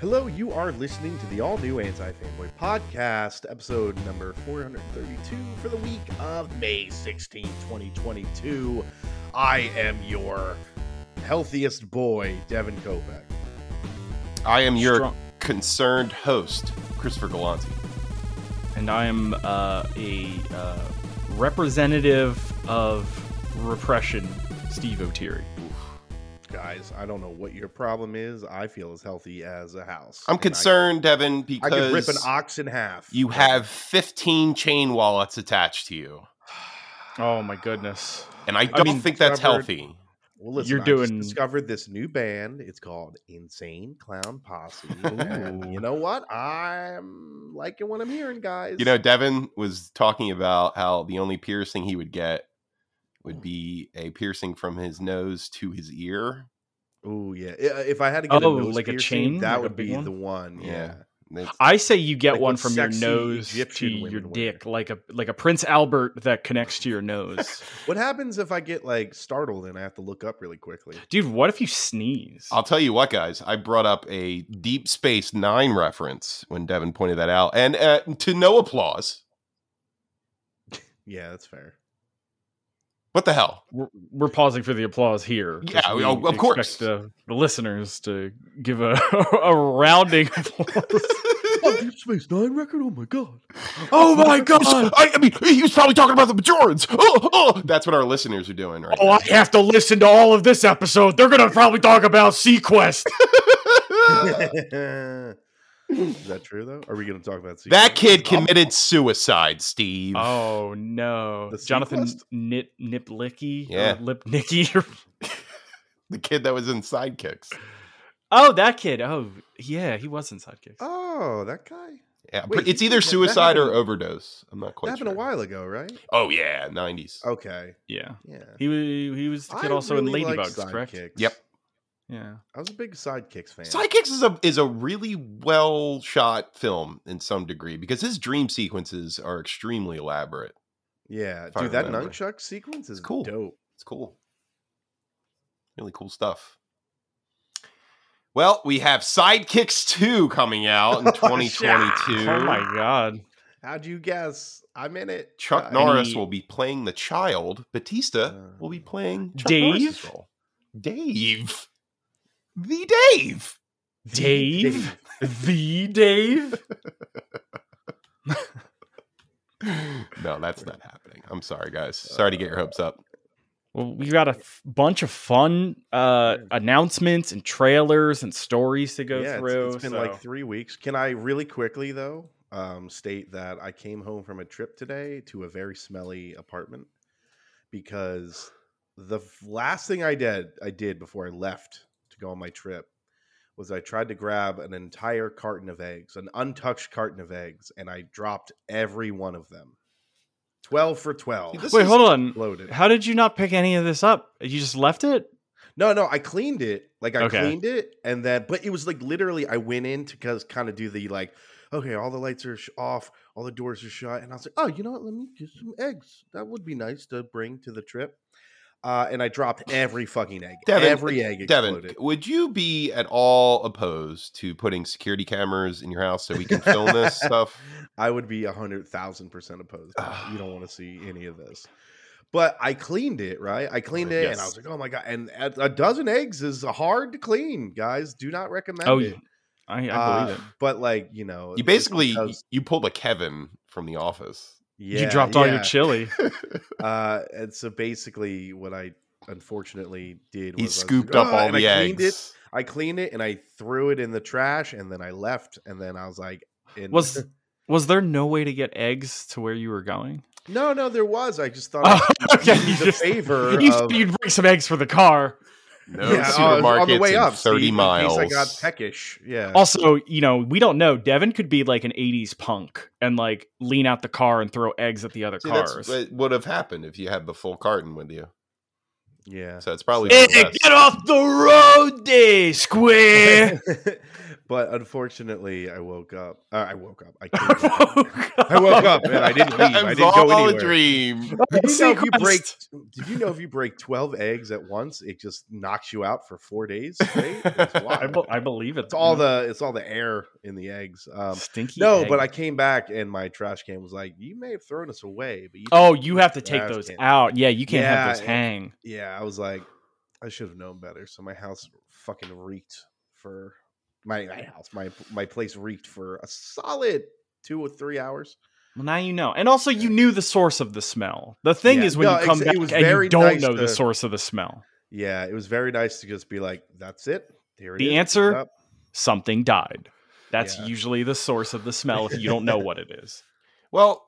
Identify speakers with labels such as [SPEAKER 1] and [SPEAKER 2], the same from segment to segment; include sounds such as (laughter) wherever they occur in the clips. [SPEAKER 1] Hello, you are listening to the all new Anti Fanboy Podcast, episode number 432 for the week of May 16, 2022. I am your healthiest boy, Devin Kopeck.
[SPEAKER 2] I am your
[SPEAKER 3] Strong-
[SPEAKER 2] concerned host, Christopher Galanti.
[SPEAKER 3] and I am uh, a uh, representative of repression, Steve O'Teary.
[SPEAKER 1] Guys, I don't know what your problem is. I feel as healthy as a house.
[SPEAKER 2] I'm
[SPEAKER 1] And I-
[SPEAKER 2] concerned, Devin,
[SPEAKER 1] I,
[SPEAKER 2] because
[SPEAKER 1] could rip an ox in half.
[SPEAKER 2] you have 15 chain wallets attached to you,
[SPEAKER 3] Oh my goodness!
[SPEAKER 2] and I don't
[SPEAKER 3] mean,
[SPEAKER 2] think that's
[SPEAKER 1] Trevor-
[SPEAKER 2] healthy.
[SPEAKER 1] Well, listen,
[SPEAKER 3] You're
[SPEAKER 1] I just
[SPEAKER 3] doing-
[SPEAKER 1] discovered this new band. It's called Insane Clown Posse. and
[SPEAKER 3] Ooh.
[SPEAKER 1] you know what? I'm liking what I'm hearing, guys.
[SPEAKER 2] You know, Devin was talking about how the only piercing he would get would be a piercing from his nose to his ear.
[SPEAKER 1] oh yeah. I- If I had to get
[SPEAKER 3] Oh,
[SPEAKER 1] a nose
[SPEAKER 3] like a
[SPEAKER 1] piercing,
[SPEAKER 3] chain?
[SPEAKER 1] that
[SPEAKER 3] Like a
[SPEAKER 1] would
[SPEAKER 3] big
[SPEAKER 1] be
[SPEAKER 3] one?
[SPEAKER 1] the one. Yeah.
[SPEAKER 2] Yeah. And it's-
[SPEAKER 3] I say you get
[SPEAKER 1] Like
[SPEAKER 3] one
[SPEAKER 1] what
[SPEAKER 3] from your
[SPEAKER 1] sexy
[SPEAKER 3] nose
[SPEAKER 1] Egyptian
[SPEAKER 3] to
[SPEAKER 1] women
[SPEAKER 3] your
[SPEAKER 1] wear.
[SPEAKER 3] dick, like a like a Prince Albert that connects to
[SPEAKER 1] (laughs)
[SPEAKER 3] your nose.
[SPEAKER 1] What happens if I get like startled and I have to look up really quickly?
[SPEAKER 3] Dude, what if you sneeze?
[SPEAKER 2] I'll tell you what, guys. I brought up a Deep Space Nine reference when Devin pointed that out, and uh, to no applause.
[SPEAKER 1] Yeah, that's fair.
[SPEAKER 2] What
[SPEAKER 1] (laughs)
[SPEAKER 2] the hell?
[SPEAKER 3] we're, we're pausing for the applause here. 'cause
[SPEAKER 2] Yeah,
[SPEAKER 3] we
[SPEAKER 2] oh, of
[SPEAKER 3] expect
[SPEAKER 2] course.
[SPEAKER 3] The, the listeners to give a, (laughs) a rounding (laughs) applause.
[SPEAKER 1] Oh, Deep Space Nine record. Oh my god.
[SPEAKER 2] Oh (laughs) my gosh! I, I mean, he was probably talking about the Bajorans. (laughs) Oh, oh, that's what our listeners are doing right
[SPEAKER 3] oh, I have to listen to all of this episode. They're gonna probably talk about Sequest.
[SPEAKER 2] now.
[SPEAKER 1] (laughs)
[SPEAKER 2] (laughs)
[SPEAKER 1] Is that true though? Are we going to talk about Oh,
[SPEAKER 2] that
[SPEAKER 1] sequels?
[SPEAKER 2] kid committed suicide, Steve.
[SPEAKER 1] Uh,
[SPEAKER 3] Oh no,
[SPEAKER 1] The
[SPEAKER 3] Jonathan
[SPEAKER 1] Sequest?
[SPEAKER 3] Nip uh, Niplicky,
[SPEAKER 2] Yeah.
[SPEAKER 3] Lipnicky.
[SPEAKER 2] The kid that was in Sidekicks.
[SPEAKER 3] (laughs) oh, that kid. Oh yeah, he was in Sidekicks.
[SPEAKER 1] Oh, that guy.
[SPEAKER 2] Yeah, I'm
[SPEAKER 1] Wait,
[SPEAKER 2] pre- it's
[SPEAKER 1] he-
[SPEAKER 2] either
[SPEAKER 1] that- that
[SPEAKER 2] suicide or
[SPEAKER 1] happened-
[SPEAKER 2] overdose. I'm not
[SPEAKER 1] That
[SPEAKER 2] quite
[SPEAKER 1] happened
[SPEAKER 2] sure.
[SPEAKER 1] a while ago, right?
[SPEAKER 2] Oh yeah, nineties.
[SPEAKER 1] Okay.
[SPEAKER 3] yeah,
[SPEAKER 1] Yeah.
[SPEAKER 3] he was. He was the kid
[SPEAKER 1] I
[SPEAKER 3] also
[SPEAKER 1] really
[SPEAKER 3] in
[SPEAKER 1] like
[SPEAKER 3] Ladybugs, correct?
[SPEAKER 1] Sidekicks.
[SPEAKER 2] Yep.
[SPEAKER 3] Yeah.
[SPEAKER 1] I was a big Sidekicks fan.
[SPEAKER 2] Sidekicks is a is a really well shot film in some degree because his dream sequences are extremely elaborate.
[SPEAKER 1] yeah,
[SPEAKER 2] I
[SPEAKER 1] dude, that
[SPEAKER 2] remember.
[SPEAKER 1] nunchuck sequence is
[SPEAKER 2] cool.
[SPEAKER 1] dope.
[SPEAKER 2] It's cool. Really cool stuff. Well, we have Sidekicks 2 coming out
[SPEAKER 3] (laughs)
[SPEAKER 2] in
[SPEAKER 1] Oh,
[SPEAKER 2] 2022.
[SPEAKER 3] Oh my god. (laughs)
[SPEAKER 1] How'd you guess? I'm in it.
[SPEAKER 2] Chuck
[SPEAKER 1] Uh,
[SPEAKER 2] Norris
[SPEAKER 3] Any-
[SPEAKER 2] will be playing the child. Batista will be playing Chuck Norris's
[SPEAKER 3] Dave?
[SPEAKER 2] role. Dave. The Dave.
[SPEAKER 1] (laughs)
[SPEAKER 3] Dave, the Dave.
[SPEAKER 2] No, that's not happening. I'm sorry, guys. Sorry to get your hopes up.
[SPEAKER 3] Well, we got a f- bunch of fun uh, announcements and trailers and stories to go
[SPEAKER 1] yeah, it's-
[SPEAKER 3] through.
[SPEAKER 1] it's been
[SPEAKER 3] so-
[SPEAKER 1] like three weeks. Can I really quickly though um, state that I came home from a trip today to a very smelly apartment because the f- last thing I did I did before I left to go on my trip was I tried to grab an entire carton of eggs, an untouched carton of eggs, and I dropped every one of them. Twelve for twelve.
[SPEAKER 2] This
[SPEAKER 3] Wait,
[SPEAKER 2] is
[SPEAKER 3] hold on.
[SPEAKER 1] Loaded.
[SPEAKER 3] How did you not pick any of this up? You just left it?
[SPEAKER 1] No, no, I cleaned it. Like I
[SPEAKER 3] Okay.
[SPEAKER 1] cleaned it, and then, but it was like literally, I went in to cause kind of do the like, okay, all the lights are sh- off, all the doors are shut, and I was like, oh, you know what? Let me get some eggs. That would be nice to bring to the trip. Uh, and I dropped every fucking egg.
[SPEAKER 2] (laughs) Devin,
[SPEAKER 1] every egg
[SPEAKER 2] Devin,
[SPEAKER 1] exploded.
[SPEAKER 2] would you be at all opposed to putting security cameras in your house so we can film this stuff?
[SPEAKER 1] I would be a hundred thousand percent opposed. to that.
[SPEAKER 2] (sighs)
[SPEAKER 1] you don't want to see any of this. But I cleaned it, right? I cleaned it, and I
[SPEAKER 2] Yes.
[SPEAKER 1] was like, "Oh my god!" And a a dozen eggs is hard to clean, guys. Do not recommend.
[SPEAKER 3] Oh,
[SPEAKER 1] it.
[SPEAKER 3] you- I, I believe
[SPEAKER 1] Uh,
[SPEAKER 3] it.
[SPEAKER 1] But like you know,
[SPEAKER 2] You
[SPEAKER 1] it's
[SPEAKER 2] basically
[SPEAKER 1] because-
[SPEAKER 2] you pulled a Kevin from The Office.
[SPEAKER 3] you
[SPEAKER 1] yeah,
[SPEAKER 3] dropped all your
[SPEAKER 1] yeah.
[SPEAKER 3] chili.
[SPEAKER 1] uh, and so basically, what I unfortunately did, was I
[SPEAKER 2] He
[SPEAKER 1] was like,
[SPEAKER 2] scooped up
[SPEAKER 1] "Ah,"
[SPEAKER 2] all
[SPEAKER 1] and I
[SPEAKER 2] the
[SPEAKER 1] cleaned it-
[SPEAKER 2] eggs.
[SPEAKER 1] I cleaned it and I threw it in the trash, and then I left, and then I was like, and-
[SPEAKER 3] (laughs) Was was there no way to get eggs to where you were going?
[SPEAKER 1] (laughs) no, no, there was. I just thought
[SPEAKER 3] Oh,
[SPEAKER 1] I
[SPEAKER 3] (laughs) okay.
[SPEAKER 1] needed
[SPEAKER 3] You
[SPEAKER 1] the
[SPEAKER 3] just-
[SPEAKER 1] favor
[SPEAKER 3] (laughs) you
[SPEAKER 1] of (laughs)
[SPEAKER 3] said you'd bring some eggs for the car.
[SPEAKER 2] No
[SPEAKER 1] Yeah, uh,
[SPEAKER 2] supermarkets
[SPEAKER 1] on- on the way
[SPEAKER 2] in
[SPEAKER 1] up,
[SPEAKER 2] thirty
[SPEAKER 1] Steve,
[SPEAKER 2] miles.
[SPEAKER 1] In case I got peckish. Yeah.
[SPEAKER 3] Also, you know, we don't know. Devin could be like an 80s punk and like lean out the car and throw eggs at the other
[SPEAKER 2] See, that's
[SPEAKER 3] cars.
[SPEAKER 2] what would have happened if you had the full carton with you. (laughs)
[SPEAKER 1] Yeah.
[SPEAKER 2] So it's probably
[SPEAKER 3] Hey,
[SPEAKER 2] for the best.
[SPEAKER 3] get off the road, day square.
[SPEAKER 1] (laughs)
[SPEAKER 3] (laughs)
[SPEAKER 1] but unfortunately, I woke up. Uh, I woke up. I,
[SPEAKER 3] I
[SPEAKER 1] came up.
[SPEAKER 3] Oh,
[SPEAKER 1] I woke up and I
[SPEAKER 2] (laughs)
[SPEAKER 1] didn't leave.
[SPEAKER 2] It
[SPEAKER 1] I
[SPEAKER 2] was
[SPEAKER 1] didn't
[SPEAKER 2] all
[SPEAKER 1] go
[SPEAKER 2] a
[SPEAKER 1] anywhere. (laughs)
[SPEAKER 2] dream.
[SPEAKER 1] Did you, know if you
[SPEAKER 3] Sequenced.
[SPEAKER 1] break, did you know if you break 12 eggs at once, it just knocks you out for four
[SPEAKER 3] (laughs)
[SPEAKER 1] days straight? It's
[SPEAKER 3] I,
[SPEAKER 1] wild.
[SPEAKER 3] be- I believe it.
[SPEAKER 1] It's all the it's all the air in the eggs. Um,
[SPEAKER 3] stinky.
[SPEAKER 1] no, but I
[SPEAKER 3] egg.
[SPEAKER 1] came back and my trash can was like, "You may have thrown us away, but you
[SPEAKER 3] Oh, you have to take
[SPEAKER 1] Trash
[SPEAKER 3] those
[SPEAKER 1] can.
[SPEAKER 3] out. Yeah, you can't have
[SPEAKER 1] Yeah,
[SPEAKER 3] those
[SPEAKER 1] it-
[SPEAKER 3] hang.
[SPEAKER 1] (laughs) yeah." I was like, "I should have known better." So my house fucking reeked for my, my house. My my place reeked for a solid two or three hours.
[SPEAKER 3] Well, now you know. And also, you knew the source of the smell. The thing
[SPEAKER 1] Yeah.
[SPEAKER 3] is, when
[SPEAKER 1] No,
[SPEAKER 3] you
[SPEAKER 1] ex-
[SPEAKER 3] come
[SPEAKER 1] it
[SPEAKER 3] back
[SPEAKER 1] was
[SPEAKER 3] and
[SPEAKER 1] very
[SPEAKER 3] you don't
[SPEAKER 1] nice
[SPEAKER 3] know the
[SPEAKER 1] to-
[SPEAKER 3] source of the smell,
[SPEAKER 1] Yeah, it was very nice to just be like, "That's it." Here it
[SPEAKER 3] The
[SPEAKER 1] is. Pick it
[SPEAKER 3] answer-
[SPEAKER 1] up."
[SPEAKER 3] something died. That's
[SPEAKER 1] Yeah.
[SPEAKER 3] usually the source of the smell if you don't know what it
[SPEAKER 1] (laughs)
[SPEAKER 3] is.
[SPEAKER 2] Well,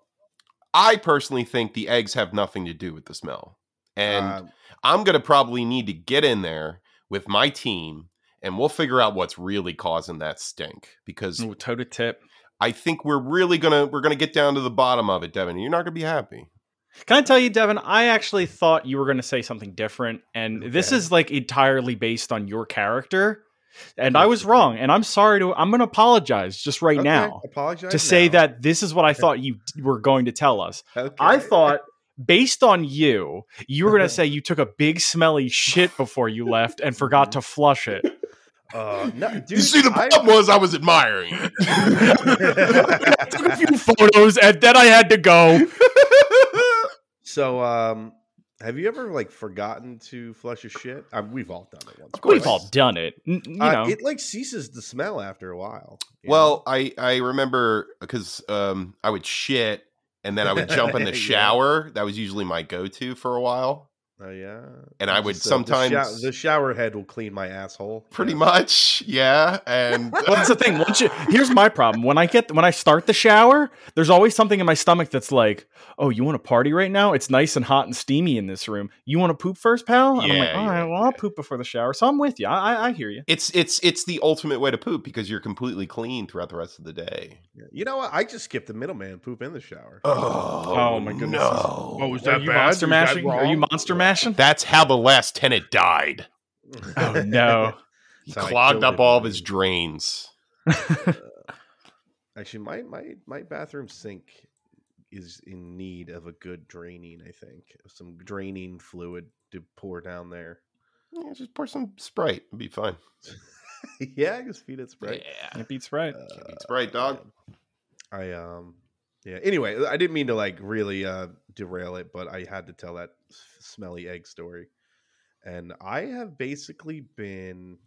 [SPEAKER 2] I personally think the eggs have nothing to do with the smell. And
[SPEAKER 1] Um,
[SPEAKER 2] I'm going to probably need to get in there with my team and we'll figure out what's really causing that stink because
[SPEAKER 3] Ooh, toe to tip.
[SPEAKER 2] I think we're really going to we're going to get down to the bottom of it, Devin. and You're not going to be happy.
[SPEAKER 3] Can I tell you, Devin? I actually thought you were going to say something different, and this
[SPEAKER 1] Okay.
[SPEAKER 3] is like entirely based on your character. And I
[SPEAKER 1] That's
[SPEAKER 3] was
[SPEAKER 1] the
[SPEAKER 3] wrong, and I'm sorry to. I'm going to apologize just right
[SPEAKER 1] okay,
[SPEAKER 3] now
[SPEAKER 1] apologize
[SPEAKER 3] to say
[SPEAKER 1] now.
[SPEAKER 3] that this is what I thought you were going to tell us.
[SPEAKER 1] Okay.
[SPEAKER 3] I thought, based on you, you were going (laughs) to say you took a big smelly shit before you left and forgot to flush it.
[SPEAKER 1] Uh, no, dude, I-
[SPEAKER 2] was I was admiring.
[SPEAKER 1] (laughs)
[SPEAKER 3] I (laughs) took a few photos, and then I had to go.
[SPEAKER 1] So, um, have you ever like forgotten to flush a shit? I mean, we've all done it once.
[SPEAKER 2] Of
[SPEAKER 1] or
[SPEAKER 2] course.
[SPEAKER 3] We've
[SPEAKER 1] twice.
[SPEAKER 3] all done it, N- you
[SPEAKER 1] Uh,
[SPEAKER 3] know.
[SPEAKER 1] it like ceases to smell after a while. you know?
[SPEAKER 2] (laughs) well, I I remember because um I would shit and then I would jump
[SPEAKER 1] (laughs)
[SPEAKER 2] in
[SPEAKER 1] Yeah.
[SPEAKER 2] the shower. That was usually my go-to for a while,
[SPEAKER 1] Oh, yeah.
[SPEAKER 2] and I would
[SPEAKER 1] So
[SPEAKER 2] sometimes
[SPEAKER 1] the, shou- the shower head will clean my asshole.
[SPEAKER 2] pretty
[SPEAKER 1] Yeah.
[SPEAKER 2] much, yeah.
[SPEAKER 1] (laughs)
[SPEAKER 2] And
[SPEAKER 3] Well, that's the thing. Once you, here's my problem. When I get when I start the shower, there's always something in my stomach that's like, "Oh, you want to party right now? It's nice and hot and steamy in this room. You want to poop first, pal?" And I'm like,
[SPEAKER 2] Yeah,
[SPEAKER 3] "All
[SPEAKER 2] yeah,
[SPEAKER 3] right, well, I'll poop before the shower." So I'm with you. I, I, I hear you.
[SPEAKER 2] It's it's it's the ultimate way to poop because you're completely clean throughout the rest of the day.
[SPEAKER 1] Yeah. You know what? I just skipped the middleman poop in the shower. (laughs)
[SPEAKER 2] Oh,
[SPEAKER 3] Oh, my goodness.
[SPEAKER 2] No.
[SPEAKER 1] Oh, is
[SPEAKER 3] Are
[SPEAKER 1] that
[SPEAKER 3] you
[SPEAKER 1] bad?
[SPEAKER 3] monster
[SPEAKER 1] Is that
[SPEAKER 3] mashing? Are you
[SPEAKER 1] wrong?
[SPEAKER 3] monster mashing?
[SPEAKER 2] That's how the last tenant died.
[SPEAKER 3] Oh
[SPEAKER 1] (laughs)
[SPEAKER 3] no.
[SPEAKER 2] He
[SPEAKER 1] So I
[SPEAKER 2] clogged
[SPEAKER 1] killed
[SPEAKER 2] up all of
[SPEAKER 1] everybody.
[SPEAKER 2] his drains.
[SPEAKER 1] Actually, my my my bathroom sink is in need of a good draining. I think of some draining fluid to pour down there. (laughs)
[SPEAKER 2] Yeah, just pour some Sprite. It'll be fine.
[SPEAKER 1] yeah, just feed it spray.
[SPEAKER 2] Yeah.
[SPEAKER 3] it beats right.
[SPEAKER 1] Uh,
[SPEAKER 2] It's right, dog.
[SPEAKER 1] I um yeah. Anyway, I didn't mean to like really uh derail it, but I had to tell that s- smelly egg story. And I have basically been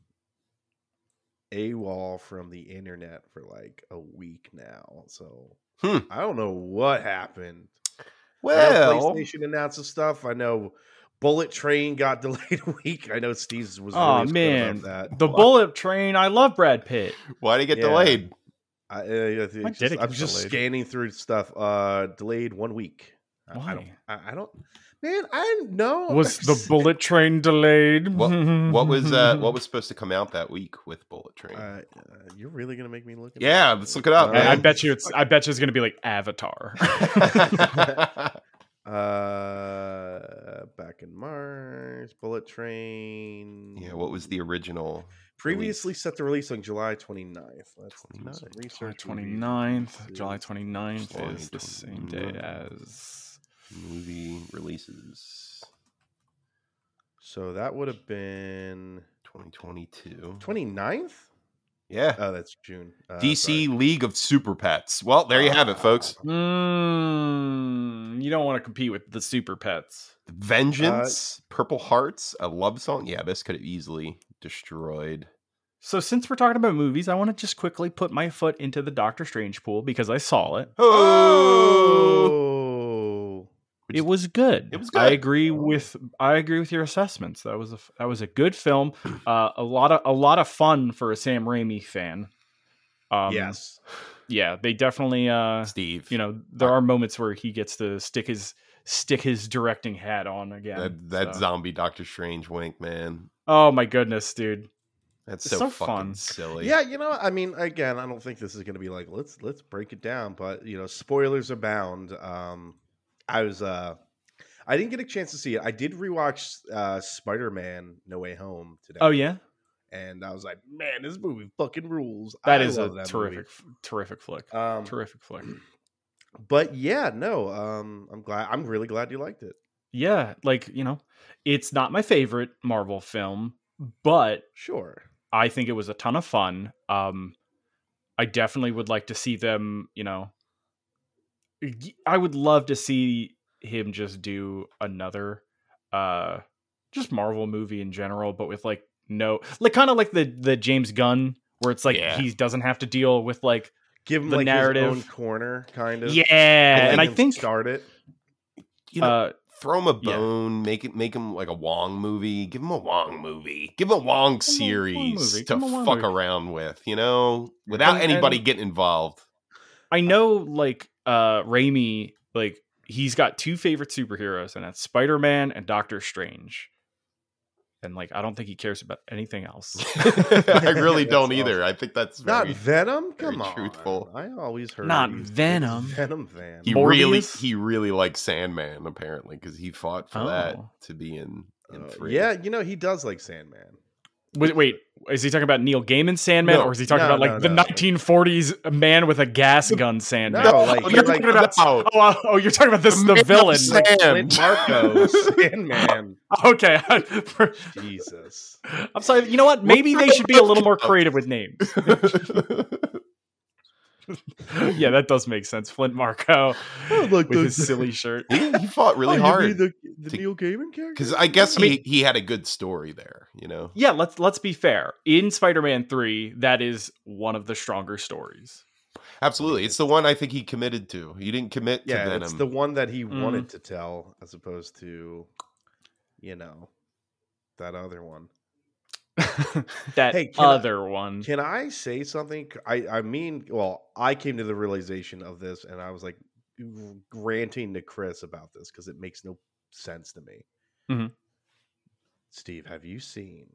[SPEAKER 1] AWOL from the internet for like a week now. So
[SPEAKER 2] Hmm.
[SPEAKER 1] I don't know what happened. I know
[SPEAKER 2] Well,
[SPEAKER 1] PlayStation announces stuff. I know Bullet Train got (laughs) delayed a week. I know Steve's was really
[SPEAKER 3] Aw,
[SPEAKER 1] upset
[SPEAKER 3] man.
[SPEAKER 1] about that.
[SPEAKER 3] The bullet train. I love Brad
[SPEAKER 2] (laughs)
[SPEAKER 3] Pitt.
[SPEAKER 2] why did it get
[SPEAKER 1] Yeah.
[SPEAKER 2] delayed?
[SPEAKER 1] I, I, I think
[SPEAKER 3] Why
[SPEAKER 1] it's
[SPEAKER 3] did
[SPEAKER 1] just-
[SPEAKER 3] it
[SPEAKER 1] I'm
[SPEAKER 3] get
[SPEAKER 1] just
[SPEAKER 3] delayed?
[SPEAKER 1] scanning through stuff. Uh, delayed one week. I- I, don't.
[SPEAKER 3] Why?
[SPEAKER 1] I, I don't. Man, I didn't know. (laughs)
[SPEAKER 3] Was the bullet train delayed?
[SPEAKER 2] What was
[SPEAKER 3] (laughs)
[SPEAKER 2] uh, what was supposed to come out that week with Bullet Train?
[SPEAKER 1] Uh, uh, you're really gonna make me look. it
[SPEAKER 2] Yeah, let's look it up,
[SPEAKER 1] All
[SPEAKER 3] I, I
[SPEAKER 2] man.
[SPEAKER 3] bet
[SPEAKER 1] (laughs)
[SPEAKER 3] you it's. I bet you it's gonna be like
[SPEAKER 2] (laughs)
[SPEAKER 3] Avatar.
[SPEAKER 1] (laughs) Uh, back in March, Bullet Train.
[SPEAKER 2] yeah, what was the original?
[SPEAKER 1] previously set to release on July 29th? Let's do
[SPEAKER 2] 29th.
[SPEAKER 1] some
[SPEAKER 3] July
[SPEAKER 1] research. we read.
[SPEAKER 3] 29th.
[SPEAKER 1] Let's
[SPEAKER 3] July
[SPEAKER 1] see.
[SPEAKER 3] 29th is the
[SPEAKER 2] July
[SPEAKER 3] same day
[SPEAKER 2] 29th.
[SPEAKER 3] as.
[SPEAKER 2] movie releases
[SPEAKER 1] So that would have been
[SPEAKER 2] 2022.
[SPEAKER 1] 29th.
[SPEAKER 2] Yeah.
[SPEAKER 1] Oh, that's June. Uh,
[SPEAKER 2] DC
[SPEAKER 1] sorry. Ah,
[SPEAKER 2] League of Super Pets. Well, there you have it, folks.
[SPEAKER 3] Mm, you don't want to compete with the Super Pets.
[SPEAKER 1] uh,
[SPEAKER 2] Vengeance, Purple Hearts, a love song. Yeah, this could have easily destroyed.
[SPEAKER 3] So since we're talking about movies, I want to just quickly put my foot into the Doctor Strange pool because I saw it.
[SPEAKER 2] Oh,
[SPEAKER 1] Oh.
[SPEAKER 2] Which-
[SPEAKER 3] It was good.
[SPEAKER 2] It was
[SPEAKER 3] I
[SPEAKER 2] good.
[SPEAKER 3] agree
[SPEAKER 1] Oh.
[SPEAKER 3] with I agree with your assessments. That was a that was a
[SPEAKER 1] (clears throat)
[SPEAKER 3] good film. Uh, a lot of a lot of fun for a Sam Raimi fan. Um,
[SPEAKER 1] yes.
[SPEAKER 3] yeah, they definitely uh,
[SPEAKER 2] Steve.
[SPEAKER 3] you know there are moments where he gets to stick his stick his directing hat on again.
[SPEAKER 2] that, that
[SPEAKER 3] so.
[SPEAKER 2] zombie Doctor Strange wink, man.
[SPEAKER 3] oh my goodness, dude!
[SPEAKER 2] That's
[SPEAKER 3] It's
[SPEAKER 2] so,
[SPEAKER 3] so
[SPEAKER 2] fucking
[SPEAKER 3] fun.
[SPEAKER 2] silly.
[SPEAKER 1] Yeah, you know, I mean, again, I don't think this is going to be like let's let's break it down, but you know, spoilers abound. Um, I was uh, I didn't get a chance to see it. I did rewatch uh, Spider Man No Way Home today.
[SPEAKER 3] Oh yeah,
[SPEAKER 1] and I was like, man, this movie fucking rules.
[SPEAKER 3] that
[SPEAKER 1] I
[SPEAKER 3] is
[SPEAKER 1] love
[SPEAKER 3] a
[SPEAKER 1] that
[SPEAKER 3] terrific,
[SPEAKER 1] movie.
[SPEAKER 3] f- terrific flick.
[SPEAKER 1] Um,
[SPEAKER 3] terrific flick.
[SPEAKER 1] but yeah, no, um, I'm glad. I'm really glad you liked it.
[SPEAKER 3] Yeah, like you know, it's not my favorite Marvel film, but
[SPEAKER 1] Sure.
[SPEAKER 3] I think it was a ton of fun. Um, I definitely would like to see them. You know, y- I would love to see him just do another, uh, just Marvel movie in general, but with like no, like kind of like the the James Gunn, where it's like
[SPEAKER 2] Yeah.
[SPEAKER 3] he doesn't have to deal with like
[SPEAKER 1] Give him
[SPEAKER 3] The
[SPEAKER 1] like
[SPEAKER 3] narrative.
[SPEAKER 1] his own corner, kind of.
[SPEAKER 3] yeah,
[SPEAKER 1] let
[SPEAKER 3] and I
[SPEAKER 1] him
[SPEAKER 3] think
[SPEAKER 1] start it.
[SPEAKER 2] You know,
[SPEAKER 3] uh,
[SPEAKER 2] throw him a
[SPEAKER 3] yeah.
[SPEAKER 2] bone. Make it make him like a Wong movie. Give him a Wong movie. Give him a Wong series
[SPEAKER 3] movie.
[SPEAKER 2] to
[SPEAKER 3] Give him a Wong
[SPEAKER 2] fuck
[SPEAKER 3] movie.
[SPEAKER 2] around with. You know, without
[SPEAKER 3] And-
[SPEAKER 2] anybody
[SPEAKER 3] and-
[SPEAKER 2] getting involved. (laughs)
[SPEAKER 3] I know like uh Raimi, like he's got two favorite superheroes, and that's Spider Man and Doctor Strange. And like I don't think he cares about
[SPEAKER 2] (laughs)
[SPEAKER 3] anything else.
[SPEAKER 2] I really
[SPEAKER 1] That's
[SPEAKER 2] don't either. I think that's
[SPEAKER 1] Not
[SPEAKER 2] very,
[SPEAKER 1] Venom.
[SPEAKER 2] very
[SPEAKER 1] Come on.
[SPEAKER 2] truthful.
[SPEAKER 1] I always heard
[SPEAKER 3] Not
[SPEAKER 1] he was- it's
[SPEAKER 3] Venom.
[SPEAKER 1] (laughs) Venom Van.
[SPEAKER 2] he
[SPEAKER 3] Morbius?
[SPEAKER 2] really he really likes Sandman apparently because he fought for that
[SPEAKER 3] Oh.
[SPEAKER 2] to be in in
[SPEAKER 1] Uh,
[SPEAKER 2] three. (laughs)
[SPEAKER 1] yeah, you know he does like Sandman.
[SPEAKER 3] wait, wait, is he talking about Neil Gaiman Sandman,
[SPEAKER 2] No,
[SPEAKER 3] or is he talking
[SPEAKER 1] no,
[SPEAKER 3] about like
[SPEAKER 1] no,
[SPEAKER 3] the
[SPEAKER 1] no.
[SPEAKER 3] 1940s man with a gas gun Sandman?
[SPEAKER 1] No, like,
[SPEAKER 2] Oh,
[SPEAKER 1] he
[SPEAKER 2] you're
[SPEAKER 1] like
[SPEAKER 2] talking about
[SPEAKER 3] Oh, uh, oh, you're talking about this
[SPEAKER 2] The
[SPEAKER 3] the,
[SPEAKER 2] man of
[SPEAKER 3] villain.
[SPEAKER 2] Sand-
[SPEAKER 1] Clint Marco
[SPEAKER 2] (laughs)
[SPEAKER 1] Sandman.
[SPEAKER 3] (laughs) Okay, (laughs)
[SPEAKER 1] Jesus.
[SPEAKER 3] I'm sorry. You know what? Maybe they should be a little more creative with names.
[SPEAKER 2] (laughs)
[SPEAKER 3] yeah, that does make sense. Flint Marco
[SPEAKER 1] I like
[SPEAKER 3] with
[SPEAKER 1] the-
[SPEAKER 3] his silly shirt.
[SPEAKER 2] he, he fought really
[SPEAKER 1] Oh, you mean
[SPEAKER 2] hard
[SPEAKER 1] The, the
[SPEAKER 2] to-
[SPEAKER 1] Neil Gaiman character.
[SPEAKER 2] because I guess
[SPEAKER 3] I mean-
[SPEAKER 2] he, he had a good story there. You know,
[SPEAKER 3] yeah let's let's be fair in spider-man 3 that is one of the stronger stories
[SPEAKER 2] absolutely. It's the one I think he committed to. He didn't commit to
[SPEAKER 1] yeah,
[SPEAKER 2] Venom.
[SPEAKER 1] it's the one that he
[SPEAKER 3] Mm.
[SPEAKER 1] wanted to tell, as opposed to, you know, that other one.
[SPEAKER 3] that
[SPEAKER 1] Hey, can I-
[SPEAKER 3] other
[SPEAKER 2] Mm.
[SPEAKER 3] one
[SPEAKER 1] Can I say something? I I mean, well, I came to the realization of this, and I was like ranting to Chris about this because it makes no sense to me.
[SPEAKER 2] Mm-hmm.
[SPEAKER 3] Mhm.
[SPEAKER 1] Steve, have you seen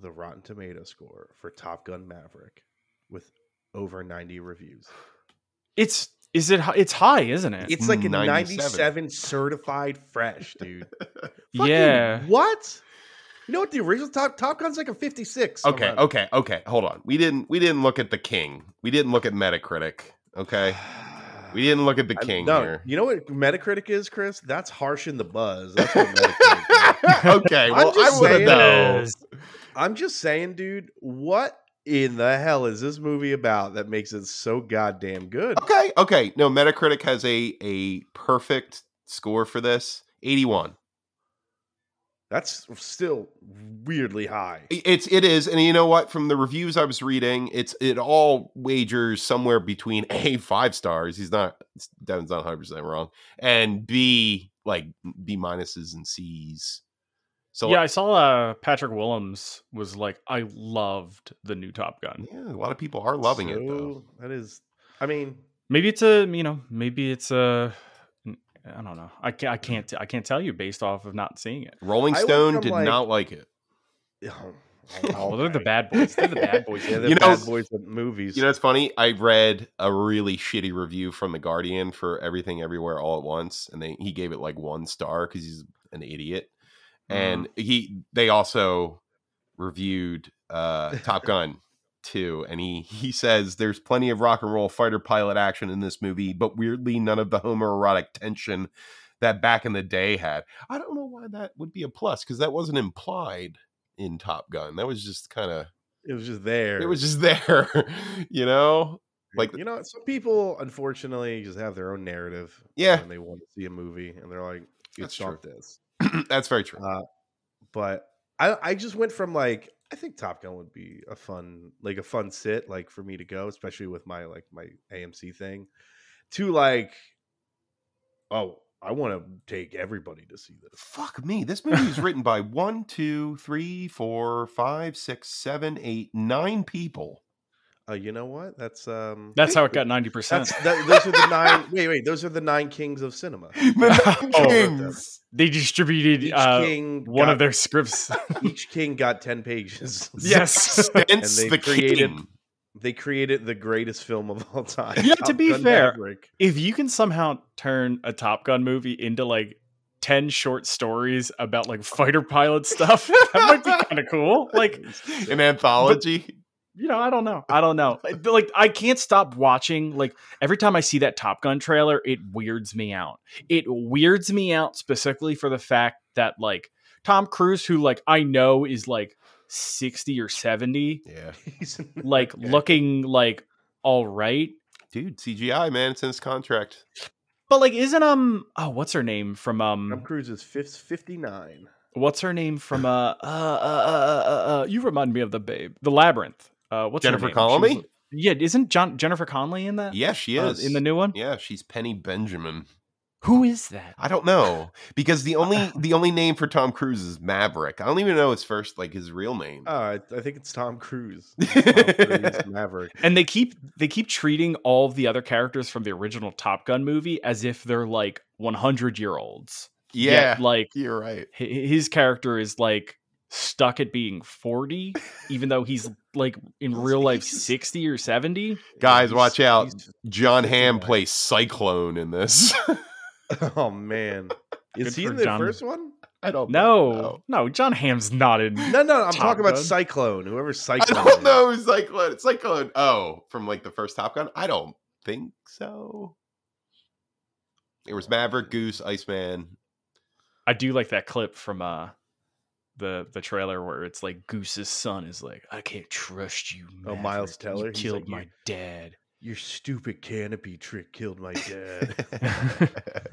[SPEAKER 1] the Rotten Tomato score for Top Gun Maverick with over ninety reviews?
[SPEAKER 3] it's is it hi- it's high isn't it
[SPEAKER 1] It's
[SPEAKER 2] Mm,
[SPEAKER 1] like a
[SPEAKER 2] 97.
[SPEAKER 1] 97 certified fresh,
[SPEAKER 2] (laughs)
[SPEAKER 1] dude. Fucking
[SPEAKER 3] yeah
[SPEAKER 1] What? You know what? The original Top Top Gun's like a 56.
[SPEAKER 2] okay,
[SPEAKER 1] somewhere.
[SPEAKER 2] okay, okay. Hold on. We didn't we didn't look at the King. We didn't look at Metacritic. Okay,
[SPEAKER 1] (sighs)
[SPEAKER 2] we didn't look at the
[SPEAKER 1] I-
[SPEAKER 2] King here.
[SPEAKER 1] You know what Metacritic is, Chris? That's harsh in the buzz. That's what Metacritic
[SPEAKER 2] (laughs)
[SPEAKER 1] is.
[SPEAKER 2] okay,
[SPEAKER 1] (laughs) I'm
[SPEAKER 2] well
[SPEAKER 1] just
[SPEAKER 2] I want
[SPEAKER 1] saying.
[SPEAKER 2] to know.
[SPEAKER 1] I'm just saying, dude, what in the hell is this movie about that makes it so goddamn good?
[SPEAKER 2] Okay, okay. No, Metacritic has a a perfect score for this. 81.
[SPEAKER 1] That's still weirdly high.
[SPEAKER 2] I- It's it is, and you know what? From the reviews I was reading, it's it all wagers somewhere between (laughs) A five stars. He's not Devin's not 100 percent wrong, and B like B minuses and C's. So
[SPEAKER 3] yeah i saw uh patrick willems was like i loved the new top gun
[SPEAKER 2] yeah, a lot of people are loving it
[SPEAKER 1] So,
[SPEAKER 2] though.
[SPEAKER 1] That is, I mean, (laughs)
[SPEAKER 3] maybe it's a you know maybe it's a i don't know i can't i can't i can't tell you based off of not seeing it
[SPEAKER 2] Rolling
[SPEAKER 1] I went
[SPEAKER 2] Stone
[SPEAKER 1] from,
[SPEAKER 2] did
[SPEAKER 1] like-
[SPEAKER 2] not like it.
[SPEAKER 3] well they're the bad boys they're
[SPEAKER 1] (laughs)
[SPEAKER 3] the bad boys
[SPEAKER 1] Yeah, they're
[SPEAKER 2] You know-
[SPEAKER 1] bad boys at movies.
[SPEAKER 2] You know, it's funny. I read a really shitty review from the Guardian for Everything Everywhere All at Once, and they he gave it like one star because he's an idiot. And he they also reviewed uh, Top Gun too, and he he says there's plenty of rock and roll fighter pilot action in this movie, but weirdly none of the homoerotic tension that back in the day had. I don't know why that would be a plus because that wasn't implied in Top Gun. That was just kind of
[SPEAKER 1] it was just there.
[SPEAKER 2] it was just (laughs) there, you know. Like,
[SPEAKER 1] you know, some people unfortunately just have their own narrative.
[SPEAKER 2] Yeah.
[SPEAKER 1] and they want to see a movie, and they're like,
[SPEAKER 2] That's
[SPEAKER 1] "It's not this."
[SPEAKER 2] (clears throat) that's very true.
[SPEAKER 1] Uh, but I, I just went from like, I think Top Gun would be a fun, like a fun sit, like for me to go, especially with my like my AMC thing, to like, oh, I want to take everybody to see this.
[SPEAKER 2] Fuck me. This movie was written by one, two, three, four, five, six, seven, eight, nine (laughs) people.
[SPEAKER 1] Uh, you know what? That's um,
[SPEAKER 3] that's how it got 90%
[SPEAKER 1] that's that, those are the
[SPEAKER 3] (laughs)
[SPEAKER 1] nine. wait, wait, those are the nine kings of cinema.
[SPEAKER 2] The
[SPEAKER 3] Oh.
[SPEAKER 2] Kings.
[SPEAKER 3] they distributed
[SPEAKER 1] Each
[SPEAKER 3] uh,
[SPEAKER 1] king,
[SPEAKER 3] one
[SPEAKER 1] got, (laughs)
[SPEAKER 3] of their scripts
[SPEAKER 1] each king got ten pages.
[SPEAKER 3] yes
[SPEAKER 2] Hence (laughs)
[SPEAKER 1] And they
[SPEAKER 2] the
[SPEAKER 1] created-
[SPEAKER 2] king.
[SPEAKER 1] (laughs) They created the greatest film of all time.
[SPEAKER 3] Yeah, to be
[SPEAKER 1] Gun
[SPEAKER 3] fair,
[SPEAKER 1] Maverick. (laughs)
[SPEAKER 3] if you can somehow turn a Top Gun movie into like 10 short stories about like fighter pilot stuff, (laughs) that might be kind of cool. Like,
[SPEAKER 2] An anthology.
[SPEAKER 3] you know, I don't know. I don't know. Like, but, like, I can't stop watching. Like, every time I see that Top Gun trailer, it weirds me out. It weirds me out specifically for the fact that, like, Tom Cruise, who, like, I know is like 60 or 70,
[SPEAKER 2] yeah.
[SPEAKER 1] He's in-
[SPEAKER 3] like, looking like all right.
[SPEAKER 2] Dude, CGI, man. It's in his contract.
[SPEAKER 3] But, like, isn't, um, oh, what's her name from, um,
[SPEAKER 1] Tom Cruise is fif- 59.
[SPEAKER 3] what's her name from uh uh uh uh, uh, uh, uh you remind me of the babe the labyrinth uh what's her
[SPEAKER 2] Jennifer
[SPEAKER 3] name? She
[SPEAKER 2] Connelly?
[SPEAKER 3] was- yeah isn't john jennifer Connelly in that
[SPEAKER 2] Yeah, she
[SPEAKER 3] Uh,
[SPEAKER 2] is.
[SPEAKER 3] in the new one
[SPEAKER 2] yeah, she's Penny Benjamin.
[SPEAKER 3] who is that
[SPEAKER 2] I don't know because the (laughs) only the only name for Tom Cruise is Maverick. I don't even know his first like his real name.
[SPEAKER 1] Oh, I, I think it's Tom (laughs) Cruise. Tom Cruise Maverick.
[SPEAKER 3] and they keep they keep treating all of the other characters from the original top gun movie as if they're like 100 year olds
[SPEAKER 2] yeah,
[SPEAKER 3] like
[SPEAKER 2] you're right.
[SPEAKER 3] hi- his character is like stuck at being 40 even though he's like
[SPEAKER 2] (laughs)
[SPEAKER 3] in real life 60 or 70
[SPEAKER 2] Guys,
[SPEAKER 1] He's-
[SPEAKER 2] watch out.
[SPEAKER 1] he's-
[SPEAKER 2] John Hamm
[SPEAKER 1] Yeah.
[SPEAKER 2] plays Cyclone in this.
[SPEAKER 1] Oh, man.
[SPEAKER 3] Good
[SPEAKER 1] Is he
[SPEAKER 3] for
[SPEAKER 1] in the
[SPEAKER 3] John.
[SPEAKER 1] first one?
[SPEAKER 2] I don't
[SPEAKER 3] no no john ham's not in
[SPEAKER 1] No, no, I'm
[SPEAKER 3] Top
[SPEAKER 1] talking about
[SPEAKER 3] Gun.
[SPEAKER 1] Cyclone. Whoever's
[SPEAKER 2] I
[SPEAKER 1] Cyclone.
[SPEAKER 2] don't know who Cyclone. It's Cyclone. Oh, from like the first Top Gun. I don't think so. It was Maverick, Goose, Iceman.
[SPEAKER 3] I do like that clip from uh the the trailer where it's like Goose's son is like, I can't trust you.
[SPEAKER 1] Oh,
[SPEAKER 3] Maverick.
[SPEAKER 1] Miles Teller?
[SPEAKER 3] you
[SPEAKER 1] He's
[SPEAKER 3] killed
[SPEAKER 1] like,
[SPEAKER 3] my
[SPEAKER 1] "You-
[SPEAKER 3] dad.
[SPEAKER 1] Your stupid canopy trick killed my dad.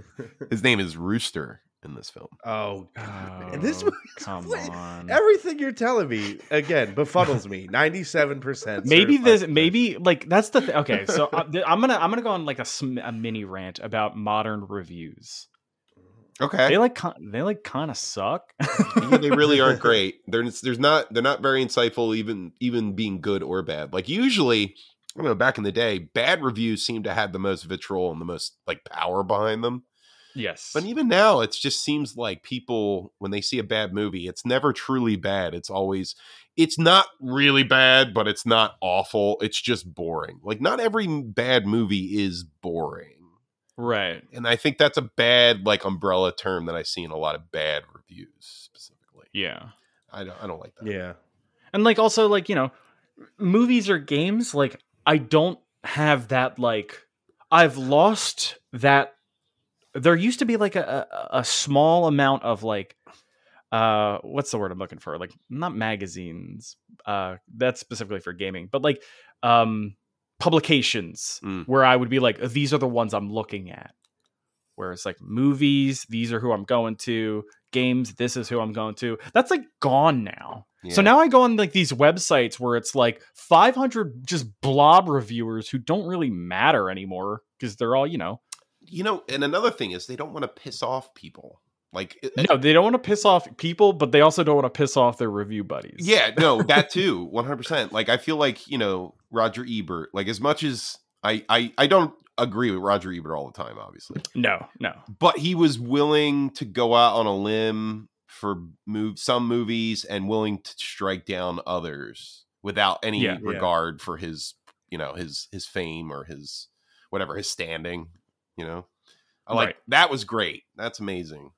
[SPEAKER 1] (laughs)
[SPEAKER 2] His name is Rooster in this film.
[SPEAKER 1] oh, God. (laughs) And this
[SPEAKER 3] Oh,
[SPEAKER 1] movie,
[SPEAKER 3] Come
[SPEAKER 1] What?
[SPEAKER 3] on.
[SPEAKER 1] everything you're telling me again befuddles (laughs) me. Ninety-seven percent.
[SPEAKER 3] maybe this maybe like that's the thing okay so
[SPEAKER 1] (laughs)
[SPEAKER 3] I, i'm gonna i'm gonna go on like a, sm- a mini rant about modern reviews
[SPEAKER 2] Okay.
[SPEAKER 3] they like kin- they like kind of suck (laughs)
[SPEAKER 2] Yeah, they really (laughs) aren't great. There's there's not they're not very insightful, even even being good or bad. Like usually, I don't know. Back in the day, bad reviews seem to have the most vitriol and the most like power behind them.
[SPEAKER 3] yes
[SPEAKER 2] But even now, it just seems like people when they see a bad movie, it's never truly bad. It's always it's not really bad, but it's not awful. It's just boring. Like not every bad movie is boring.
[SPEAKER 3] right
[SPEAKER 2] And I think that's a bad like umbrella term that I see in a lot of bad reviews specifically.
[SPEAKER 3] yeah
[SPEAKER 2] I don't I don't like that.
[SPEAKER 1] Yeah.
[SPEAKER 3] And like also like, you know, movies or games, like I don't have that like I've lost that there used to be like a a, a small amount of like uh what's the word I'm looking for? Like not magazines. Uh that's specifically for gaming, but like um publications
[SPEAKER 2] Mm.
[SPEAKER 3] where I would be like these are the ones I'm looking at. Whereas like movies, these are who I'm going to. Games, this is who I'm going to. That's like gone now. So now I go on like these websites where it's like 500 just blob reviewers who don't really matter anymore because they're all, you know,
[SPEAKER 2] you know, and another thing is they don't want to piss off people. Like, it-
[SPEAKER 3] no, they don't want to piss off people, but they also don't want to piss off their review buddies.
[SPEAKER 1] (laughs)
[SPEAKER 2] yeah, no, that too, one hundred percent. Like, I feel like you know Roger Ebert. Like, as much as I, I, I don't agree with Roger Ebert all the time, obviously,
[SPEAKER 3] No, no.
[SPEAKER 2] but he was willing to go out on a limb for move some movies and willing to strike down others without any
[SPEAKER 3] Yeah.
[SPEAKER 1] Yeah.
[SPEAKER 2] regard for his, you know, his his fame or his whatever his standing. You know, I like
[SPEAKER 3] Right.
[SPEAKER 2] that was great. That's amazing.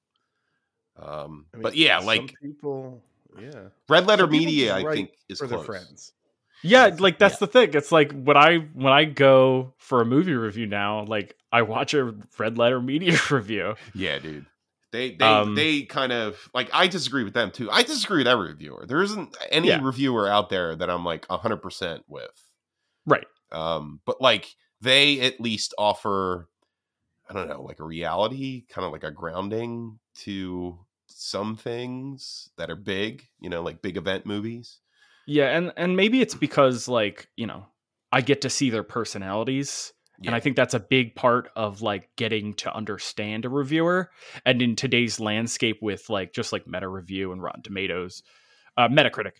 [SPEAKER 2] Um,
[SPEAKER 1] I mean,
[SPEAKER 2] but yeah,
[SPEAKER 1] some
[SPEAKER 2] like
[SPEAKER 1] people. Yeah.
[SPEAKER 2] Red Letter
[SPEAKER 1] some people
[SPEAKER 2] Media,
[SPEAKER 1] just
[SPEAKER 2] I
[SPEAKER 1] write
[SPEAKER 2] think is
[SPEAKER 1] for
[SPEAKER 2] close.
[SPEAKER 1] their friends.
[SPEAKER 3] Yeah, like that's the thing. It's like when I when I go for a movie review now, like I watch a red letter media (laughs) review.
[SPEAKER 2] Yeah, dude. They they
[SPEAKER 3] Um,
[SPEAKER 2] they kind of like I disagree with them too. I disagree with every reviewer. There isn't any
[SPEAKER 3] Yeah.
[SPEAKER 2] reviewer out there that I'm like 100% with.
[SPEAKER 3] Right.
[SPEAKER 2] Um but like they at least offer I don't know, like a reality, kind of like a grounding to some things that are big, you know, like big event movies.
[SPEAKER 3] Yeah, and and maybe it's because like, you know, I get to see their personalities.
[SPEAKER 2] Yeah.
[SPEAKER 3] And I think that's a big part of like getting to understand a reviewer. And in today's landscape with like just like meta review and Rotten Tomatoes, uh, Metacritic,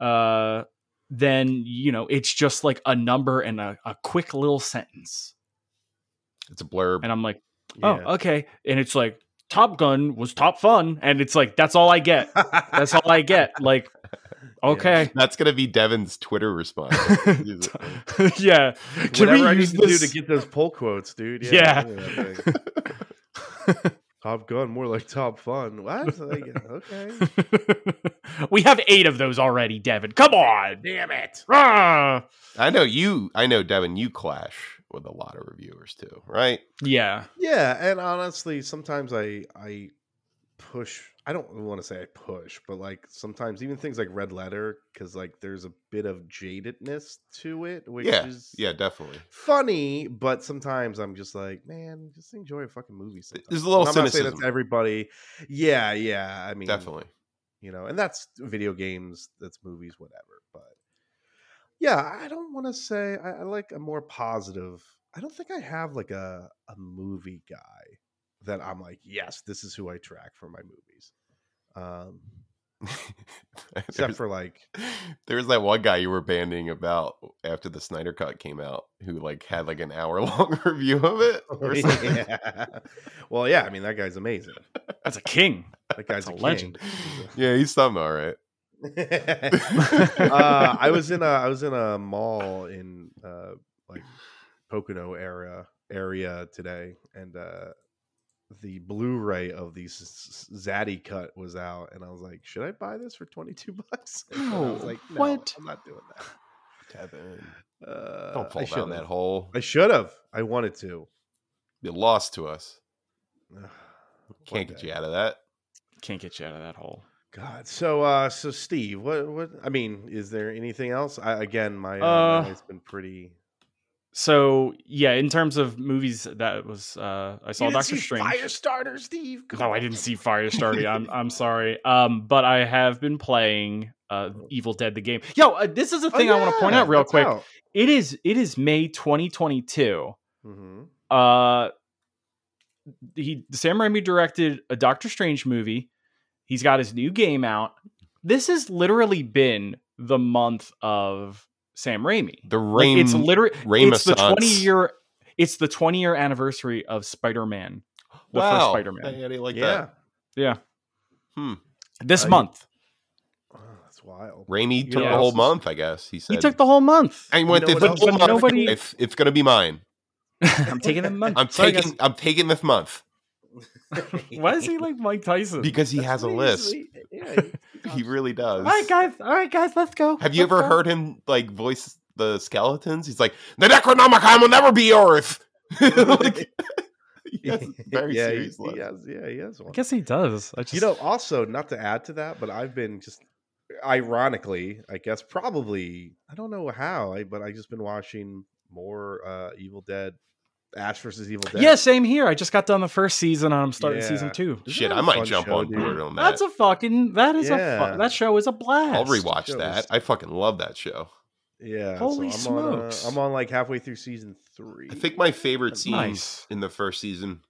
[SPEAKER 3] uh, then you know, it's just like a number and a, a quick little sentence.
[SPEAKER 2] It's a blurb.
[SPEAKER 3] And I'm like,
[SPEAKER 1] Yeah. (laughs)
[SPEAKER 3] oh, okay. And it's like
[SPEAKER 1] (laughs)
[SPEAKER 3] Top Gun was top fun. And it's like, that's all I get. That's all I get. Like, Okay. (laughs)
[SPEAKER 2] That's gonna be Devin's Twitter response. Jesus.
[SPEAKER 3] yeah. Can
[SPEAKER 1] Whatever I
[SPEAKER 3] we use
[SPEAKER 1] need to do
[SPEAKER 3] this?
[SPEAKER 1] to get those pull quotes, dude.
[SPEAKER 3] Yeah.
[SPEAKER 1] give me that thing.
[SPEAKER 3] (laughs)
[SPEAKER 1] top Gun, more like Top Fun. What? Like, okay.
[SPEAKER 3] (laughs) we have eight of those already, Devin. Come on. Ah.
[SPEAKER 1] Damn it.
[SPEAKER 3] Rah!
[SPEAKER 2] I know you. I know Devin. You clash with a lot of reviewers too, right?
[SPEAKER 3] Yeah.
[SPEAKER 1] Yeah, and honestly, sometimes I I push. I don't want to say I push, but like sometimes even things like Red Letter, because like there's a bit of jadedness to it, which is
[SPEAKER 2] Yeah, definitely.
[SPEAKER 1] funny, but sometimes I'm just like, man, just enjoy a fucking movie. Sometimes.
[SPEAKER 2] There's a little
[SPEAKER 1] And I'm not saying that's
[SPEAKER 2] cynicism.
[SPEAKER 1] everybody. Yeah, yeah. I mean,
[SPEAKER 2] Definitely. (laughs)
[SPEAKER 1] You know, and that's video games, that's movies, whatever. But yeah, I don't want to say I, I like a more positive. I don't think I have like a a movie guy that I'm like, yes, this is who I track for my movies. Um, except
[SPEAKER 2] There's-
[SPEAKER 1] for like,
[SPEAKER 2] (laughs) there was that one guy you were banding about after the Snyder Cut came out, who like had like an hour (laughs) long review
[SPEAKER 1] (laughs)
[SPEAKER 2] of it. or something.
[SPEAKER 1] yeah. well, yeah, I mean that guy's amazing.
[SPEAKER 3] That's a king.
[SPEAKER 1] That guy's
[SPEAKER 3] a
[SPEAKER 1] a, king.
[SPEAKER 3] legend.
[SPEAKER 2] yeah, he's something all right.
[SPEAKER 1] (laughs) uh, I was in a I was in a mall in uh, like Pocono area area today, and uh, the Blu-ray of the S- S- Zaddy cut was out, and I was like, should I buy this for twenty two (laughs) bucks? And I was
[SPEAKER 3] No,
[SPEAKER 1] like, no,
[SPEAKER 3] what?
[SPEAKER 1] I'm not doing that.
[SPEAKER 2] Devin,
[SPEAKER 1] Uh,
[SPEAKER 2] don't fall
[SPEAKER 1] I
[SPEAKER 2] down
[SPEAKER 1] should've.
[SPEAKER 2] that hole.
[SPEAKER 1] I should have. I wanted to.
[SPEAKER 2] You lost to us.
[SPEAKER 1] One
[SPEAKER 2] Can't get
[SPEAKER 1] day.
[SPEAKER 2] you out of that.
[SPEAKER 3] Can't get you out of that hole.
[SPEAKER 1] God. So, uh, so Steve, what, what? I mean, is there anything else? I, again, my, uh,
[SPEAKER 3] Uh,
[SPEAKER 1] my night's been pretty.
[SPEAKER 3] So yeah, in terms of movies, that was uh, I saw Doctor Strange.
[SPEAKER 1] Firestarter, Steve.
[SPEAKER 3] No, I didn't see Firestarter. I'm I'm sorry. Um, but I have been playing uh, Evil Dead the game. Yo, uh, this is a
[SPEAKER 2] Oh,
[SPEAKER 3] thing I want to point out real quick. It is it is May 2022.
[SPEAKER 1] Mm-hmm.
[SPEAKER 3] Uh, he Sam Raimi directed a Doctor Strange movie. He's got his new game out. This has literally been the month of Sam Raimi.
[SPEAKER 2] The
[SPEAKER 3] Like,
[SPEAKER 2] rain.
[SPEAKER 3] it's literally it's
[SPEAKER 2] Renaissance.
[SPEAKER 3] the 20 year it's the 20 year anniversary of Spider-Man. the first
[SPEAKER 2] Wow.
[SPEAKER 3] Spider-Man.
[SPEAKER 2] Yeah, I didn't like
[SPEAKER 1] yeah,
[SPEAKER 2] that.
[SPEAKER 3] This
[SPEAKER 1] Uh,
[SPEAKER 3] month.
[SPEAKER 1] oh, that's wild.
[SPEAKER 2] Raimi
[SPEAKER 1] You
[SPEAKER 2] took
[SPEAKER 3] know,
[SPEAKER 2] the whole
[SPEAKER 1] this is-
[SPEAKER 2] month, I guess. He said
[SPEAKER 3] He took the whole month.
[SPEAKER 2] I went
[SPEAKER 1] know
[SPEAKER 2] this
[SPEAKER 1] what else
[SPEAKER 2] whole
[SPEAKER 1] is
[SPEAKER 2] month.
[SPEAKER 3] nobody-
[SPEAKER 2] It's, it's gonna be mine.
[SPEAKER 3] (laughs) I'm taking the
[SPEAKER 1] (laughs)
[SPEAKER 3] month.
[SPEAKER 2] I'm
[SPEAKER 3] Sorry,
[SPEAKER 2] taking. I'm taking this month (laughs)
[SPEAKER 3] guys. Why is he like Mike Tyson?
[SPEAKER 2] because he
[SPEAKER 1] That's
[SPEAKER 2] has a
[SPEAKER 1] what
[SPEAKER 2] list. (laughs)
[SPEAKER 1] usually- yeah, (laughs)
[SPEAKER 2] He really does.
[SPEAKER 3] all right, guys. All right, guys. Let's go.
[SPEAKER 2] Have you
[SPEAKER 3] Let's
[SPEAKER 2] ever
[SPEAKER 3] go.
[SPEAKER 2] heard him like voice the skeletons? He's like, "The Necronomicon will never be Earth." (laughs) Like, (laughs) he
[SPEAKER 1] (laughs)
[SPEAKER 2] has a very
[SPEAKER 1] yeah,
[SPEAKER 2] serious.
[SPEAKER 1] he,
[SPEAKER 2] list.
[SPEAKER 1] he has, yeah, he has one.
[SPEAKER 3] I guess he does. I just
[SPEAKER 1] You know, also not to add to that, but I've been just ironically, I guess probably I don't know how, I, but I just been watching more uh Evil Dead, Ash versus Evil Dead.
[SPEAKER 3] Yeah, same here. I just got done the first season and I'm starting
[SPEAKER 1] Yeah.
[SPEAKER 3] season two.
[SPEAKER 1] Isn't
[SPEAKER 2] Shit,
[SPEAKER 1] that
[SPEAKER 2] I
[SPEAKER 1] a
[SPEAKER 2] might
[SPEAKER 1] fun
[SPEAKER 2] jump
[SPEAKER 1] show,
[SPEAKER 2] on
[SPEAKER 1] dude?
[SPEAKER 2] board on that.
[SPEAKER 3] That's a fucking that is a
[SPEAKER 1] Yeah.
[SPEAKER 3] fu- that show is a blast.
[SPEAKER 2] I'll rewatch
[SPEAKER 1] show
[SPEAKER 2] that.
[SPEAKER 1] is-
[SPEAKER 2] I fucking love that show.
[SPEAKER 1] Yeah.
[SPEAKER 3] Holy
[SPEAKER 1] I'm on, uh,
[SPEAKER 3] smokes.
[SPEAKER 1] I'm on like halfway through season three.
[SPEAKER 2] I think my favorite scene
[SPEAKER 3] Nice.
[SPEAKER 2] in the first season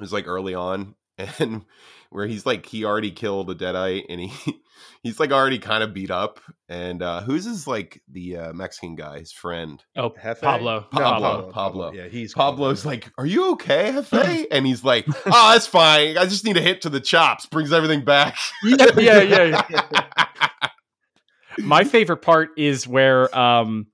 [SPEAKER 2] was like early on, (laughs) and where he's like he already killed a deadite, and he (laughs) he's like already kind of beat up. And uh who's his like the uh, Mexican guy, his friend
[SPEAKER 1] (laughs)
[SPEAKER 3] Oh,
[SPEAKER 1] Hefe?
[SPEAKER 3] Pablo.
[SPEAKER 1] No,
[SPEAKER 2] Pablo, Pablo.
[SPEAKER 1] Yeah, he's cool.
[SPEAKER 2] Pablo's like, "Are you okay,
[SPEAKER 3] (clears throat)
[SPEAKER 2] Hefe?" and he's like, "Oh, that's fine. I just need a hit to the chops." Brings everything back.
[SPEAKER 3] (laughs)
[SPEAKER 2] (laughs)
[SPEAKER 3] yeah, yeah, yeah, yeah. My favorite part is where um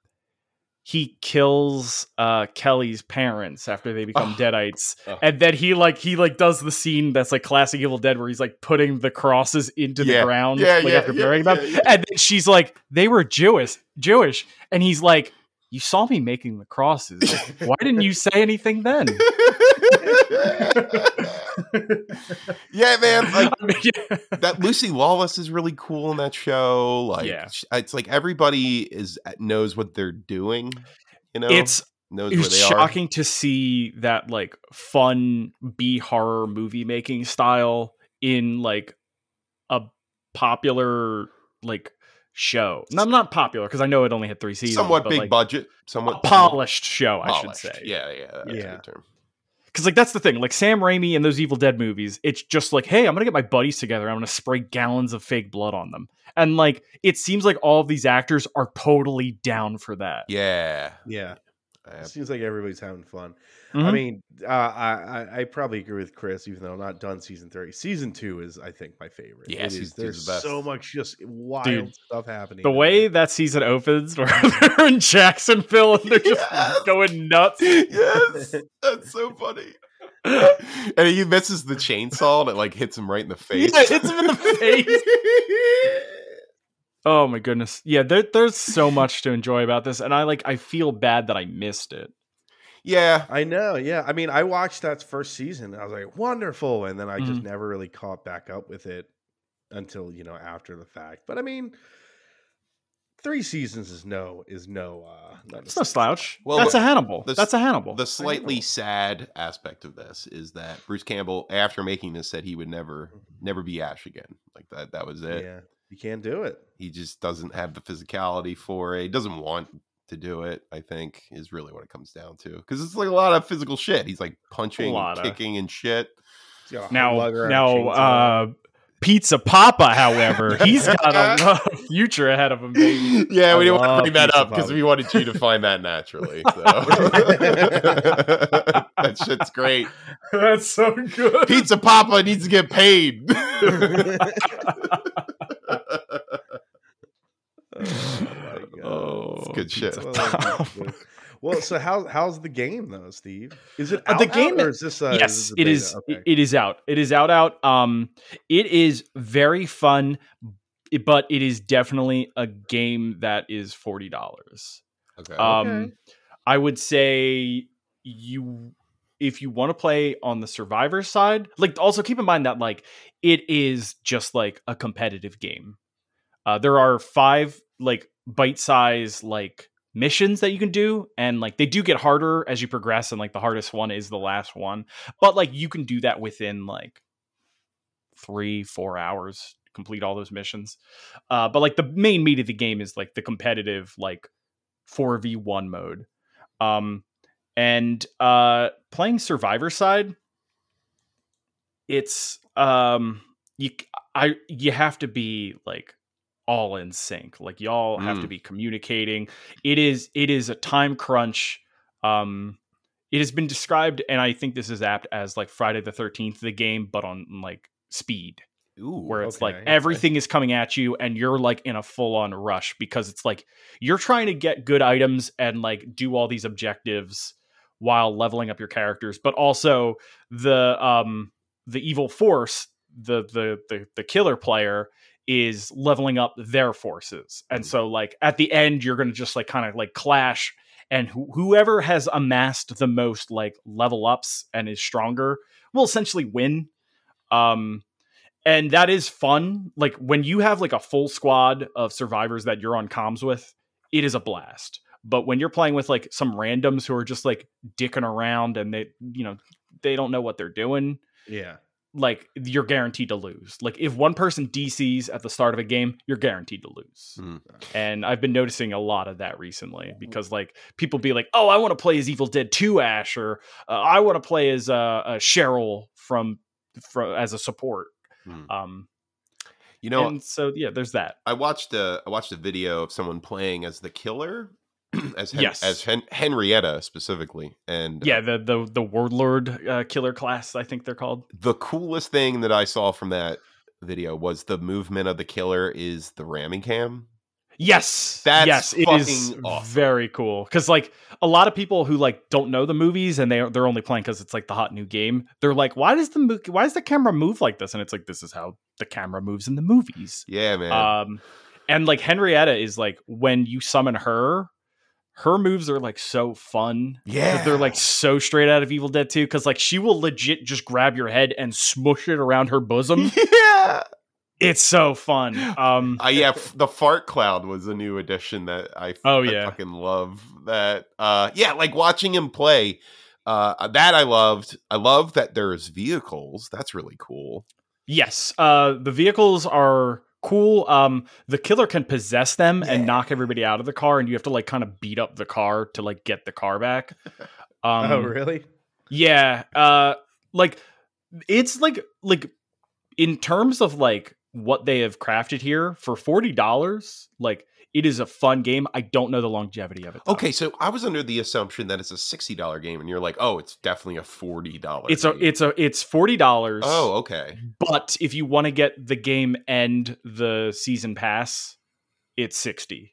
[SPEAKER 3] he kills uh Kelly's parents after they become
[SPEAKER 2] Oh.
[SPEAKER 3] deadites.
[SPEAKER 2] Oh.
[SPEAKER 3] And then he like he like does the scene that's like classic Evil Dead where he's like putting the crosses into
[SPEAKER 2] Yeah.
[SPEAKER 3] the ground
[SPEAKER 2] Yeah,
[SPEAKER 3] like
[SPEAKER 2] yeah,
[SPEAKER 3] after
[SPEAKER 2] yeah,
[SPEAKER 3] burying
[SPEAKER 2] yeah,
[SPEAKER 3] them.
[SPEAKER 2] yeah.
[SPEAKER 3] And then she's like, they were Jewish Jewish. And he's like, You saw me making the crosses. Why didn't you say anything then?
[SPEAKER 2] (laughs) yeah, man. Like
[SPEAKER 3] (laughs) I mean,
[SPEAKER 2] (laughs)
[SPEAKER 3] yeah.
[SPEAKER 2] that Lucy Lawless is really cool in that show. Like,
[SPEAKER 3] Yeah.
[SPEAKER 2] sh- it's like everybody is uh, knows what they're doing. You know,
[SPEAKER 3] It's
[SPEAKER 2] knows
[SPEAKER 3] it
[SPEAKER 2] where
[SPEAKER 3] was
[SPEAKER 2] they
[SPEAKER 3] shocking to see that like fun B horror movie making style in like a popular like show. No, not popular because I know it only had three
[SPEAKER 2] are.
[SPEAKER 3] seasons.
[SPEAKER 2] Somewhat
[SPEAKER 3] but,
[SPEAKER 2] big
[SPEAKER 3] like,
[SPEAKER 2] budget,
[SPEAKER 3] a
[SPEAKER 2] somewhat
[SPEAKER 3] polished show, I should
[SPEAKER 2] polished.
[SPEAKER 3] say.
[SPEAKER 2] Yeah, yeah, that's a
[SPEAKER 1] Yeah.
[SPEAKER 2] good term.
[SPEAKER 3] because like that's the thing. Like Sam Raimi and those Evil Dead movies, it's just like, hey, I'm gonna get my buddies together. I'm gonna spray gallons of fake blood on them, and like it seems like all of these actors are totally down for that.
[SPEAKER 2] Yeah,
[SPEAKER 1] (laughs) Yeah.
[SPEAKER 2] I have-
[SPEAKER 1] seems like everybody's having fun. I
[SPEAKER 3] Mhm.
[SPEAKER 1] mean, uh, I I- I probably agree with Chris, even though I'm not done season three. Season two is, I think, my favorite.
[SPEAKER 2] Yeah,
[SPEAKER 1] It
[SPEAKER 2] season
[SPEAKER 1] is-
[SPEAKER 2] two's
[SPEAKER 1] there's
[SPEAKER 2] the best.
[SPEAKER 1] so much just wild
[SPEAKER 3] Dude,
[SPEAKER 1] stuff happening.
[SPEAKER 3] The way that season opens, (laughs) where they're in Jacksonville and they're just
[SPEAKER 2] Yes.
[SPEAKER 3] going nuts. (laughs)
[SPEAKER 2] yes, that's so funny. and he misses the chainsaw and it like hits him right in the face.
[SPEAKER 3] Yeah, it hits him in the face. Oh my goodness, yeah. There, there's so much to enjoy about this, and I like. I feel bad that I missed it.
[SPEAKER 2] (laughs) yeah,
[SPEAKER 1] I know, yeah. I mean, I watched that first season. I was like, wonderful, and then I
[SPEAKER 3] Mm-hmm.
[SPEAKER 1] just never really caught back up with it until you know after the fact. But I mean, three seasons is no is no. uh not
[SPEAKER 3] It's
[SPEAKER 1] a
[SPEAKER 3] no slouch.
[SPEAKER 2] Well,
[SPEAKER 3] that's
[SPEAKER 2] the-
[SPEAKER 3] a Hannibal.
[SPEAKER 2] the-
[SPEAKER 3] that's a Hannibal.
[SPEAKER 2] the slightly sad aspect of this is that Bruce Campbell, after making this, said he would never,
[SPEAKER 3] Mm-hmm.
[SPEAKER 2] never be Ash again. Like that, that was it.
[SPEAKER 1] Yeah, you can't do it.
[SPEAKER 2] He just doesn't have the physicality for it. He doesn't want to do it. I think is really what it comes down to because it's like a lot of physical shit. He's like punching, and
[SPEAKER 3] lotta.
[SPEAKER 2] kicking, and shit.
[SPEAKER 1] He's got a
[SPEAKER 3] now,
[SPEAKER 1] hot lugger and a
[SPEAKER 3] now,
[SPEAKER 1] chainsaw.
[SPEAKER 3] uh, Pizza
[SPEAKER 2] (laughs)
[SPEAKER 3] Papa. However, he's got a lot of future ahead of him. Baby.
[SPEAKER 2] yeah, we
[SPEAKER 1] I
[SPEAKER 2] didn't want
[SPEAKER 1] love
[SPEAKER 2] to bring that
[SPEAKER 1] pizza
[SPEAKER 2] up because
[SPEAKER 1] pop.
[SPEAKER 2] we wanted you to find that naturally. So. (laughs) that shit's great.
[SPEAKER 3] That's so good.
[SPEAKER 2] Pizza Papa needs to get (laughs) paid.
[SPEAKER 1] (laughs) oh,
[SPEAKER 3] (laughs)
[SPEAKER 1] my God.
[SPEAKER 2] It's good shit.
[SPEAKER 1] Well, that's good. Well, so how how's the game though, Steve? Is it
[SPEAKER 3] Uh,
[SPEAKER 1] out,
[SPEAKER 3] the game-
[SPEAKER 1] out, or is this? Uh,
[SPEAKER 3] yes,
[SPEAKER 1] this a
[SPEAKER 3] it
[SPEAKER 1] beta?
[SPEAKER 3] is.
[SPEAKER 1] Okay.
[SPEAKER 3] It is out. It is out. Out. Um, it is very fun, but it is definitely a game that is forty dollars.
[SPEAKER 2] Okay.
[SPEAKER 3] Um,
[SPEAKER 1] Okay.
[SPEAKER 3] I would say you if you want to play on the survivor side, like also keep in mind that like it is just like a competitive game. Uh, there are five like bite size like missions that you can do, and like they do get harder as you progress, and like the hardest one is the last one. But like you can do that within like three four hours complete all those missions uh but like the main meat of the game is like the competitive like 4v1 mode um and uh playing survivor side it's um you i you have to be like all in sync like y'all have to
[SPEAKER 2] Mm.
[SPEAKER 3] be communicating it is it is a time crunch um it has been described and i think this is apt as like friday the 13th the game but on like speed
[SPEAKER 2] Ooh,
[SPEAKER 3] where it's like
[SPEAKER 1] okay, okay.
[SPEAKER 3] everything is coming at you and you're like in a full on rush because it's like you're trying to get good items and like do all these objectives while leveling up your characters but also the um the evil force the the the, the killer player is leveling up their forces and
[SPEAKER 1] Hmm.
[SPEAKER 2] Mhm.
[SPEAKER 3] so like at the end you're going to just like kind of like clash and who whoever has amassed the most like level ups and is stronger will essentially win um and that is fun like when you have like a full squad of survivors that you're on comms with it is a blast but when you're playing with like some randoms who are just like dicking around and they you know they don't know what they're doing
[SPEAKER 1] yeah.
[SPEAKER 3] like you're guaranteed to lose like if one person dc's at the start of a game you're guaranteed to lose
[SPEAKER 2] Mm.
[SPEAKER 3] and i've been noticing a lot of that recently because like people be like oh i want to play as evil dead 2 ash or uh, i want to play as uh, uh cheryl from, from as a support
[SPEAKER 2] Mm.
[SPEAKER 3] um
[SPEAKER 2] you know,
[SPEAKER 3] and so yeah, there's that.
[SPEAKER 2] I watched a I watched a video of someone playing as the killer, (clears throat) as Hen-
[SPEAKER 3] Yes.
[SPEAKER 2] as Hen- Henrietta specifically, and uh,
[SPEAKER 3] Yeah, the the the warlord uh, killer class, I think they're called.
[SPEAKER 2] the coolest thing that I saw from that video was the movement of the killer is the ramming cam.
[SPEAKER 3] Yes,
[SPEAKER 2] That's
[SPEAKER 3] yes, it is
[SPEAKER 2] fucking awesome.
[SPEAKER 3] very cool because like a lot of people who like don't know the movies and they they're only playing because it's like the hot new game. They're like, why does the mo- why does the camera move like this? And it's like this is how the camera moves in the movies.
[SPEAKER 2] Yeah, man.
[SPEAKER 3] Um, and like Henrietta is like when you summon her, her moves are like so fun
[SPEAKER 2] yeah,
[SPEAKER 3] But they're like so straight out of Evil Dead 2 because like she will legit just grab your head and smush it around her bosom.
[SPEAKER 2] (laughs) yeah.
[SPEAKER 3] it's so fun. Um,
[SPEAKER 2] Uh, yeah, f- the fart cloud was a new addition that I
[SPEAKER 3] Oh,
[SPEAKER 2] I
[SPEAKER 3] yeah.
[SPEAKER 2] fucking love that. Uh, yeah, like watching him play. Uh, that I loved. I love that there's vehicles. That's really cool.
[SPEAKER 3] yes, uh, the vehicles are cool. Um, the killer can possess them
[SPEAKER 2] Yeah.
[SPEAKER 3] and knock everybody out of the car, and you have to like kind of beat up the car to like get the car back. Um,
[SPEAKER 1] (laughs) oh, really?
[SPEAKER 3] Yeah, uh like it's like like in terms of like what they have crafted here for $40, like It is a fun game. I don't know the longevity of it. though.
[SPEAKER 2] Okay, so I was under the assumption that it's a sixty dollar game, and you're like, oh, it's definitely a forty dollar.
[SPEAKER 3] It's a it's Mm-hmm. a it's forty dollars.
[SPEAKER 2] oh, okay,
[SPEAKER 3] but if you want to get the game and the season pass, it's sixty.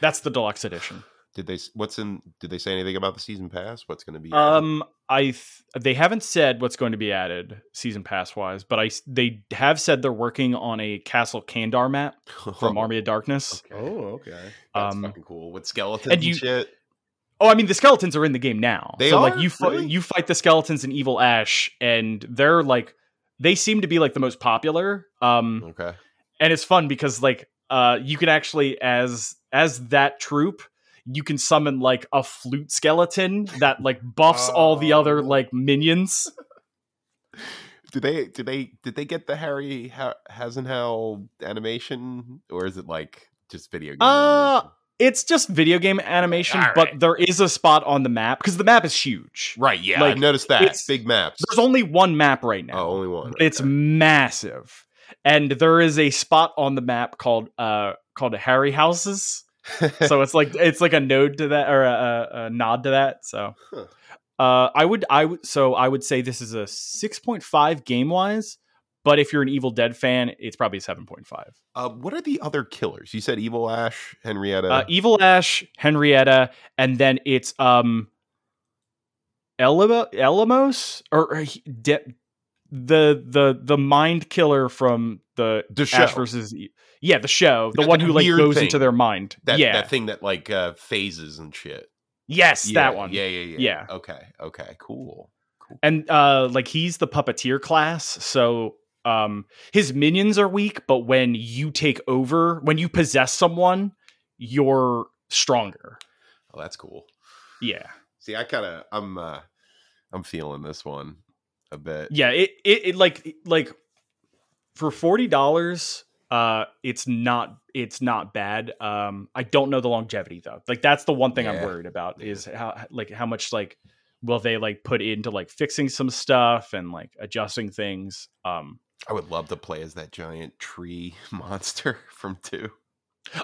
[SPEAKER 3] That's the deluxe edition.
[SPEAKER 2] (sighs) Did they s- what's in? Did they say anything about the season pass? What's going to be? added?
[SPEAKER 3] Um, I th- they haven't said what's going to be added season pass wise, but I s- they have said they're working on a Castle Kandar map Um,
[SPEAKER 2] (laughs)
[SPEAKER 3] from Army of Darkness.
[SPEAKER 2] Okay.
[SPEAKER 1] Oh, okay.
[SPEAKER 2] That's
[SPEAKER 3] um,
[SPEAKER 2] fucking cool with skeletons
[SPEAKER 3] and
[SPEAKER 2] and,
[SPEAKER 3] you-
[SPEAKER 2] shit.
[SPEAKER 3] Oh, I mean, the skeletons are in the game now.
[SPEAKER 2] They
[SPEAKER 3] so like
[SPEAKER 2] are?
[SPEAKER 3] you fi-
[SPEAKER 2] Really?
[SPEAKER 3] you fight the skeletons in Evil Ash, and they're like they seem to be like the most popular. Um,
[SPEAKER 2] Okay,
[SPEAKER 3] and it's fun because like uh, you can actually as as that troop. You can summon like a flute skeleton that like buffs all the other
[SPEAKER 2] Oh.
[SPEAKER 3] like minions.
[SPEAKER 2] do they do they did they get the Harry ha- Hasenhal animation, or is it like just video? Game
[SPEAKER 3] Uh,
[SPEAKER 2] animation?
[SPEAKER 3] it's just video game animation,
[SPEAKER 2] All right.
[SPEAKER 3] but there is a spot on the map because the map is huge.
[SPEAKER 2] right? Yeah,
[SPEAKER 3] like,
[SPEAKER 2] I've noticed that
[SPEAKER 3] it's-
[SPEAKER 2] big maps.
[SPEAKER 3] There's only one map right now.
[SPEAKER 2] oh, only one.
[SPEAKER 3] but it's
[SPEAKER 2] Okay.
[SPEAKER 3] massive, and there is a spot on the map called uh called Harry Houses. so it's like it's like a node to that or a, a, a nod to that. So
[SPEAKER 2] Huh.
[SPEAKER 3] uh, I would I would so I would say this is a six point five game wise, but if you're an Evil Dead fan, it's probably a seven point five.
[SPEAKER 2] (laughs) Uh, what are the other killers? You said Evil Ash, Henrietta.
[SPEAKER 3] uh, Evil Ash, Henrietta, and then it's um Elamo- Elamos or or he- De- the the the mind killer from the
[SPEAKER 2] the show.
[SPEAKER 3] Ash versus E- yeah the show the
[SPEAKER 2] That-
[SPEAKER 3] one
[SPEAKER 2] that
[SPEAKER 3] who like
[SPEAKER 2] weird
[SPEAKER 3] goes
[SPEAKER 2] thing.
[SPEAKER 3] into their mind
[SPEAKER 2] that,
[SPEAKER 3] yeah
[SPEAKER 2] that thing that like uh, phases and shit.
[SPEAKER 3] yes
[SPEAKER 2] yeah,
[SPEAKER 3] that one
[SPEAKER 2] Yeah, yeah, yeah.
[SPEAKER 3] Yeah.
[SPEAKER 2] Okay, okay, cool.
[SPEAKER 3] and uh like he's the puppeteer class so um his minions are weak but when you take over when you possess someone you're stronger
[SPEAKER 2] Oh, that's cool.
[SPEAKER 3] yeah
[SPEAKER 2] See, I kind of I'm uh I'm feeling this one a bit.
[SPEAKER 3] yeah it, it, it like like for forty dollars uh it's not it's not bad um i don't know the longevity though like that's the one thing i'm
[SPEAKER 2] Yeah.
[SPEAKER 3] worried about
[SPEAKER 2] Yeah.
[SPEAKER 3] is how like how much like will they like put into like fixing some stuff and like adjusting things um
[SPEAKER 2] I would love to play as that giant tree (laughs) monster from two.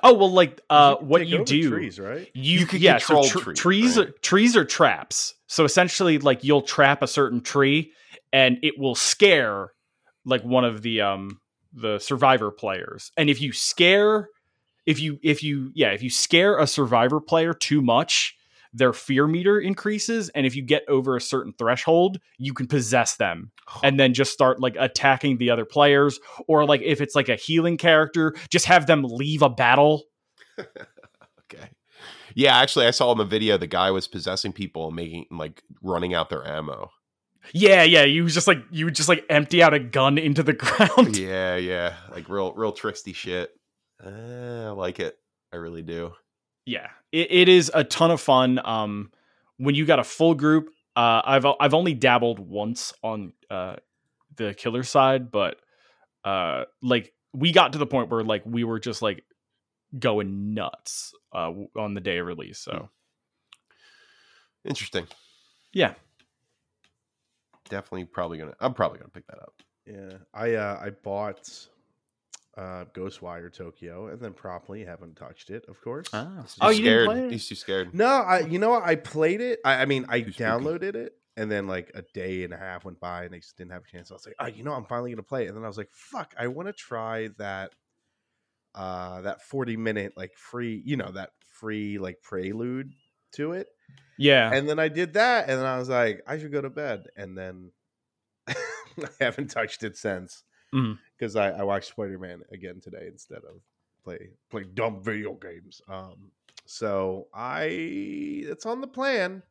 [SPEAKER 3] oh well like uh
[SPEAKER 1] can
[SPEAKER 3] what
[SPEAKER 1] take
[SPEAKER 3] you
[SPEAKER 1] over
[SPEAKER 3] do
[SPEAKER 1] trees, right?
[SPEAKER 3] you,
[SPEAKER 2] You could
[SPEAKER 3] yeah, so
[SPEAKER 2] control
[SPEAKER 3] tr-
[SPEAKER 2] trees,
[SPEAKER 3] trees
[SPEAKER 2] right?
[SPEAKER 3] are, trees are traps. So essentially, like you'll trap a certain tree, and it will scare like one of the um the survivor players. And if you scare, if you if you yeah, if you scare a survivor player too much, their fear meter increases. And if you get over a certain threshold, you can possess them and then just start like attacking the other players or like if it's like a healing character just have them leave a battle
[SPEAKER 2] Okay. Yeah, actually, I saw in the video the guy was possessing people and making like running out their
[SPEAKER 3] (laughs)
[SPEAKER 2] ammo.
[SPEAKER 3] Yeah, yeah. You just like you would just like empty out a gun into the (laughs) ground.
[SPEAKER 2] yeah, yeah, like real, real tricksy shit. Uh, I like it. I really do.
[SPEAKER 3] Yeah, it, it is a ton of fun. Um, when you got a full group, uh, I've o- I've only dabbled once on uh the killer side, but uh, like we got to the point where like we were just like going nuts uh w- on the day of release. So
[SPEAKER 2] Interesting.
[SPEAKER 3] Yeah.
[SPEAKER 2] Definitely, probably gonna. I'm probably gonna pick that up.
[SPEAKER 3] Oh,
[SPEAKER 1] Yeah. I uh, I bought uh, Ghostwire Tokyo and then promptly haven't touched it, of course.
[SPEAKER 2] He's
[SPEAKER 3] oh,
[SPEAKER 2] too
[SPEAKER 3] you
[SPEAKER 2] scared.
[SPEAKER 3] didn't play it?
[SPEAKER 2] He's too scared.
[SPEAKER 1] No, I you know what? I played it. I, I mean I
[SPEAKER 2] Too spooky.
[SPEAKER 1] downloaded it and then like a day and a half went by and I just didn't have a chance. I was like, oh, you know, I'm finally gonna play it. And then I was like, fuck, I wanna try that uh that 40 minute like free, you know, that free like prelude to it.
[SPEAKER 3] yeah,
[SPEAKER 1] And then I did that and then I was like, I should go to bed. And then (laughs) I haven't touched it since.
[SPEAKER 3] Mhm.
[SPEAKER 1] Because I, I watched Spider Man again today instead of play play dumb video games. Um, so I it's on the plan.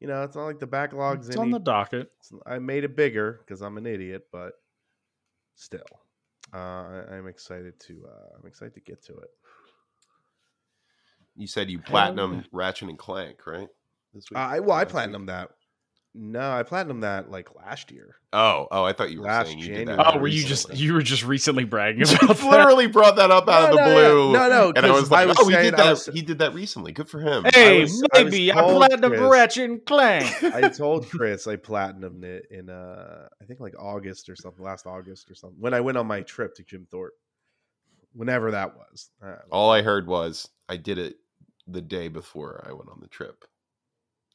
[SPEAKER 1] You know, it's not like the backlogs.
[SPEAKER 3] it's on the docket.
[SPEAKER 1] I made it bigger because I'm an idiot, but still, uh, I, I'm excited to uh, I'm excited to get to it.
[SPEAKER 2] You said you platinum Ratchet and Clank, right? This week?
[SPEAKER 1] Uh, I, well, I
[SPEAKER 2] Last week?
[SPEAKER 1] platinum that. No, I platinum that like last year.
[SPEAKER 2] Oh, oh, I thought you were
[SPEAKER 1] Last
[SPEAKER 2] saying you did
[SPEAKER 1] January.
[SPEAKER 2] that.
[SPEAKER 3] Oh, were you just
[SPEAKER 2] recently.
[SPEAKER 3] (laughs) you were just recently
[SPEAKER 2] (laughs)
[SPEAKER 3] bragging
[SPEAKER 2] You
[SPEAKER 3] about that?
[SPEAKER 2] literally brought that up (laughs) out of the
[SPEAKER 1] no,
[SPEAKER 2] blue?
[SPEAKER 1] No, no, no
[SPEAKER 2] And I
[SPEAKER 1] 'cause
[SPEAKER 2] was like, oh, he
[SPEAKER 1] saying-
[SPEAKER 2] did
[SPEAKER 1] I
[SPEAKER 2] that. (laughs)
[SPEAKER 1] was-
[SPEAKER 2] he did that recently. Good for him.
[SPEAKER 3] Hey,
[SPEAKER 1] was- I was
[SPEAKER 3] maybe I,
[SPEAKER 1] told,
[SPEAKER 3] played the
[SPEAKER 1] Chris.
[SPEAKER 3] Ratchet and
[SPEAKER 1] (laughs)
[SPEAKER 3] Clank.
[SPEAKER 1] I told Chris I platinumed it in uh I think like August or something, last August or something, when I went on my trip to Jim Thorpe. whenever that was. Uh,
[SPEAKER 2] All I heard was I did it the day before I went on the trip.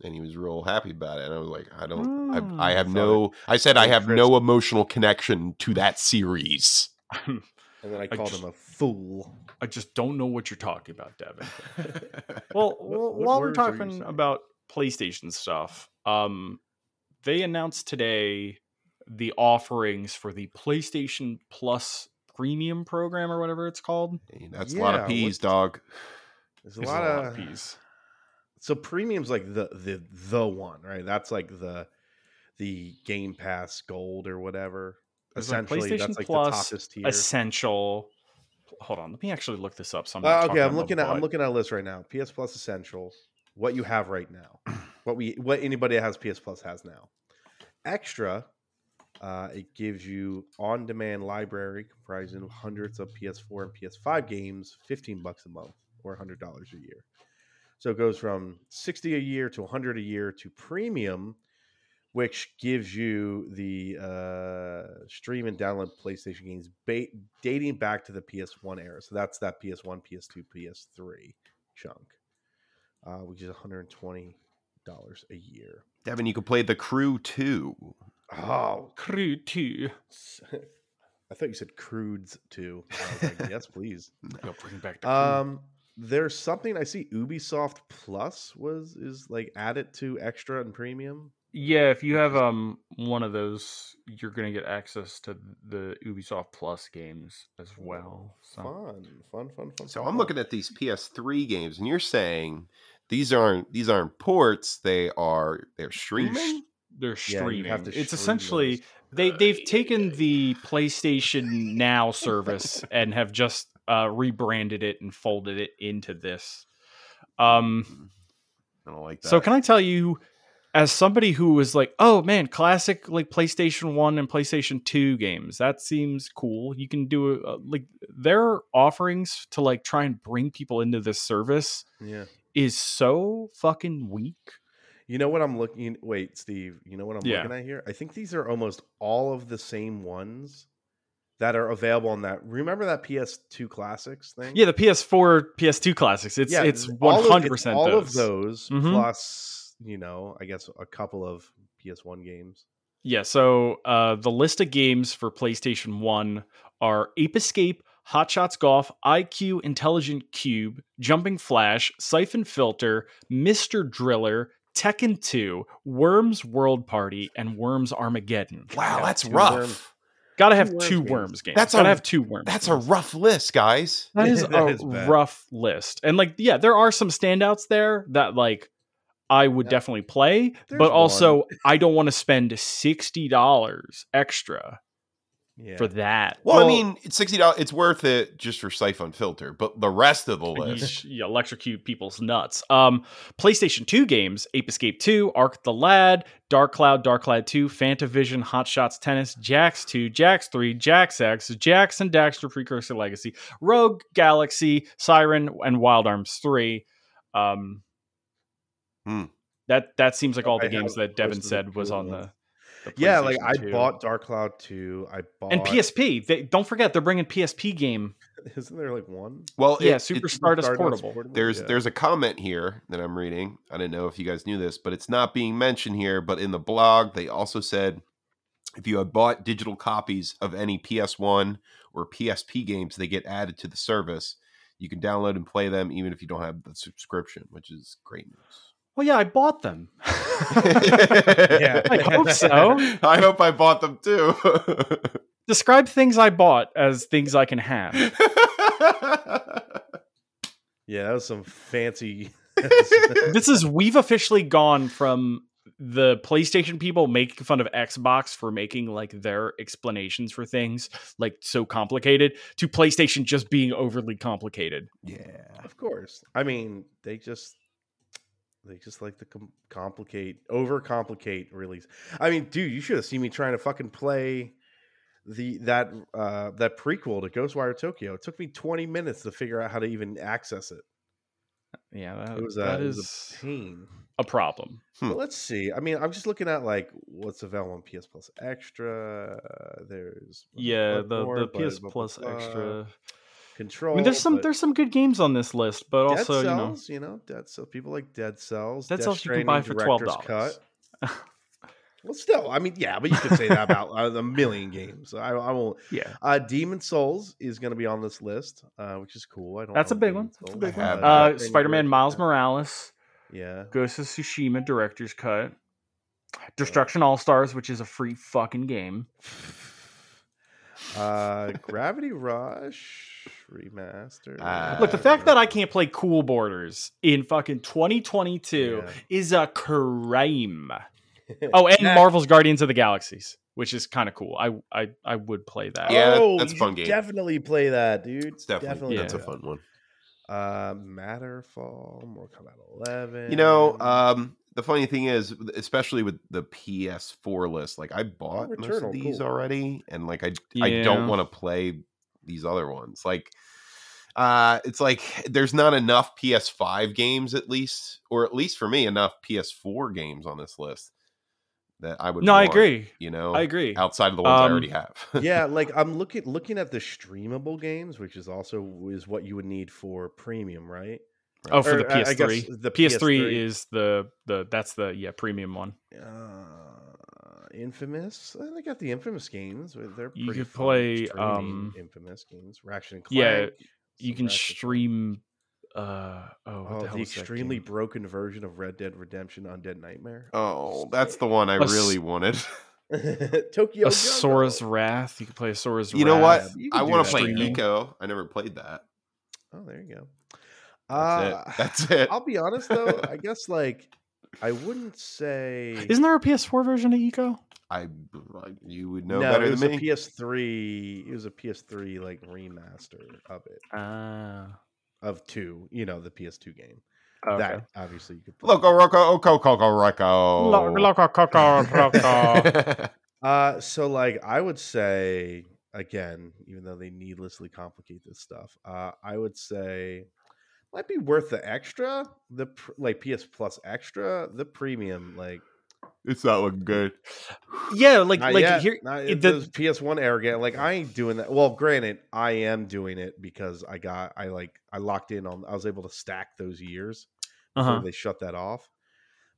[SPEAKER 2] And he was real happy about it. And I was like, I don't,
[SPEAKER 3] Mm.
[SPEAKER 2] I, I have
[SPEAKER 1] Thought
[SPEAKER 2] no, I said I have
[SPEAKER 1] interest.
[SPEAKER 2] no emotional connection to that series.
[SPEAKER 1] and then I
[SPEAKER 3] I
[SPEAKER 1] called
[SPEAKER 3] just-
[SPEAKER 1] him a fool.
[SPEAKER 3] I just don't know what you're talking about, Devin. (laughs) Well,
[SPEAKER 1] What- what
[SPEAKER 3] while we're
[SPEAKER 1] words are you
[SPEAKER 3] talking
[SPEAKER 1] saying?
[SPEAKER 3] about PlayStation stuff, um, they announced today the offerings for the PlayStation Plus Premium program or whatever it's called.
[SPEAKER 2] That's a lot
[SPEAKER 1] Yeah,
[SPEAKER 2] of peas,
[SPEAKER 1] what-
[SPEAKER 2] dog.
[SPEAKER 1] There's a
[SPEAKER 3] There's
[SPEAKER 1] lot, of,
[SPEAKER 3] peas.
[SPEAKER 1] so premium's like the the the one, right? That's like the the Game Pass Gold or whatever.
[SPEAKER 3] It's like
[SPEAKER 1] Essentially,
[SPEAKER 3] PlayStation
[SPEAKER 1] that's like
[SPEAKER 3] Plus,
[SPEAKER 1] the toppest tier.
[SPEAKER 3] Essential. Hold on, let me actually look this up. So I'm
[SPEAKER 1] Uh,
[SPEAKER 3] not
[SPEAKER 1] okay,
[SPEAKER 3] talking
[SPEAKER 1] I'm
[SPEAKER 3] out
[SPEAKER 1] looking
[SPEAKER 3] my
[SPEAKER 1] at I'm
[SPEAKER 3] butt.
[SPEAKER 1] looking at a list right now. PS Plus Essential, what you have right
[SPEAKER 3] (clears throat)
[SPEAKER 1] now, what we what anybody that has PS Plus has now. Extra, uh, it gives you on-demand library comprising of hundreds of PS4 and PS5 games, fifteen bucks a month or hundred dollars a year. So it goes from sixty a year to hundred a year to premium, which gives you the uh, stream and download PlayStation games ba- dating back to the PS1 era. So that's that PS1, PS2, PS3 chunk, uh, which is $120 a year.
[SPEAKER 2] Devin, you could play The Crew too.
[SPEAKER 1] Oh, (laughs)
[SPEAKER 3] Crew two.
[SPEAKER 1] I thought you said crudes too. I was like, yes, please.
[SPEAKER 3] Go bring back the crew.
[SPEAKER 1] Um, there's something I see Ubisoft Plus was is like added to extra and premium.
[SPEAKER 3] Yeah, if you have um one of those, you're gonna get access to the Ubisoft Plus games as well. So
[SPEAKER 1] Fun, fun, fun, fun.
[SPEAKER 2] So
[SPEAKER 1] fun,
[SPEAKER 2] I'm
[SPEAKER 1] fun.
[SPEAKER 2] looking at these PS3 games, and you're saying these aren't these aren't ports. They are they're streaming.
[SPEAKER 3] they're
[SPEAKER 1] Yeah,
[SPEAKER 3] streaming.
[SPEAKER 1] you'd have to
[SPEAKER 3] it's
[SPEAKER 1] stream
[SPEAKER 3] essentially
[SPEAKER 1] those.
[SPEAKER 3] they they've taken the PlayStation Now service and have just uh, rebranded it and folded it into this. Um,
[SPEAKER 2] Hmm. I don't like that.
[SPEAKER 3] So can I tell you, as somebody who was like, oh man, classic like PlayStation One and PlayStation Two games, that seems cool. You can do a, like their offerings to like try and bring people into this service
[SPEAKER 1] Yeah.
[SPEAKER 3] is so fucking weak.
[SPEAKER 1] You know what I'm looking? Wait, Steve. You know what I'm
[SPEAKER 3] Yeah.
[SPEAKER 1] looking at here? I think these are almost all of the same ones that are available on that. Remember that PS2 classics thing?
[SPEAKER 3] Yeah, the PS4, PS2 classics. It's
[SPEAKER 1] Yeah,
[SPEAKER 3] it's
[SPEAKER 1] all of-
[SPEAKER 3] one hundred percent
[SPEAKER 1] all
[SPEAKER 3] those.
[SPEAKER 1] of those
[SPEAKER 3] Mhm.
[SPEAKER 1] plus you know, I guess a couple of PS1 games.
[SPEAKER 3] Yeah. So uh, the list of games for PlayStation One are Ape Escape. Hot Shots Golf, IQ Intelligent Cube, Jumping Flash, Siphon Filter, Mr. Driller, Tekken 2, Worms World Party, and Worms Armageddon.
[SPEAKER 2] wow,
[SPEAKER 1] Yeah,
[SPEAKER 2] that's
[SPEAKER 1] two
[SPEAKER 2] rough.
[SPEAKER 1] worms.
[SPEAKER 3] Gotta
[SPEAKER 1] Two
[SPEAKER 3] have
[SPEAKER 1] Worms
[SPEAKER 3] two
[SPEAKER 1] games.
[SPEAKER 3] Worms games.
[SPEAKER 2] That's
[SPEAKER 3] Gotta
[SPEAKER 2] a-
[SPEAKER 3] have two Worms.
[SPEAKER 2] That's a
[SPEAKER 3] games.
[SPEAKER 2] rough list, guys.
[SPEAKER 3] That is
[SPEAKER 1] (laughs) That
[SPEAKER 3] a
[SPEAKER 1] is bad.
[SPEAKER 3] rough list. And like, yeah, there are some standouts there that like I would
[SPEAKER 1] Yeah.
[SPEAKER 3] definitely play,
[SPEAKER 1] There's
[SPEAKER 3] but also I don't want to spend sixty dollars extra
[SPEAKER 1] Yeah.
[SPEAKER 3] for that.
[SPEAKER 2] Well, I mean, it's sixty dollars. It's worth it just for Siphon Filter, but the rest of the
[SPEAKER 3] You,
[SPEAKER 2] list.
[SPEAKER 3] sh- you electrocute people's nuts. Um, PlayStation 2 games, Ape Escape 2, Arc the Lad, Dark Cloud, Dark Cloud 2, Fantavision, Hot Shots Tennis, Jax 2, Jax 3, Jax X, Jax and Daxter Precursor Legacy, Rogue Galaxy, Siren, and Wild Arms 3. Um,
[SPEAKER 2] Hmm.
[SPEAKER 3] That that seems like all
[SPEAKER 1] I
[SPEAKER 3] the
[SPEAKER 1] have
[SPEAKER 3] games that
[SPEAKER 1] most
[SPEAKER 3] Devin
[SPEAKER 1] of the
[SPEAKER 3] said was
[SPEAKER 1] cool
[SPEAKER 3] on
[SPEAKER 1] ones.
[SPEAKER 3] the, the
[SPEAKER 1] yeah, like I
[SPEAKER 3] PlayStation 2.
[SPEAKER 1] bought Dark Cloud 2. I bought
[SPEAKER 3] and PSP. They, don't forget they're bringing PSP game.
[SPEAKER 1] (laughs) Isn't there like one?
[SPEAKER 2] Well, it-
[SPEAKER 3] yeah,
[SPEAKER 2] it-
[SPEAKER 3] Super Stardust,
[SPEAKER 1] Stardust
[SPEAKER 3] Portable.
[SPEAKER 2] There's
[SPEAKER 1] Yeah.
[SPEAKER 2] there's a comment here that I'm reading. I didn't know if you guys knew this, but it's not being mentioned here. But in the blog, they also said if you have bought digital copies of any PS1 or PSP games, they get added to the service. You can download and play them even if you don't have the subscription, which is great news.
[SPEAKER 3] Well, yeah, I bought them. (laughs)
[SPEAKER 1] Yeah.
[SPEAKER 2] (laughs)
[SPEAKER 3] I hope so.
[SPEAKER 2] I hope I bought them (laughs) too.
[SPEAKER 3] Describe things I bought as things I can have.
[SPEAKER 1] Yeah, that was some
[SPEAKER 3] (laughs)
[SPEAKER 1] fancy. (laughs)
[SPEAKER 3] This (laughs) is we've officially gone from the PlayStation people making fun of Xbox for making like their explanations for things like so complicated to PlayStation just being overly complicated.
[SPEAKER 2] yeah.
[SPEAKER 1] Of course. I mean, they just they just like to com- complicate, overcomplicate release. I mean, dude, you should have seen me trying to fucking play the that uh that prequel to Ghostwire Tokyo. It took me 20 minutes to figure out how to even access it.
[SPEAKER 3] Yeah, that,
[SPEAKER 1] It was a,
[SPEAKER 3] that
[SPEAKER 1] it was a
[SPEAKER 3] is
[SPEAKER 1] pain.
[SPEAKER 3] a problem.
[SPEAKER 2] Hmm.
[SPEAKER 1] But let's see. I mean, I'm just looking at like what's available on PS Plus Extra. There's
[SPEAKER 3] Yeah, the,
[SPEAKER 1] Bloodborne,
[SPEAKER 3] the
[SPEAKER 1] blah,
[SPEAKER 3] PS
[SPEAKER 1] blah, blah,
[SPEAKER 3] Plus
[SPEAKER 1] blah.
[SPEAKER 3] extra.
[SPEAKER 1] Control.
[SPEAKER 3] I mean, there's some
[SPEAKER 1] but
[SPEAKER 3] there's some good games on this list, but
[SPEAKER 1] Dead
[SPEAKER 3] also you know
[SPEAKER 1] Cells, you know, Dead Cells. People like Dead Cells.
[SPEAKER 3] Dead
[SPEAKER 1] Death
[SPEAKER 3] Cells you can
[SPEAKER 1] Stranding
[SPEAKER 3] buy for twelve
[SPEAKER 1] Director's
[SPEAKER 3] dollars. (laughs)
[SPEAKER 1] Cut. Well, still, I mean, yeah, but you could say that about uh, a million games. I, I won't.
[SPEAKER 3] yeah,
[SPEAKER 1] Uh, Demon Souls is going to be on this list, uh, which is cool. I don't.
[SPEAKER 3] That's a
[SPEAKER 1] own
[SPEAKER 3] big
[SPEAKER 1] Demon's
[SPEAKER 3] one.
[SPEAKER 1] Souls.
[SPEAKER 3] That's a big
[SPEAKER 2] one.
[SPEAKER 1] Uh,
[SPEAKER 2] have
[SPEAKER 3] uh,
[SPEAKER 1] Death Stranding
[SPEAKER 3] Spider-Man
[SPEAKER 1] Director's
[SPEAKER 3] Miles
[SPEAKER 1] Cut.
[SPEAKER 3] Morales,
[SPEAKER 1] Yeah.
[SPEAKER 3] Ghost of Tsushima director's cut, Destruction All Stars, which is a free fucking game. (laughs)
[SPEAKER 1] Uh, Gravity Rush remastered.
[SPEAKER 2] Ah.
[SPEAKER 3] Look, the fact that I can't play Cool Borders in fucking 2022
[SPEAKER 1] Yeah.
[SPEAKER 3] is a
[SPEAKER 1] (laughs)
[SPEAKER 3] crime. Oh, and Marvel's Guardians of the Galaxies, which is kind of cool. I, I I would play that.
[SPEAKER 2] Yeah, that-
[SPEAKER 1] Oh,
[SPEAKER 2] that's a
[SPEAKER 1] you
[SPEAKER 2] fun
[SPEAKER 1] should
[SPEAKER 2] game.
[SPEAKER 1] Definitely play that, dude.
[SPEAKER 2] It's definitely, that's a
[SPEAKER 1] do
[SPEAKER 2] fun one.
[SPEAKER 1] that. Uh, Matterfall, Mortal Kombat 11.
[SPEAKER 2] You know, (laughs) um, the funny thing is, especially with the PS4 list, like I bought most
[SPEAKER 1] Returnal,
[SPEAKER 2] of these
[SPEAKER 1] cool.
[SPEAKER 2] already, and like I I
[SPEAKER 3] Yeah.
[SPEAKER 2] don't want to play these other ones. Like, uh, it's like there's not enough PS5 games, at least, or at least for me, enough PS4 games on this list that I would.
[SPEAKER 3] No, I
[SPEAKER 2] want,
[SPEAKER 3] agree.
[SPEAKER 2] You know,
[SPEAKER 3] I agree.
[SPEAKER 2] Outside of the ones I
[SPEAKER 3] Um,
[SPEAKER 2] already have. (laughs)
[SPEAKER 1] yeah, like I'm looking looking at the streamable games, which is also is what you would need for premium, right?
[SPEAKER 3] Oh, for
[SPEAKER 1] Or,
[SPEAKER 3] the
[SPEAKER 1] I- I guess uh,
[SPEAKER 3] PS3.
[SPEAKER 1] the
[SPEAKER 3] PS3,
[SPEAKER 1] PS3.
[SPEAKER 3] is the the that's the yeah premium one.
[SPEAKER 1] Uh, Infamous. Uh, They got the Infamous games. uh, They're
[SPEAKER 3] You
[SPEAKER 1] pretty
[SPEAKER 3] could
[SPEAKER 1] fun
[SPEAKER 3] play,
[SPEAKER 1] streaming
[SPEAKER 3] um,
[SPEAKER 1] Infamous games. Ratchet and
[SPEAKER 3] Yeah,
[SPEAKER 1] Clank.
[SPEAKER 3] You
[SPEAKER 1] some
[SPEAKER 3] can
[SPEAKER 1] Ratchet and (laughs)
[SPEAKER 3] stream. Uh, oh, what
[SPEAKER 1] Clank. Oh,
[SPEAKER 3] the
[SPEAKER 1] the,
[SPEAKER 3] hell was that
[SPEAKER 1] extremely
[SPEAKER 3] game?
[SPEAKER 1] broken version of Red Dead Redemption Undead Nightmare.
[SPEAKER 2] Oh, that's the one I
[SPEAKER 3] A s-
[SPEAKER 2] really wanted.
[SPEAKER 1] (laughs)
[SPEAKER 2] (laughs)
[SPEAKER 1] Tokyo.
[SPEAKER 3] a
[SPEAKER 1] Jungle.
[SPEAKER 3] Sora's Wrath. You can play a Sora's
[SPEAKER 2] You know
[SPEAKER 3] Wrath.
[SPEAKER 2] what?
[SPEAKER 1] Yeah, you can
[SPEAKER 2] I
[SPEAKER 1] do
[SPEAKER 2] want
[SPEAKER 1] that
[SPEAKER 2] to play
[SPEAKER 1] streaming.
[SPEAKER 2] Eco. I never played that.
[SPEAKER 1] Oh, there you go.
[SPEAKER 2] That's
[SPEAKER 1] Uh,
[SPEAKER 2] it. That's it.
[SPEAKER 1] I'll be honest though. I guess like I wouldn't say.
[SPEAKER 3] Isn't there a PS4 version of Eco?
[SPEAKER 2] I you would know
[SPEAKER 1] no,
[SPEAKER 2] better
[SPEAKER 1] it was
[SPEAKER 2] than me.
[SPEAKER 1] a PS3. It was a PS3 like remaster of it
[SPEAKER 3] Ah,
[SPEAKER 1] of two. You know the PS2 game that obviously you could play.
[SPEAKER 2] Loco Roco Oco oh, Coco Roco.
[SPEAKER 3] (laughs)
[SPEAKER 2] (laughs)
[SPEAKER 1] Uh, so like I would say again, even though they needlessly complicate this stuff, uh, I would say might be worth the extra, the pr- like PS Plus extra, the premium. Like
[SPEAKER 2] It's not looking good.
[SPEAKER 3] yeah, like
[SPEAKER 1] not
[SPEAKER 3] like
[SPEAKER 1] yet,
[SPEAKER 3] here.
[SPEAKER 1] not-
[SPEAKER 3] it-
[SPEAKER 1] those PS One arrogant. Like I ain't doing that. Well, granted, I am doing it because I got I like I locked in on. I was able to stack those years before
[SPEAKER 3] Uh-huh.
[SPEAKER 1] they shut that off.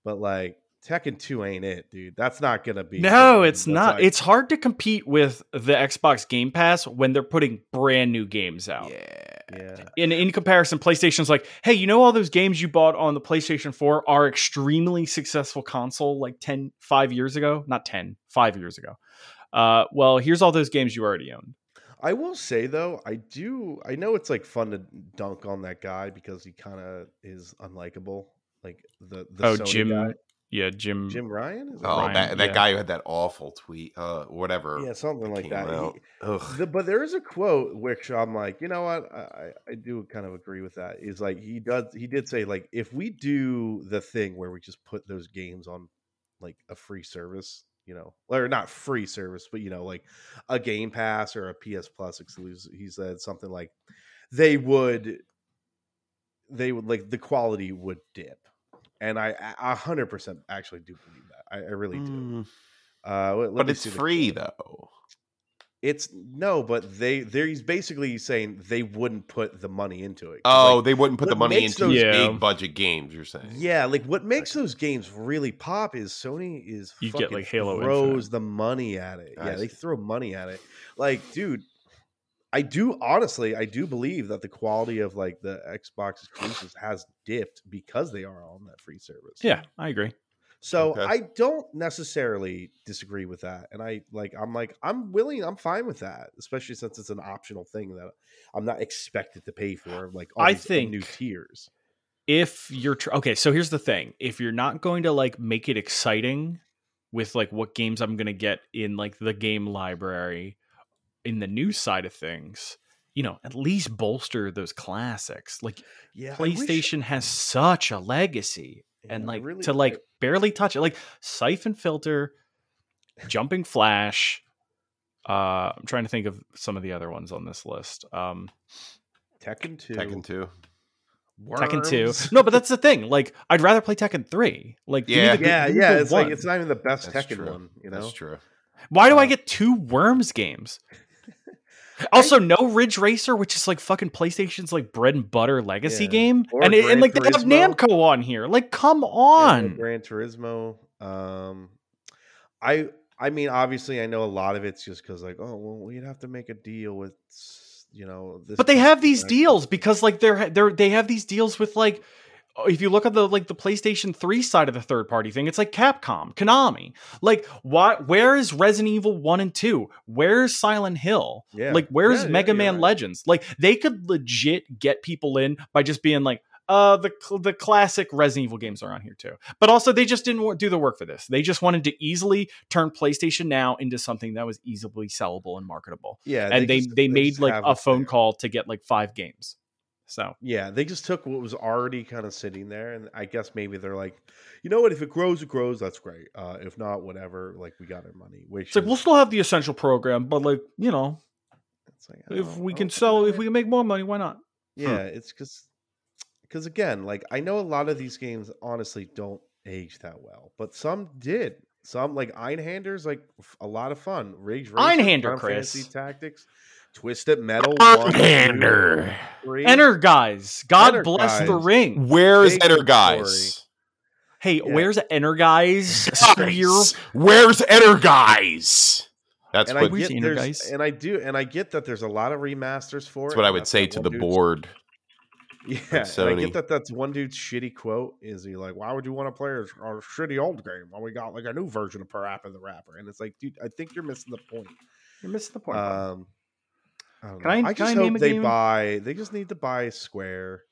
[SPEAKER 1] But like Tekken Two ain't it, dude. That's not gonna be.
[SPEAKER 3] No,
[SPEAKER 1] something
[SPEAKER 3] it's
[SPEAKER 1] that's,
[SPEAKER 3] not.
[SPEAKER 1] like-
[SPEAKER 3] it's hard to compete with the Xbox Game Pass when they're putting brand new games out.
[SPEAKER 2] Yeah.
[SPEAKER 3] (laughs)
[SPEAKER 1] yeah.
[SPEAKER 3] in in comparison, PlayStation's like, hey, you know all those games you bought on the PlayStation 4 are extremely successful console like 10, 5 years ago? Not 10, 5 years ago. Uh, well, here's all those games you already owned.
[SPEAKER 1] I will say though, I do. I know it's like fun to dunk on that guy because he kind of is unlikable. Like the the
[SPEAKER 3] oh,
[SPEAKER 1] Sony
[SPEAKER 3] Jim.
[SPEAKER 1] guy.
[SPEAKER 3] Yeah, Jim.
[SPEAKER 1] Jim Ryan is it
[SPEAKER 2] Oh,
[SPEAKER 1] Ryan?
[SPEAKER 2] that, that
[SPEAKER 3] yeah.
[SPEAKER 2] guy who had that awful tweet, uh, whatever.
[SPEAKER 1] yeah, something like
[SPEAKER 2] came
[SPEAKER 1] that. He-
[SPEAKER 2] out. Ugh.
[SPEAKER 1] the, but there is a quote which I'm like, you know what, I, I I do kind of agree with that. Is like he does he did say like if we do the thing where we just put those games on like a free service, you know, or not free service, but you know, like a Game Pass or a PS Plus exclusive. He said something like they would they would like the quality would dip, and I a hundred percent actually do believe that. I, I really do.
[SPEAKER 2] Mm,
[SPEAKER 1] Uh, let
[SPEAKER 2] but
[SPEAKER 1] me
[SPEAKER 2] it's
[SPEAKER 1] see the
[SPEAKER 2] free
[SPEAKER 1] quote.
[SPEAKER 2] though.
[SPEAKER 1] It's no, but they they're he's basically saying they wouldn't put the money into it. 'Cause,
[SPEAKER 2] Oh,
[SPEAKER 1] like,
[SPEAKER 2] they wouldn't put the
[SPEAKER 1] what
[SPEAKER 2] money
[SPEAKER 1] makes
[SPEAKER 2] into
[SPEAKER 1] those-
[SPEAKER 3] Yeah.
[SPEAKER 2] big budget games. You're saying?
[SPEAKER 1] yeah, like what makes those games really pop is Sony is
[SPEAKER 3] You get,
[SPEAKER 1] fucking
[SPEAKER 3] like, Halo
[SPEAKER 1] throws
[SPEAKER 3] Infinite.
[SPEAKER 1] the money at it.
[SPEAKER 2] I
[SPEAKER 1] yeah, they
[SPEAKER 2] see.
[SPEAKER 1] throw money at it. Like, dude, I do honestly, I do believe that the quality of like the Xbox exclusives has dipped because they are on that free service.
[SPEAKER 3] Yeah, I agree.
[SPEAKER 1] So
[SPEAKER 2] Okay.
[SPEAKER 1] I don't necessarily disagree with that. And I like I'm like I'm willing, I'm fine with that, especially since it's an optional thing that I'm not expected to pay for like all
[SPEAKER 3] I
[SPEAKER 1] these new
[SPEAKER 3] think-
[SPEAKER 1] tiers.
[SPEAKER 3] If you're tr- okay, so here's the thing: if you're not going to like make it exciting with like what games I'm gonna get in like the game library, in the new side of things, you know, at least bolster those classics. Like
[SPEAKER 1] Yeah. I wish-
[SPEAKER 3] PlayStation has such a legacy and
[SPEAKER 1] yeah, I
[SPEAKER 3] like
[SPEAKER 1] really-
[SPEAKER 3] to like barely touch it like siphon filter jumping flash uh i'm trying to think of some of the other ones on this list um
[SPEAKER 1] Tekken
[SPEAKER 3] (laughs)
[SPEAKER 1] 2.
[SPEAKER 2] Tekken two.
[SPEAKER 3] tekken 2
[SPEAKER 1] Worms.
[SPEAKER 3] no but that's the thing like i'd rather play tekken 3 like give me
[SPEAKER 2] Yeah.
[SPEAKER 3] the good-
[SPEAKER 1] Yeah,
[SPEAKER 3] give me
[SPEAKER 1] yeah.
[SPEAKER 3] the
[SPEAKER 1] It's
[SPEAKER 3] one.
[SPEAKER 1] like it's not even the best
[SPEAKER 2] That's
[SPEAKER 1] Tekken
[SPEAKER 2] true.
[SPEAKER 1] one, you know.
[SPEAKER 2] That's true.
[SPEAKER 3] why do
[SPEAKER 1] (laughs)
[SPEAKER 3] i
[SPEAKER 1] uh,
[SPEAKER 3] get two worms games Also, no Ridge Racer, which is like fucking PlayStation's like bread and butter legacy
[SPEAKER 1] Yeah.
[SPEAKER 3] game,
[SPEAKER 1] Or
[SPEAKER 3] and it, and
[SPEAKER 1] Gran
[SPEAKER 3] like they have
[SPEAKER 1] Turismo.
[SPEAKER 3] Namco on here. Like, come
[SPEAKER 1] Yeah,
[SPEAKER 3] on.
[SPEAKER 1] Gran Turismo. Um, I I mean, obviously, I know a lot of it's just because like, oh, well, we'd have to make a deal with s- you know this.
[SPEAKER 3] but they
[SPEAKER 1] company
[SPEAKER 3] have
[SPEAKER 1] or
[SPEAKER 3] these
[SPEAKER 1] that
[SPEAKER 3] deals
[SPEAKER 1] company.
[SPEAKER 3] because like they're they're they have these deals with like if you look at the like the PlayStation 3 side of the third party thing, it's like Capcom, Konami. Like why where is Resident Evil 1 and 2? Where's Silent Hill?
[SPEAKER 1] Yeah.
[SPEAKER 3] Like where's
[SPEAKER 1] Yeah, yeah,
[SPEAKER 3] Mega
[SPEAKER 1] you're
[SPEAKER 3] Man
[SPEAKER 1] right.
[SPEAKER 3] Legends? Like they could legit get people in by just being like uh the cl- the classic Resident Evil games are on here too. But also they just didn't wa- do the work for this. They just wanted to easily turn PlayStation Now into something that was easily sellable and marketable
[SPEAKER 1] Yeah,
[SPEAKER 3] and they
[SPEAKER 1] just-
[SPEAKER 3] they, made
[SPEAKER 1] just
[SPEAKER 3] like
[SPEAKER 1] have
[SPEAKER 3] a
[SPEAKER 1] it
[SPEAKER 3] phone
[SPEAKER 1] there.
[SPEAKER 3] call to get like five games. So
[SPEAKER 1] Yeah, they just took what was already kind of sitting there, and I guess maybe they're like, you know what? If it grows, it grows. That's great. Uh, if not, whatever. Like we got our money. Which
[SPEAKER 3] it's like we'll
[SPEAKER 1] is-
[SPEAKER 3] still have the essential program, but like you know,
[SPEAKER 1] it's like, I
[SPEAKER 3] if
[SPEAKER 1] don't-
[SPEAKER 3] we
[SPEAKER 1] I
[SPEAKER 3] can
[SPEAKER 1] don't
[SPEAKER 3] sell, if
[SPEAKER 1] really-
[SPEAKER 3] we Hmm. can make more money, why not?
[SPEAKER 1] Yeah, it's because because again, like I know a lot of these games honestly don't age that well, but some did. Some like Einhander's like f- a lot of fun. Rage Racer,
[SPEAKER 3] Einhander,
[SPEAKER 1] Final Fantasy
[SPEAKER 3] Chris.
[SPEAKER 1] Tactics, Twisted Metal, one, two,
[SPEAKER 2] Einhander.
[SPEAKER 1] three.
[SPEAKER 3] Enter guys, God
[SPEAKER 1] Enter
[SPEAKER 3] bless the
[SPEAKER 1] guys.
[SPEAKER 3] ring.
[SPEAKER 2] Where is
[SPEAKER 1] Big
[SPEAKER 2] Enter
[SPEAKER 1] story.
[SPEAKER 2] Guys?
[SPEAKER 3] Hey,
[SPEAKER 1] Yeah.
[SPEAKER 3] where's
[SPEAKER 1] (laughs)
[SPEAKER 3] Enter guys? Sphere?
[SPEAKER 2] Guys, Where's Enter Guys? That's
[SPEAKER 1] And I
[SPEAKER 2] what
[SPEAKER 3] Where's
[SPEAKER 1] get
[SPEAKER 3] the Enter
[SPEAKER 1] there's,
[SPEAKER 3] Guys?
[SPEAKER 1] and I do, and I get that there's a lot of remasters for
[SPEAKER 2] that's
[SPEAKER 1] it,
[SPEAKER 2] what I
[SPEAKER 1] and
[SPEAKER 2] would say
[SPEAKER 1] what
[SPEAKER 2] to
[SPEAKER 1] one
[SPEAKER 2] the
[SPEAKER 1] dude's-
[SPEAKER 2] board.
[SPEAKER 1] (laughs) Yeah, and I
[SPEAKER 2] Sony.
[SPEAKER 1] get that that's one dude's shitty quote. Is he like, why would you want to play our, our shitty old game when we got like a new version of Parappa the Rapper? And it's like, dude, I think you're missing the point.
[SPEAKER 3] You're missing the point.
[SPEAKER 1] Um, I, don't
[SPEAKER 3] Can
[SPEAKER 1] know.
[SPEAKER 3] I-
[SPEAKER 1] I,
[SPEAKER 3] can
[SPEAKER 1] just
[SPEAKER 3] I
[SPEAKER 1] hope
[SPEAKER 3] name a
[SPEAKER 1] they
[SPEAKER 3] game?
[SPEAKER 1] buy. They just need to buy Square,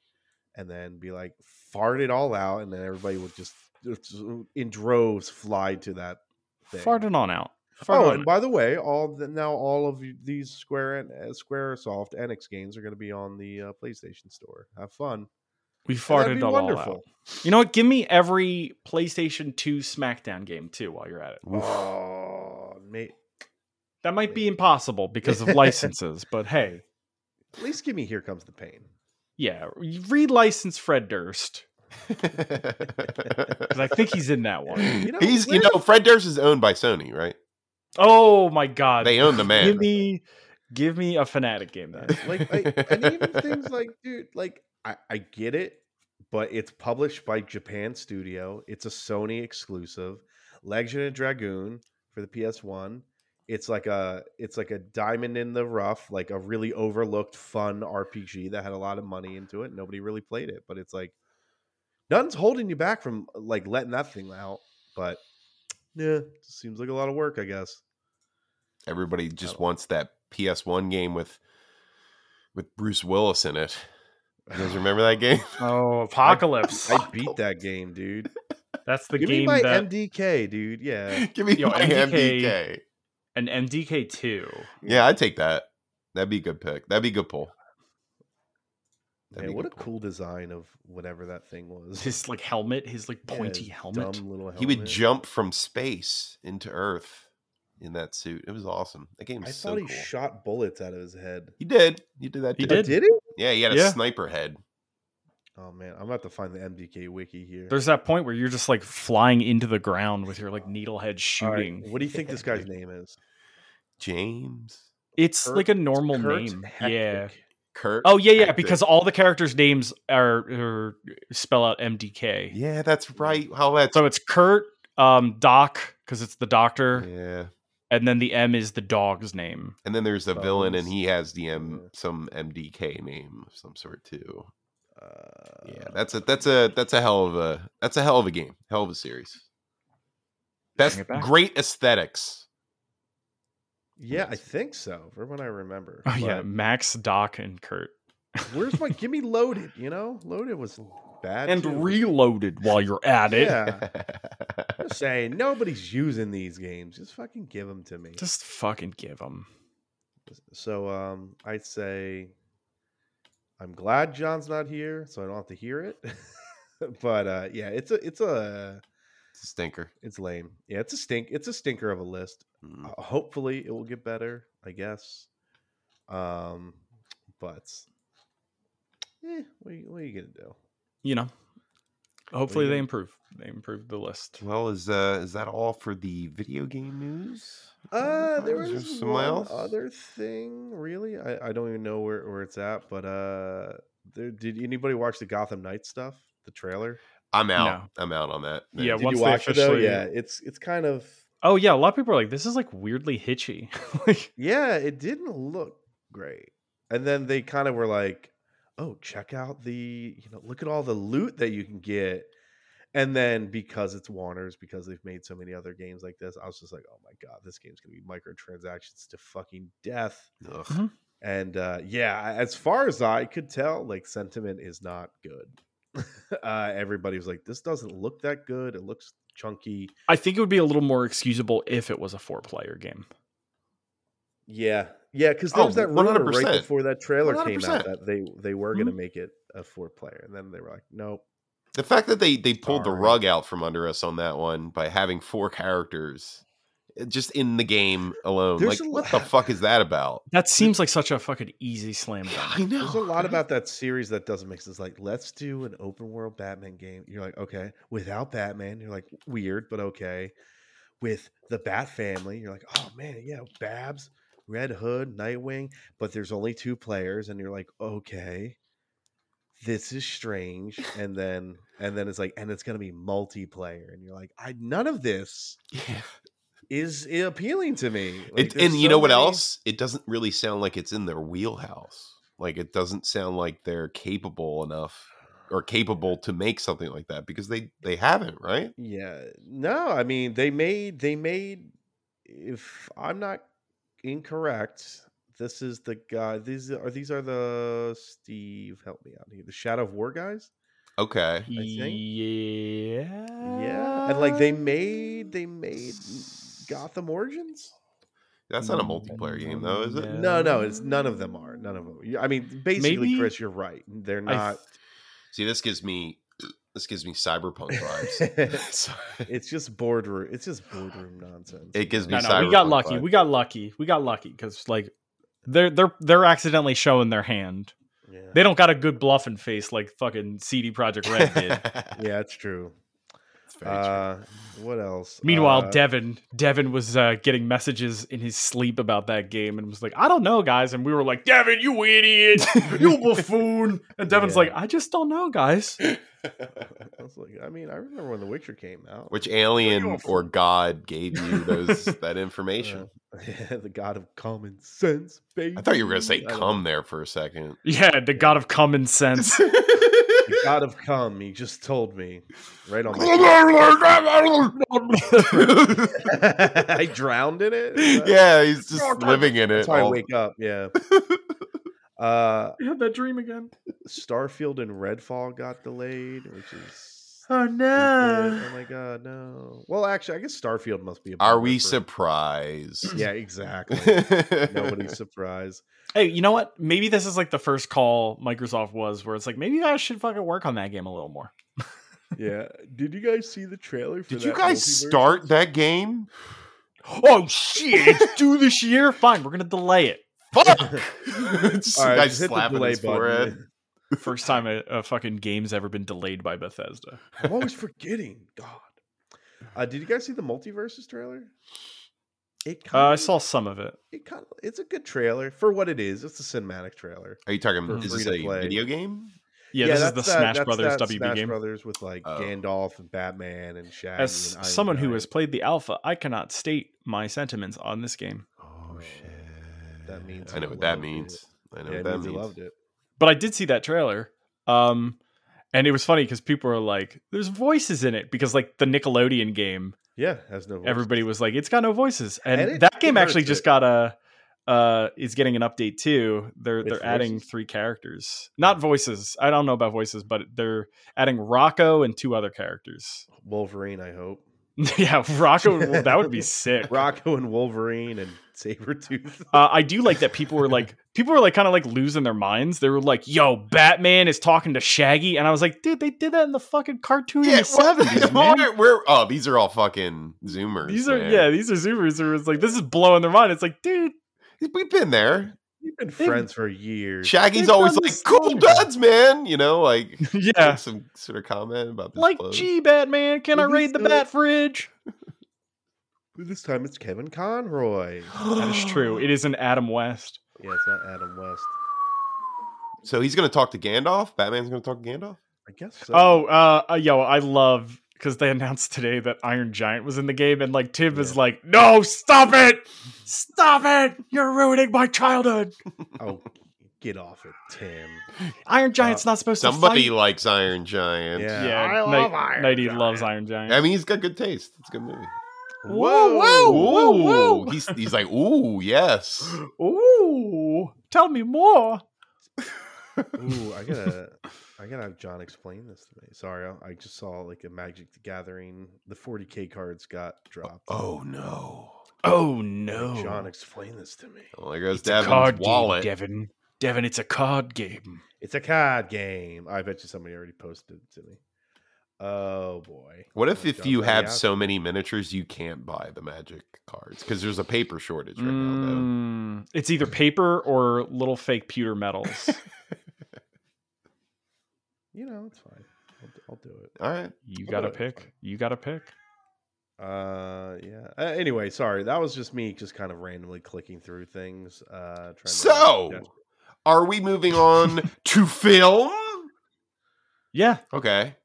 [SPEAKER 1] and then be like fart it all out, and then everybody would just just uh, in droves fly to that. Thing.
[SPEAKER 3] Farting on out. Fart
[SPEAKER 1] Oh,
[SPEAKER 3] on
[SPEAKER 1] and by the way, all the, now all of you- these Square and uh, SquareSoft Enix games are going to be on the uh, PlayStation Store. Have fun.
[SPEAKER 3] we
[SPEAKER 1] And
[SPEAKER 3] farted
[SPEAKER 1] that'd be
[SPEAKER 3] all
[SPEAKER 1] wonderful.
[SPEAKER 3] out. You know what? Give me every PlayStation 2 SmackDown game too. While you're at it,
[SPEAKER 1] Oh, mate.
[SPEAKER 3] that might be impossible because
[SPEAKER 1] (laughs)
[SPEAKER 3] of licenses. but hey,
[SPEAKER 1] At least give me Here Comes the Pain.
[SPEAKER 3] yeah, relicense Fred Durst. (laughs) because I think he's in that one.
[SPEAKER 1] (laughs) You know,
[SPEAKER 2] He's you
[SPEAKER 1] Liz-
[SPEAKER 2] know Fred Durst is owned by Sony, right?
[SPEAKER 3] Oh my god!
[SPEAKER 2] They own the man.
[SPEAKER 3] Give me, give me a fanatic game
[SPEAKER 1] (laughs)
[SPEAKER 3] then.
[SPEAKER 1] like, like and even things like dude like I, I get it but it's published by japan studio it's a sony exclusive legend of dragoon for the ps1 it's like a it's like a diamond in the rough like a really overlooked fun rpg that had a lot of money into it nobody really played it but it's like nothing's holding you back from like letting that thing out but yeah seems like a lot of work i guess
[SPEAKER 2] Everybody
[SPEAKER 1] Oh.
[SPEAKER 2] just wants that PS1 game with with Bruce Willis in it. You guys remember that game?
[SPEAKER 3] oh, apocalypse!
[SPEAKER 1] i beat that game dude
[SPEAKER 3] That's the
[SPEAKER 1] give me
[SPEAKER 3] game
[SPEAKER 1] my
[SPEAKER 3] that
[SPEAKER 1] mdk dude (laughs) yeah
[SPEAKER 2] (laughs) Give me
[SPEAKER 3] Yo,
[SPEAKER 2] my
[SPEAKER 3] MDK.
[SPEAKER 2] MDK.
[SPEAKER 3] an MDK two.
[SPEAKER 2] Yeah, I'd take that. That'd be a good pick. That'd be a good pull. That'd
[SPEAKER 1] Man,
[SPEAKER 2] be
[SPEAKER 1] what a
[SPEAKER 2] good pull.
[SPEAKER 1] cool design of whatever that thing was.
[SPEAKER 3] His like helmet, his like
[SPEAKER 1] (laughs) Yeah,
[SPEAKER 3] pointy
[SPEAKER 1] his
[SPEAKER 3] helmet.
[SPEAKER 1] Dumb little helmet.
[SPEAKER 2] He would jump from space into Earth in that suit. It was awesome. That game
[SPEAKER 1] I
[SPEAKER 2] was
[SPEAKER 1] thought
[SPEAKER 2] so
[SPEAKER 1] he
[SPEAKER 2] cool.
[SPEAKER 1] shot bullets out of his head.
[SPEAKER 2] he did. He did that.
[SPEAKER 3] He
[SPEAKER 2] too.
[SPEAKER 1] Oh,
[SPEAKER 3] did.
[SPEAKER 1] he?
[SPEAKER 2] Yeah, he had a
[SPEAKER 3] Yeah.
[SPEAKER 2] sniper head.
[SPEAKER 1] Oh man, I'm about to find the MDK wiki here.
[SPEAKER 3] There's that point where you're just like flying into the ground with your like needlehead
[SPEAKER 1] All right,
[SPEAKER 3] shooting.
[SPEAKER 1] What do you think this
[SPEAKER 3] (laughs)
[SPEAKER 1] guy's name is?
[SPEAKER 2] James
[SPEAKER 3] It's
[SPEAKER 1] Kurt-
[SPEAKER 3] like a normal
[SPEAKER 1] Kurt
[SPEAKER 3] name.
[SPEAKER 1] Hectic.
[SPEAKER 3] Yeah.
[SPEAKER 2] Kurt.
[SPEAKER 3] Oh yeah, yeah.
[SPEAKER 2] Hector.
[SPEAKER 3] Because all the characters' names are, are spell out MDK.
[SPEAKER 2] yeah, that's right. How that's
[SPEAKER 3] So uh, it's Kurt, um, Doc, because it's the doctor,
[SPEAKER 2] yeah.
[SPEAKER 3] and then the M is the dog's name.
[SPEAKER 2] And then there's a villain, and
[SPEAKER 1] Bones.
[SPEAKER 2] he has the M
[SPEAKER 1] Yeah.
[SPEAKER 2] some MDK name of some sort too.
[SPEAKER 1] Uh,
[SPEAKER 2] Yeah, that's a that's a that's a hell of a that's a hell of a game, hell of a series. That's
[SPEAKER 3] it back.
[SPEAKER 2] great aesthetics. (laughs)
[SPEAKER 1] yeah, I think so. From what I remember.
[SPEAKER 3] Oh yeah,
[SPEAKER 1] But
[SPEAKER 3] Max, Doc, and Kurt. (laughs)
[SPEAKER 1] where's my? Give me loaded. You know, loaded was bad. too.
[SPEAKER 3] And reloaded while you're at it. (laughs)
[SPEAKER 1] Yeah, I'm saying nobody's using these games. Just fucking give them to me.
[SPEAKER 3] Just fucking give them.
[SPEAKER 1] So um, I'd say I'm glad John's not here, so I don't have to hear it. (laughs) but uh, yeah, it's a it's a
[SPEAKER 2] it's a stinker.
[SPEAKER 1] it's lame. Yeah, it's a stink. It's a stinker of a list.
[SPEAKER 2] Mm.
[SPEAKER 1] Uh, hopefully, it will get better. I guess. Um, but eh, what are you, what are you gonna do?
[SPEAKER 3] You know, Hopefully
[SPEAKER 1] you
[SPEAKER 3] they
[SPEAKER 1] doing?
[SPEAKER 3] improve. They improve the list.
[SPEAKER 2] Well, is uh is that all for the video game news?
[SPEAKER 1] Uh, there
[SPEAKER 2] Is
[SPEAKER 1] was
[SPEAKER 2] there something
[SPEAKER 1] one
[SPEAKER 2] else?
[SPEAKER 1] other thing, really. I, I don't even know where, where it's at, but uh, there, did anybody watch the Gotham Knights stuff? The trailer?
[SPEAKER 2] I'm out. I'm out on that.
[SPEAKER 3] Yeah,
[SPEAKER 1] Did
[SPEAKER 3] once
[SPEAKER 1] you
[SPEAKER 3] they
[SPEAKER 1] watch it though?
[SPEAKER 3] officially-
[SPEAKER 1] Yeah, it's it's kind of
[SPEAKER 3] Oh yeah, a lot of people are like, this is like weirdly hitchy. like,
[SPEAKER 1] yeah. It didn't look great, and then they kind of were like, "Oh, check out the you know look at all the loot that you can get." And then because it's Warner's, because they've made so many other games like this, I was just like, "Oh my god, this game's gonna be microtransactions to fucking death."
[SPEAKER 2] Ugh.
[SPEAKER 3] Mhm.
[SPEAKER 1] and uh yeah I- as far as i could tell like sentiment is not good (laughs) uh everybody was like this doesn't look that good it looks chunky
[SPEAKER 3] I think it would be a little more excusable if it was a four-player game.
[SPEAKER 1] yeah yeah because there
[SPEAKER 2] Oh,
[SPEAKER 1] was that rumor right
[SPEAKER 2] 100%.
[SPEAKER 1] before that trailer came out
[SPEAKER 2] 100%.
[SPEAKER 1] that they they were
[SPEAKER 2] Mm-hmm.
[SPEAKER 1] going to make it a four player and then they were like nope
[SPEAKER 2] The fact that they they pulled the
[SPEAKER 1] Sorry.
[SPEAKER 2] rug out from under us on that one by having four characters uh, just in the game alone.
[SPEAKER 1] There's
[SPEAKER 2] like
[SPEAKER 1] a
[SPEAKER 2] what
[SPEAKER 1] lot-
[SPEAKER 2] the fuck is that about?
[SPEAKER 3] That seems like such a fucking easy
[SPEAKER 1] (sighs)
[SPEAKER 3] slam dunk.
[SPEAKER 2] I know.
[SPEAKER 1] there's a lot
[SPEAKER 2] right?
[SPEAKER 1] about that series that doesn't make sense like let's do an open world batman game you're like okay without batman you're like weird but okay with the bat family you're like oh man yeah babs red hood nightwing but there's only two players and you're like okay this is strange and then and then it's like and it's going to be multiplayer and you're like i none of this
[SPEAKER 2] Yeah.
[SPEAKER 1] is appealing to me Like,
[SPEAKER 2] It,
[SPEAKER 1] there's
[SPEAKER 2] and you
[SPEAKER 1] so
[SPEAKER 2] know what
[SPEAKER 1] many-
[SPEAKER 2] else? It doesn't really sound like it's in their wheelhouse. Like it doesn't sound like they're capable enough or capable to make something like that because they they haven't, right?
[SPEAKER 1] Yeah. No, I mean they made they made if I'm not incorrect, this is the guy these are these are the Steve help me out here. The Shadow of War guys?
[SPEAKER 2] Okay.
[SPEAKER 1] think.
[SPEAKER 3] Yeah.
[SPEAKER 1] Yeah. And like they made they made Gotham Origins?
[SPEAKER 2] That's not a multiplayer game though, is it?
[SPEAKER 1] No, no, it's none of them are. None of them. I mean, basically
[SPEAKER 3] Maybe-
[SPEAKER 1] Chris, you're right. They're
[SPEAKER 3] I
[SPEAKER 1] not
[SPEAKER 2] See, this gives me this gives me cyberpunk vibes.
[SPEAKER 1] (laughs)
[SPEAKER 2] (laughs) Sorry.
[SPEAKER 1] it's just boardroom it's just boardroom nonsense.
[SPEAKER 2] It gives me
[SPEAKER 3] No, no, we
[SPEAKER 2] Cyberpunk
[SPEAKER 3] got lucky.
[SPEAKER 2] vibe.
[SPEAKER 3] We got lucky. We got lucky because like they're they're they're accidentally showing their hand.
[SPEAKER 1] yeah.
[SPEAKER 3] They don't got a good bluffing face like fucking CD Project
[SPEAKER 1] (laughs)
[SPEAKER 2] (laughs)
[SPEAKER 3] Red did.
[SPEAKER 1] yeah, it's true.
[SPEAKER 2] It's very true.
[SPEAKER 1] Uh, what else?
[SPEAKER 3] Meanwhile,
[SPEAKER 1] Uh,
[SPEAKER 3] Devin Devin was uh, getting messages in his sleep about that game and was like, "I don't know, guys," and we were like, "Devin, you idiot, you buffoon!" And Devin's
[SPEAKER 1] Yeah.
[SPEAKER 3] like, "I just don't know, guys."
[SPEAKER 1] (laughs) I was like, I mean, I remember when The Witcher came out.
[SPEAKER 2] Which alien
[SPEAKER 1] off.
[SPEAKER 2] or god gave
[SPEAKER 1] (laughs)
[SPEAKER 2] you those that information?
[SPEAKER 1] Uh, the god of common sense, baby.
[SPEAKER 2] I thought you were going to say
[SPEAKER 1] Mm, I don't
[SPEAKER 2] "come" there for a second.
[SPEAKER 3] Yeah, the god of
[SPEAKER 1] (laughs)
[SPEAKER 3] common (laughs) sense.
[SPEAKER 1] know. The god of cum. He just told me right on
[SPEAKER 2] (laughs)
[SPEAKER 1] my. (laughs)
[SPEAKER 2] yeah,
[SPEAKER 1] I drowned in (laughs) it. Is that-
[SPEAKER 2] he's just living in it.
[SPEAKER 1] That's how I
[SPEAKER 2] all-
[SPEAKER 1] wake up.
[SPEAKER 2] (laughs)
[SPEAKER 1] Yeah. Uh,
[SPEAKER 3] I had that dream again.
[SPEAKER 1] Starfield and Redfall got delayed, which is.
[SPEAKER 3] Oh
[SPEAKER 1] stupid. oh my god, no. Well, actually, I guess Starfield must be. A
[SPEAKER 2] Ah. Are
[SPEAKER 1] bummer
[SPEAKER 2] we
[SPEAKER 1] for-
[SPEAKER 2] surprised? (laughs)
[SPEAKER 1] Yeah, exactly. Nobody's surprised.
[SPEAKER 3] Hey, you know what? Maybe this is like the first call Microsoft was where it's like maybe you guys should fucking work on that game a little more.
[SPEAKER 1] Yeah. Did you guys see the trailer? For
[SPEAKER 2] Did you
[SPEAKER 1] that
[SPEAKER 2] guys
[SPEAKER 1] multiverse?
[SPEAKER 2] start
[SPEAKER 1] (laughs)
[SPEAKER 2] that game?
[SPEAKER 3] Oh shit, it's due this year. Fine, we're gonna delay it.
[SPEAKER 2] Fuck! (laughs) just
[SPEAKER 1] All right,
[SPEAKER 2] guy
[SPEAKER 1] just hit the
[SPEAKER 2] slapping
[SPEAKER 1] delay
[SPEAKER 2] his
[SPEAKER 1] button.
[SPEAKER 2] forehead.
[SPEAKER 3] First time a, a fucking game's ever been delayed by Bethesda.
[SPEAKER 1] (laughs) I'm always forgetting. God. Uh, did you guys see the multiverses trailer? It
[SPEAKER 3] Uh,
[SPEAKER 1] kind
[SPEAKER 3] I
[SPEAKER 1] of,
[SPEAKER 3] saw some of it.
[SPEAKER 1] it kind of, it's a good trailer for what it is. It's a cinematic trailer.
[SPEAKER 2] Are you talking?
[SPEAKER 1] For
[SPEAKER 2] Is
[SPEAKER 1] free
[SPEAKER 2] this
[SPEAKER 1] to
[SPEAKER 2] a
[SPEAKER 1] play.
[SPEAKER 2] video game?
[SPEAKER 3] Yeah, this is the
[SPEAKER 1] that's that-
[SPEAKER 3] Smash
[SPEAKER 1] that's
[SPEAKER 3] Brothers
[SPEAKER 1] that
[SPEAKER 3] WB
[SPEAKER 1] Smash
[SPEAKER 3] game.
[SPEAKER 1] Brothers with like
[SPEAKER 2] Oh.
[SPEAKER 1] Gandalf and Batman and Shaggy.
[SPEAKER 3] As
[SPEAKER 1] and Iron
[SPEAKER 3] someone who
[SPEAKER 1] Giant.
[SPEAKER 3] has played the alpha, I cannot state my sentiments on this game.
[SPEAKER 2] Oh shit!
[SPEAKER 1] That means
[SPEAKER 2] I know
[SPEAKER 1] you
[SPEAKER 2] what that
[SPEAKER 1] loved it.
[SPEAKER 2] means. I know
[SPEAKER 1] yeah,
[SPEAKER 2] what that
[SPEAKER 1] means you
[SPEAKER 2] means.
[SPEAKER 1] loved it.
[SPEAKER 3] But I did see that trailer. Um and it was funny because people are like, there's voices in it because like the Nickelodeon game,
[SPEAKER 1] Yeah, has no. voice.
[SPEAKER 3] everybody was like, it's got no voices. And,
[SPEAKER 1] And it
[SPEAKER 3] that game actually
[SPEAKER 1] converts
[SPEAKER 3] just
[SPEAKER 1] it.
[SPEAKER 3] got a uh is getting an update too. They're
[SPEAKER 1] With
[SPEAKER 3] they're adding
[SPEAKER 1] voices?
[SPEAKER 3] three characters. Not voices. I don't know about voices, but they're adding Rocco and two other characters. (laughs)
[SPEAKER 1] Wolverine. I hope
[SPEAKER 3] yeah, Rocco well, that would be sick.
[SPEAKER 1] (laughs) Rocco and Wolverine and Sabretooth. (laughs)
[SPEAKER 3] Uh, I do like that people were like, people were like kind of like losing their minds. They were like, yo, Batman is talking to Shaggy. And I was like, dude, they did that in the fucking cartoon in
[SPEAKER 2] Yeah,
[SPEAKER 3] the 70s,
[SPEAKER 2] why-
[SPEAKER 3] man.
[SPEAKER 2] we're- oh, these are all fucking zoomers.
[SPEAKER 3] These are,
[SPEAKER 2] man.
[SPEAKER 3] yeah, these are Zoomers who was like, this is blowing their mind. It's like, dude,
[SPEAKER 2] We've been there.
[SPEAKER 1] We've been
[SPEAKER 3] (laughs)
[SPEAKER 1] friends for years.
[SPEAKER 2] Shaggy's
[SPEAKER 3] They've
[SPEAKER 2] always
[SPEAKER 3] done
[SPEAKER 2] like,
[SPEAKER 3] the
[SPEAKER 2] "Cool
[SPEAKER 3] same.
[SPEAKER 2] duds, man," you know, like
[SPEAKER 3] yeah.
[SPEAKER 2] some sort of comment about this.
[SPEAKER 3] Like,
[SPEAKER 2] clothes.
[SPEAKER 3] gee, Batman, can I
[SPEAKER 1] Did he
[SPEAKER 3] raid the
[SPEAKER 1] still-
[SPEAKER 3] bat fridge?
[SPEAKER 1] This time it's Kevin Conroy.
[SPEAKER 2] (gasps)
[SPEAKER 3] That is true. It is an Adam West.
[SPEAKER 1] Yeah, it's not Adam West.
[SPEAKER 2] So he's gonna talk to Gandalf. Batman's gonna talk to Gandalf.
[SPEAKER 1] I guess so.
[SPEAKER 3] Oh, uh, uh, yo, I love because they (laughs) announced today that Iron Giant was in the game, and like Tim is
[SPEAKER 1] Yeah.
[SPEAKER 3] like, "No, stop it, stop it! You're ruining my childhood."
[SPEAKER 1] oh, get off it, Tim.
[SPEAKER 3] Iron Giant's not supposed
[SPEAKER 2] Uh, Somebody
[SPEAKER 3] to
[SPEAKER 2] likes Iron Giant.
[SPEAKER 1] Yeah.
[SPEAKER 3] fight. Yeah,
[SPEAKER 1] I
[SPEAKER 3] Knight-
[SPEAKER 1] love Iron
[SPEAKER 3] Knighty
[SPEAKER 1] Giant.
[SPEAKER 3] loves Iron Giant.
[SPEAKER 2] I mean, he's got good taste. It's a good movie.
[SPEAKER 3] Whoa, whoa, whoa, whoa.
[SPEAKER 2] He's he's like, ooh,
[SPEAKER 3] (gasps)
[SPEAKER 2] yes.
[SPEAKER 3] Ooh, tell me more.
[SPEAKER 1] Ooh, I gotta, I gotta have John explain this to me. Sorry, I- I just saw like a Magic the Gathering. The 40k cards got dropped.
[SPEAKER 2] Oh no.
[SPEAKER 3] Oh
[SPEAKER 1] Like,
[SPEAKER 3] no,
[SPEAKER 1] John, explain this to me.
[SPEAKER 2] Well, there goes
[SPEAKER 3] it's a
[SPEAKER 2] Devin's
[SPEAKER 3] card
[SPEAKER 2] wallet.
[SPEAKER 3] game, Devin. Devin, it's a card game.
[SPEAKER 1] It's a card game. I bet you somebody already posted it to me. Oh boy.
[SPEAKER 2] What if
[SPEAKER 1] Oh,
[SPEAKER 2] if
[SPEAKER 1] John
[SPEAKER 2] you
[SPEAKER 1] already
[SPEAKER 2] have
[SPEAKER 1] asked
[SPEAKER 2] so many miniatures you can't buy the magic cards because there's a paper shortage right now?
[SPEAKER 3] Mm, it's either paper or little fake pewter (laughs) medals.
[SPEAKER 1] You know, it's fine. I'll, I'll do it.
[SPEAKER 2] Though. All right.
[SPEAKER 3] You
[SPEAKER 1] I'll
[SPEAKER 3] got to
[SPEAKER 1] do it.
[SPEAKER 3] pick. You got to pick.
[SPEAKER 1] Uh, yeah. Uh, anyway, sorry. That was just me, just kind of randomly clicking through things. Uh, trying to
[SPEAKER 2] So,
[SPEAKER 1] Yeah.
[SPEAKER 2] are we moving on to film?
[SPEAKER 3] Yeah.
[SPEAKER 2] Okay.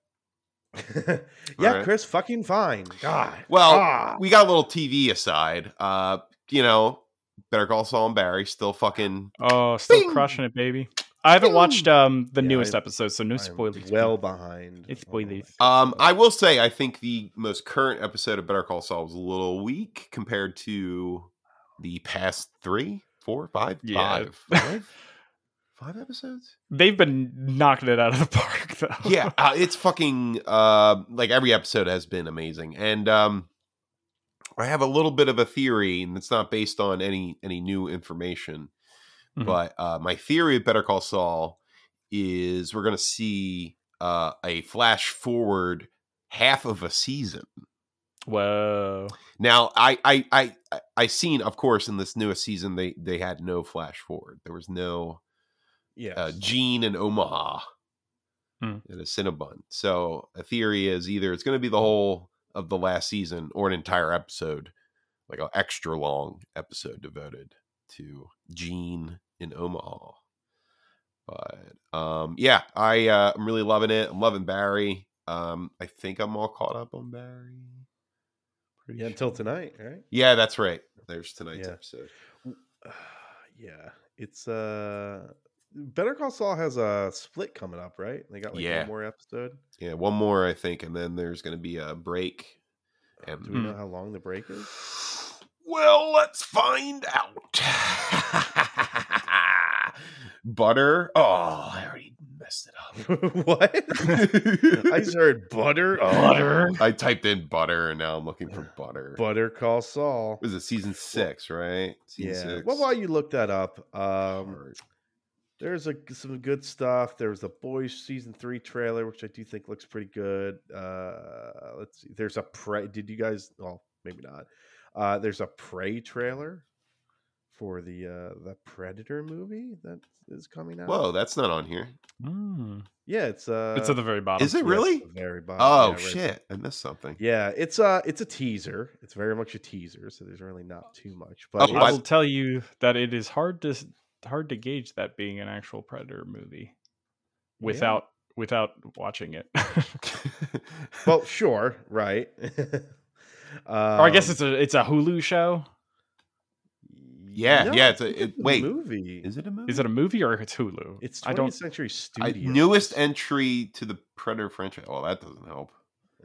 [SPEAKER 1] (laughs) yeah,
[SPEAKER 2] Alright.
[SPEAKER 1] Chris, fucking fine. God.
[SPEAKER 2] Well,
[SPEAKER 1] Ah.
[SPEAKER 2] we got a little TV aside. Uh, you know, Better Call Saul and Barry still fucking.
[SPEAKER 3] Oh, still
[SPEAKER 2] Bing!
[SPEAKER 3] crushing it, baby. I haven't
[SPEAKER 2] Bing!
[SPEAKER 3] watched um the
[SPEAKER 1] Yeah,
[SPEAKER 3] newest
[SPEAKER 1] I-
[SPEAKER 3] episode, so no
[SPEAKER 1] I'm
[SPEAKER 3] spoilers.
[SPEAKER 1] Well behind.
[SPEAKER 3] It's
[SPEAKER 1] on all
[SPEAKER 3] spoilies.
[SPEAKER 1] that.
[SPEAKER 2] Um, I will say, I think the most current episode of Better Call Saul was a little weak compared to the past three, four, five,
[SPEAKER 3] Yeah.
[SPEAKER 2] five, five, five episodes.
[SPEAKER 3] They've been knocking it out of the (laughs) park, though.
[SPEAKER 2] yeah uh, it's fucking uh like every episode has been amazing and um i have a little bit of a theory and it's not based on any any new information
[SPEAKER 3] Mhm.
[SPEAKER 2] but uh my theory of better call saul is we're gonna see uh a flash forward half of a season
[SPEAKER 3] Whoa.
[SPEAKER 2] now i i i I- i seen of course in this newest season they they had no flash forward there was no
[SPEAKER 1] Yes.
[SPEAKER 2] uh, Gene in Omaha
[SPEAKER 3] Hmm.
[SPEAKER 2] at a Cinnabon. So a theory is either it's going to be
[SPEAKER 1] Hmm.
[SPEAKER 2] the whole of the last season or an entire episode, like an extra long episode devoted to Gene in Omaha. But um, yeah, I uh, I'm really loving it. I'm loving Barry. Um, I think I'm all caught up on Barry. Pretty
[SPEAKER 1] yeah,
[SPEAKER 2] sure.
[SPEAKER 1] until tonight, right? (sighs)
[SPEAKER 2] yeah, that's right. There's tonight's
[SPEAKER 1] Yeah.
[SPEAKER 2] episode.
[SPEAKER 1] Uh, yeah, it's uh, Better Call Saul has a split coming up, right? They got like
[SPEAKER 2] Yeah.
[SPEAKER 1] one more episode.
[SPEAKER 2] Yeah, one more I think, and then there's going to be a break. And
[SPEAKER 1] Do we know
[SPEAKER 3] Mm.
[SPEAKER 1] how long the break is?
[SPEAKER 2] (sighs)
[SPEAKER 3] (laughs)
[SPEAKER 1] (laughs)
[SPEAKER 2] Well, let's find out. (laughs) Butter. Oh, I already messed (laughs) it up.
[SPEAKER 1] what?
[SPEAKER 3] (laughs)
[SPEAKER 1] I
[SPEAKER 2] (laughs)
[SPEAKER 1] just heard butter. Oh,
[SPEAKER 3] Butter.
[SPEAKER 2] I typed in butter and now I'm looking (sighs) for butter.
[SPEAKER 1] Butter Call Saul.
[SPEAKER 2] was it season six, right?
[SPEAKER 1] Yeah.
[SPEAKER 2] Season six.
[SPEAKER 1] Well, while you look that up, um,
[SPEAKER 2] Or-
[SPEAKER 1] There's a, some good stuff. There was the Boys season three trailer, which I do think looks pretty good. Uh, let's see. There's a prey. Did you guys? Well, maybe not. Uh, there's a prey trailer for the uh, the Predator movie that is coming out.
[SPEAKER 2] Whoa, that's not on here.
[SPEAKER 3] Mm.
[SPEAKER 1] Yeah, it's uh,
[SPEAKER 3] it's at the very bottom.
[SPEAKER 2] Is it
[SPEAKER 1] yeah, it's
[SPEAKER 2] really?
[SPEAKER 1] the very bottom.
[SPEAKER 2] Oh,
[SPEAKER 1] yeah, right-
[SPEAKER 2] shit. I missed something.
[SPEAKER 1] Yeah, it's uh, it's a teaser. It's very much a teaser, so there's really not too much. But
[SPEAKER 2] Oh, by
[SPEAKER 3] I
[SPEAKER 1] it's-
[SPEAKER 3] will tell you that it is hard to s- hard to gauge that being an actual Predator movie
[SPEAKER 1] Yeah.
[SPEAKER 3] without without watching it. (laughs)
[SPEAKER 2] (laughs)
[SPEAKER 1] well, sure, right. (laughs)
[SPEAKER 3] or I guess
[SPEAKER 1] Um,
[SPEAKER 3] it's a it's a Hulu show.
[SPEAKER 2] Yeah, yeah,
[SPEAKER 1] I
[SPEAKER 2] it's a-
[SPEAKER 1] think
[SPEAKER 2] it- wait.
[SPEAKER 1] movie.
[SPEAKER 2] Is it a movie?
[SPEAKER 3] Is it a movie or Mm-hmm. it's Hulu?
[SPEAKER 1] It's 20th
[SPEAKER 3] I don't.
[SPEAKER 1] Century
[SPEAKER 2] I-
[SPEAKER 1] Studios.
[SPEAKER 2] newest entry to the Predator franchise. Well, that doesn't help.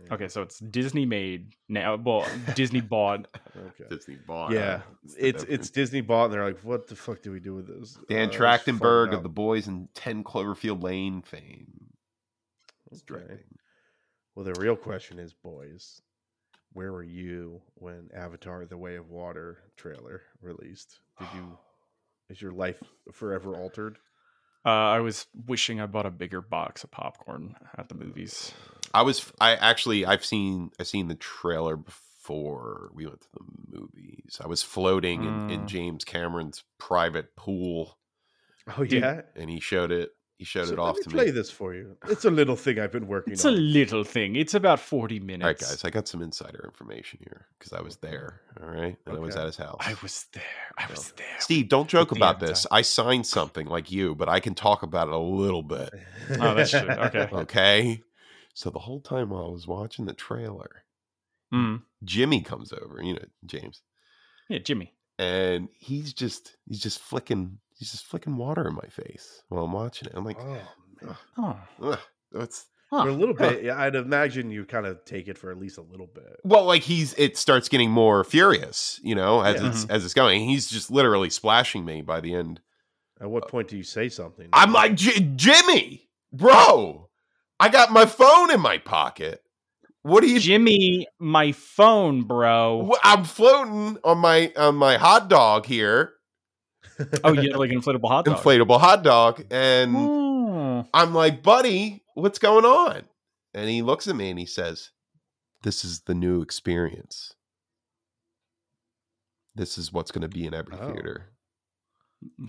[SPEAKER 1] Yeah,
[SPEAKER 3] Okay, so it's Disney made now. Well, Disney bought
[SPEAKER 1] Okay.
[SPEAKER 2] Disney bought.
[SPEAKER 1] Yeah,
[SPEAKER 2] That's
[SPEAKER 1] It's
[SPEAKER 2] the
[SPEAKER 1] it's
[SPEAKER 2] difference.
[SPEAKER 1] Disney bought, and they're like, "What the fuck do we do with this?" Uh,
[SPEAKER 2] Dan
[SPEAKER 1] let's find
[SPEAKER 2] Trachtenberg of
[SPEAKER 1] out.
[SPEAKER 2] the Boys and Ten Cloverfield Lane fame. is
[SPEAKER 1] Okay.
[SPEAKER 2] directing.
[SPEAKER 1] Well, the real question is, boys, where were you when Avatar: The Way of Water trailer released? Did you
[SPEAKER 2] (sighs)
[SPEAKER 1] is your life forever altered?
[SPEAKER 3] Uh, I was wishing I bought a bigger box of popcorn at the movies.
[SPEAKER 2] I was I actually I've seen I seen the trailer before we went to the movies. I was floating in, in
[SPEAKER 3] Mm.
[SPEAKER 2] James Cameron's private pool
[SPEAKER 1] Oh
[SPEAKER 3] Dude,
[SPEAKER 1] yeah,
[SPEAKER 2] and he showed it. He showed
[SPEAKER 1] So
[SPEAKER 2] it off
[SPEAKER 1] let me
[SPEAKER 2] to
[SPEAKER 1] play
[SPEAKER 2] me.
[SPEAKER 1] this for you. It's a little thing
[SPEAKER 2] (sighs)
[SPEAKER 1] I've been working
[SPEAKER 3] It's a
[SPEAKER 1] on.
[SPEAKER 3] little thing. It's about 40 minutes.
[SPEAKER 2] All right, guys, I got some insider information here because I was there. All right, and I was
[SPEAKER 1] Okay.
[SPEAKER 2] at his house.
[SPEAKER 3] I was there. I
[SPEAKER 2] No.
[SPEAKER 3] was there.
[SPEAKER 2] Steve, don't joke
[SPEAKER 3] the
[SPEAKER 2] about
[SPEAKER 3] hands
[SPEAKER 2] this. I signed something like you, but I can talk about it a little bit.
[SPEAKER 1] (laughs)
[SPEAKER 3] Oh, that's true. Okay.
[SPEAKER 2] Okay. So the whole time while I was watching the trailer,
[SPEAKER 3] Mm.
[SPEAKER 2] Jimmy comes over, you know, James,
[SPEAKER 3] Yeah, Jimmy.
[SPEAKER 2] and he's just he's just flicking he's just flicking water in my face while I'm watching it. I'm like,
[SPEAKER 1] Oh, man.
[SPEAKER 3] Oh.
[SPEAKER 2] ugh, that's
[SPEAKER 3] Huh.
[SPEAKER 1] for a little
[SPEAKER 2] huh.
[SPEAKER 1] bit, yeah, I'd imagine you kind of take it for at least a little bit.
[SPEAKER 2] well, like he's it starts getting more furious, you know, as
[SPEAKER 1] Yeah.
[SPEAKER 2] it's as it's going. He's just literally splashing me by the end.
[SPEAKER 1] At what point do you say something?
[SPEAKER 2] I'm like, J- Jimmy, bro, I got my phone in my pocket. What are you
[SPEAKER 3] (laughs) Jimmy, my phone, bro.
[SPEAKER 2] Wh- I'm floating on my on my hot dog here,
[SPEAKER 3] Oh, you have like an inflatable hot dog.
[SPEAKER 2] inflatable hot dog, and
[SPEAKER 3] Oh.
[SPEAKER 2] I'm like, buddy, what's going on? And he looks at me and he says, "This is the new experience. This is what's going to be in every
[SPEAKER 1] Oh.
[SPEAKER 2] theater."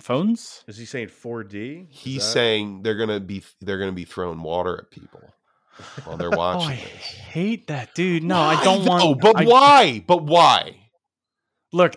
[SPEAKER 3] Phones?
[SPEAKER 1] Is he saying 4D? Is
[SPEAKER 2] He's
[SPEAKER 1] that-
[SPEAKER 2] saying they're gonna be they're gonna be throwing water at people while
[SPEAKER 3] (laughs)
[SPEAKER 2] they're
[SPEAKER 3] Oh, I
[SPEAKER 2] watching. this.
[SPEAKER 3] hate that, dude. No, I
[SPEAKER 2] Why
[SPEAKER 3] don't want.
[SPEAKER 2] though? But
[SPEAKER 3] I-
[SPEAKER 2] why? But why?
[SPEAKER 3] Look,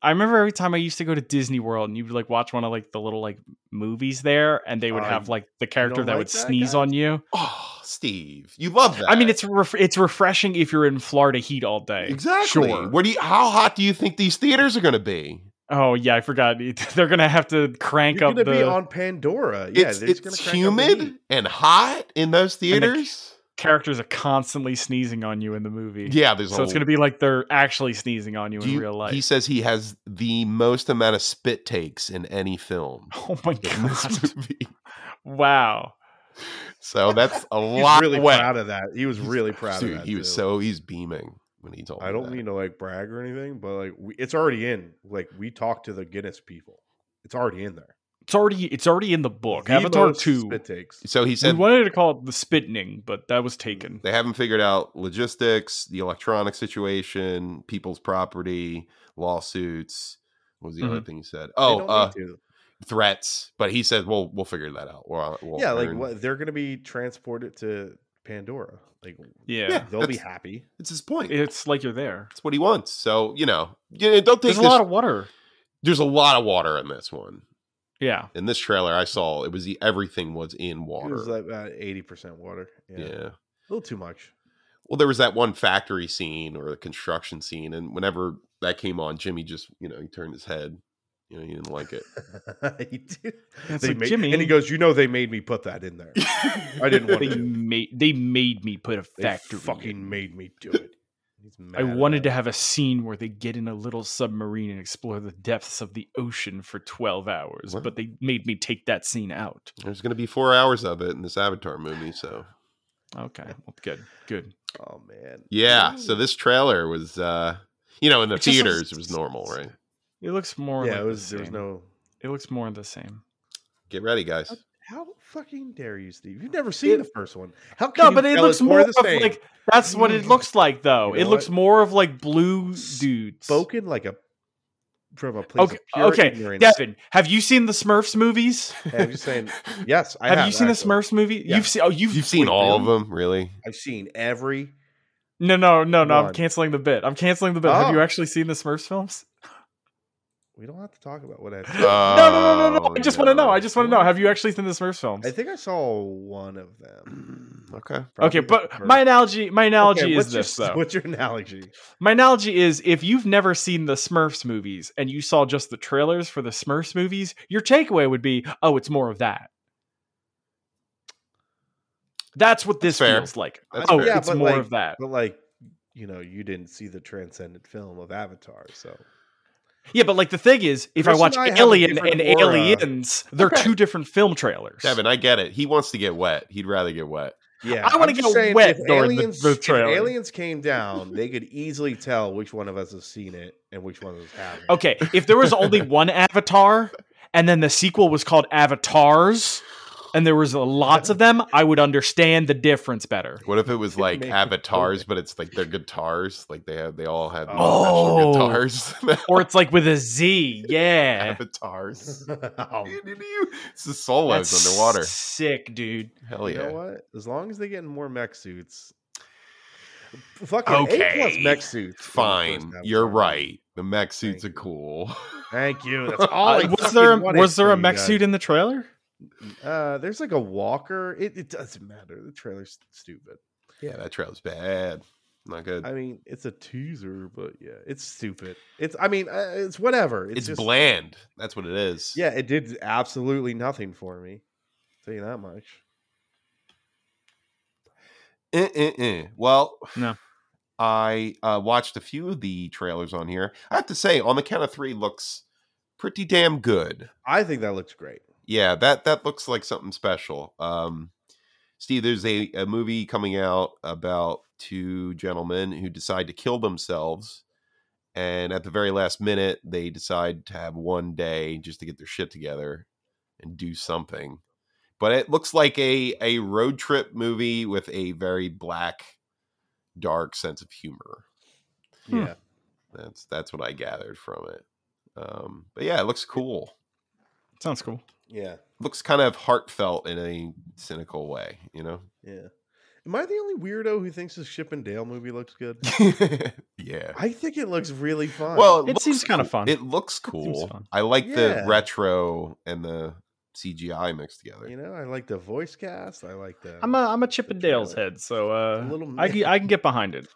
[SPEAKER 3] I remember every time I used to go to Disney World, and you would like watch one of like the little like movies there, and they would
[SPEAKER 1] Oh,
[SPEAKER 3] have
[SPEAKER 1] you-
[SPEAKER 3] like the character
[SPEAKER 1] don't
[SPEAKER 3] that
[SPEAKER 1] like
[SPEAKER 3] would
[SPEAKER 1] that,
[SPEAKER 3] sneeze
[SPEAKER 1] guys?
[SPEAKER 3] on you. (sighs)
[SPEAKER 2] Oh, Steve, you love that.
[SPEAKER 3] I mean, it's ref- it's refreshing if you're in Florida heat all day.
[SPEAKER 2] Exactly.
[SPEAKER 3] Sure.
[SPEAKER 2] Where do you, how hot do you think these theaters are going to be?
[SPEAKER 3] Oh yeah, I forgot. (laughs) They're gonna have to crank
[SPEAKER 1] You're going
[SPEAKER 3] up
[SPEAKER 1] to
[SPEAKER 3] the.
[SPEAKER 1] be on Pandora. Yeah,
[SPEAKER 2] it's
[SPEAKER 1] they're just
[SPEAKER 2] it's
[SPEAKER 1] gonna crank up the
[SPEAKER 2] humid and hot in those theaters.
[SPEAKER 3] characters are constantly sneezing on you in the movie.
[SPEAKER 2] yeah, there's
[SPEAKER 3] So
[SPEAKER 2] a,
[SPEAKER 3] it's gonna be like they're actually sneezing on you
[SPEAKER 2] do
[SPEAKER 3] in
[SPEAKER 2] you-
[SPEAKER 3] real life.
[SPEAKER 2] He says he has the most amount of spit takes in any film.
[SPEAKER 3] (laughs) (laughs) Oh my
[SPEAKER 2] in this
[SPEAKER 3] god!
[SPEAKER 2] movie.
[SPEAKER 3] (laughs) Wow.
[SPEAKER 2] So that's a
[SPEAKER 1] heat. (laughs) He's
[SPEAKER 2] lot.
[SPEAKER 1] really
[SPEAKER 2] of wet.
[SPEAKER 1] proud of that. He was really proud
[SPEAKER 2] Dude,
[SPEAKER 1] of that.
[SPEAKER 2] he was
[SPEAKER 1] too.
[SPEAKER 2] so he's beaming when he told.
[SPEAKER 1] I
[SPEAKER 2] me
[SPEAKER 1] don't
[SPEAKER 2] that.
[SPEAKER 1] mean to like brag or anything, but like we, it's already in. Like we talked to the Guinness people. It's already in there.
[SPEAKER 3] It's already it's already in the book.
[SPEAKER 1] The
[SPEAKER 3] Avatar
[SPEAKER 1] most
[SPEAKER 3] two.
[SPEAKER 1] spit takes.
[SPEAKER 2] So he
[SPEAKER 3] We
[SPEAKER 2] said
[SPEAKER 3] wanted to call it the spitting, but that was taken.
[SPEAKER 2] They haven't figured out logistics, the electronic situation, people's property, lawsuits. What was the
[SPEAKER 3] Mm-hmm.
[SPEAKER 2] other thing he said?
[SPEAKER 1] They
[SPEAKER 2] Oh,
[SPEAKER 1] don't
[SPEAKER 2] uh,
[SPEAKER 1] need to.
[SPEAKER 2] threats. But he said, "We'll we'll figure that out." We'll, we'll
[SPEAKER 1] yeah, like
[SPEAKER 2] learn."
[SPEAKER 1] what they're gonna be transported to Pandora. Like
[SPEAKER 3] Yeah.
[SPEAKER 2] Yeah.
[SPEAKER 1] they'll be
[SPEAKER 2] that's-
[SPEAKER 1] happy.
[SPEAKER 2] It's his point.
[SPEAKER 3] It's like you're there.
[SPEAKER 2] It's what he wants. So you know, yeah, don't think
[SPEAKER 3] There's
[SPEAKER 2] there's
[SPEAKER 3] a lot of water.
[SPEAKER 2] there's a lot of water in this one.
[SPEAKER 3] Yeah.
[SPEAKER 2] In this trailer, I saw it was the, everything was in
[SPEAKER 1] It
[SPEAKER 2] water.
[SPEAKER 1] was like about eighty percent water. Yeah.
[SPEAKER 2] yeah.
[SPEAKER 1] a little too much. (laughs)
[SPEAKER 2] Well, there was that one factory scene or the construction scene, and whenever that came on, Jimmy just you know he turned his head. You know, he didn't like it.
[SPEAKER 1] he did.
[SPEAKER 3] It's
[SPEAKER 1] They
[SPEAKER 3] like,
[SPEAKER 1] made-
[SPEAKER 3] Jimmy.
[SPEAKER 1] and he goes, "You know, they made me put that in
[SPEAKER 3] (laughs)
[SPEAKER 1] there. I didn't want
[SPEAKER 3] They
[SPEAKER 1] to. do it.
[SPEAKER 3] made they made me put a
[SPEAKER 1] They
[SPEAKER 3] factory.
[SPEAKER 1] fucking
[SPEAKER 3] in.
[SPEAKER 1] made me do it." He's mad
[SPEAKER 3] I
[SPEAKER 1] at
[SPEAKER 3] wanted to
[SPEAKER 1] us.
[SPEAKER 3] have a scene where they get in a little submarine and explore the depths of the ocean for 12 hours,
[SPEAKER 2] What?
[SPEAKER 3] but they made me take that scene out.
[SPEAKER 2] There's going to be four hours of it in this Avatar movie. So,
[SPEAKER 3] Okay. Well, good. Good.
[SPEAKER 1] Oh man.
[SPEAKER 2] yeah. So, this trailer was, uh you know, in the
[SPEAKER 3] It just
[SPEAKER 2] theaters,
[SPEAKER 3] was-
[SPEAKER 2] it was normal, right?
[SPEAKER 3] It looks more
[SPEAKER 1] yeah,
[SPEAKER 3] like
[SPEAKER 1] it was,
[SPEAKER 3] the
[SPEAKER 1] there was
[SPEAKER 3] same.
[SPEAKER 1] no.
[SPEAKER 3] It looks more the same.
[SPEAKER 2] Get ready, guys.
[SPEAKER 1] How fucking dare you, Steve? You've never seen
[SPEAKER 3] It-
[SPEAKER 1] the first one. How can
[SPEAKER 3] No,
[SPEAKER 1] you
[SPEAKER 3] but it
[SPEAKER 1] tell
[SPEAKER 3] looks
[SPEAKER 1] it's
[SPEAKER 3] more
[SPEAKER 1] of
[SPEAKER 3] of like that's what it looks like though.
[SPEAKER 1] You
[SPEAKER 3] it
[SPEAKER 1] know
[SPEAKER 3] looks
[SPEAKER 1] what?
[SPEAKER 3] more of like blue dudes.
[SPEAKER 1] spoken like a from a place
[SPEAKER 3] Okay,
[SPEAKER 1] of pure
[SPEAKER 3] okay,
[SPEAKER 1] ignorance.
[SPEAKER 3] Devin, have you seen the Smurfs movies?
[SPEAKER 1] Hey, I'm just saying. Yes, I
[SPEAKER 3] have,
[SPEAKER 1] have.
[SPEAKER 3] you seen
[SPEAKER 1] actually.
[SPEAKER 3] the Smurfs movie?
[SPEAKER 1] Yeah.
[SPEAKER 3] You've seen oh you've,
[SPEAKER 2] You've seen
[SPEAKER 3] wait,
[SPEAKER 2] all
[SPEAKER 3] really?
[SPEAKER 2] of them, really?
[SPEAKER 1] I've seen every.
[SPEAKER 3] No, no, no, no. I'm
[SPEAKER 1] One.
[SPEAKER 3] canceling the bit. I'm canceling the bit. Have
[SPEAKER 1] Oh.
[SPEAKER 3] you actually seen the Smurfs films?
[SPEAKER 1] We don't have to talk about what I've.
[SPEAKER 2] Oh,
[SPEAKER 3] (laughs)
[SPEAKER 1] seen.
[SPEAKER 3] no, no, no, no, no. I just want to know.
[SPEAKER 2] no.
[SPEAKER 3] I just want to know. Have you actually seen the Smurfs films?
[SPEAKER 1] I think I saw one of them.
[SPEAKER 2] Okay.
[SPEAKER 3] Okay,
[SPEAKER 1] Probably the
[SPEAKER 3] but
[SPEAKER 1] first.
[SPEAKER 3] my analogy, my analogy
[SPEAKER 1] Okay,
[SPEAKER 3] is
[SPEAKER 1] what's your-
[SPEAKER 3] this though.
[SPEAKER 1] What's your analogy?
[SPEAKER 3] My analogy is if you've never seen the Smurfs movies and you saw just the trailers for the Smurfs movies, your takeaway would be, oh, it's more of that. That's what this
[SPEAKER 2] fair.
[SPEAKER 3] feels like.
[SPEAKER 2] That's
[SPEAKER 3] oh,
[SPEAKER 2] fair.
[SPEAKER 1] Yeah,
[SPEAKER 3] it's
[SPEAKER 1] but
[SPEAKER 3] more
[SPEAKER 1] like-
[SPEAKER 3] of that.
[SPEAKER 1] But like, you know, you didn't see the transcendent film of Avatar, so
[SPEAKER 3] Yeah, but like the thing is, if
[SPEAKER 1] Chris
[SPEAKER 3] I watch
[SPEAKER 1] and I have a
[SPEAKER 3] Alien
[SPEAKER 1] different
[SPEAKER 3] and
[SPEAKER 1] aura.
[SPEAKER 3] Aliens, they're
[SPEAKER 2] Okay.
[SPEAKER 3] two different film trailers.
[SPEAKER 2] Devin, I get it. He wants to get wet. He'd rather get wet.
[SPEAKER 1] yeah,
[SPEAKER 3] I wanna
[SPEAKER 1] I'm just
[SPEAKER 3] get
[SPEAKER 1] saying,
[SPEAKER 3] wet
[SPEAKER 1] if
[SPEAKER 3] during the- the
[SPEAKER 1] if
[SPEAKER 3] trailer.
[SPEAKER 1] aliens came down, they could easily tell which one of us has seen it and which one of us haven't.
[SPEAKER 3] Okay,
[SPEAKER 2] (laughs)
[SPEAKER 3] if there was only one Avatar and then the sequel was called Avatars and there was lots of them, I would understand the difference better.
[SPEAKER 2] What if it was like
[SPEAKER 1] Make it
[SPEAKER 2] avatars,
[SPEAKER 1] perfect.
[SPEAKER 2] but it's like their guitars? Like they have, they all have these
[SPEAKER 3] Oh.
[SPEAKER 2] special guitars. (laughs)
[SPEAKER 3] Or it's like with a Z, yeah.
[SPEAKER 1] (laughs)
[SPEAKER 2] avatars. (laughs)
[SPEAKER 1] oh,
[SPEAKER 2] It's the solos
[SPEAKER 3] That's
[SPEAKER 2] underwater.
[SPEAKER 3] Sick, dude.
[SPEAKER 2] Hell
[SPEAKER 1] You
[SPEAKER 2] yeah.
[SPEAKER 1] know what? As long as they get more mech suits, fucking A plus
[SPEAKER 2] Okay.
[SPEAKER 1] mech suits. is the first
[SPEAKER 2] Fine,
[SPEAKER 1] Avatar
[SPEAKER 2] you're
[SPEAKER 1] movie.
[SPEAKER 2] right. The mech suits
[SPEAKER 1] Thank
[SPEAKER 2] are cool. (laughs)
[SPEAKER 1] Thank you.
[SPEAKER 3] (laughs)
[SPEAKER 1] That's all. I
[SPEAKER 3] Uh, was there a,
[SPEAKER 1] fucking wanted
[SPEAKER 3] was there a
[SPEAKER 1] from you
[SPEAKER 3] mech
[SPEAKER 1] guys.
[SPEAKER 3] suit in the trailer?
[SPEAKER 1] Uh, there's like a walker. It, it doesn't matter. The trailer's stupid.
[SPEAKER 2] yeah, that trail's bad. Not good.
[SPEAKER 1] I mean, it's a teaser, but yeah, it's stupid. It's. I mean, uh, it's whatever. It's,
[SPEAKER 2] it's
[SPEAKER 1] just,
[SPEAKER 2] bland. That's what it is.
[SPEAKER 1] Yeah, it did absolutely nothing for me. Tell you that much.
[SPEAKER 2] Eh, eh, eh. Well,
[SPEAKER 3] No.
[SPEAKER 2] I uh, watched a few of the trailers on here. I have to say, on the count of three, looks pretty damn good.
[SPEAKER 1] I think that looks great.
[SPEAKER 2] yeah that that looks like something special um steve there's a, a movie coming out about two gentlemen who decide to kill themselves and at the very last minute they decide to have one day just to get their shit together and do something but it looks like a a road trip movie with a very black dark sense of humor
[SPEAKER 3] Hmm.
[SPEAKER 1] Yeah.
[SPEAKER 2] that's that's what i gathered from it um but yeah it looks cool
[SPEAKER 3] Sounds cool.
[SPEAKER 1] Yeah.
[SPEAKER 2] looks kind of heartfelt in a cynical way,
[SPEAKER 1] (laughs)
[SPEAKER 2] you know?
[SPEAKER 1] Yeah. Am I the only weirdo who thinks this Ship and Dale movie looks
[SPEAKER 3] (laughs)
[SPEAKER 1] good?
[SPEAKER 2] yeah.
[SPEAKER 1] I think it looks really fun.
[SPEAKER 2] Well,
[SPEAKER 3] It seems kinda
[SPEAKER 2] cool.
[SPEAKER 3] fun.
[SPEAKER 2] It looks
[SPEAKER 3] seems
[SPEAKER 2] cool.
[SPEAKER 3] fun.
[SPEAKER 2] I like the
[SPEAKER 1] Yeah.
[SPEAKER 2] retro and the CGI mixed together. (laughs)
[SPEAKER 1] you know, I like the voice cast. I like the.
[SPEAKER 3] uh, I'm a I'm a Chip and Dale's
[SPEAKER 1] trailer.
[SPEAKER 3] head, so
[SPEAKER 1] A
[SPEAKER 3] uh,
[SPEAKER 1] little
[SPEAKER 3] I, can- I can get behind it.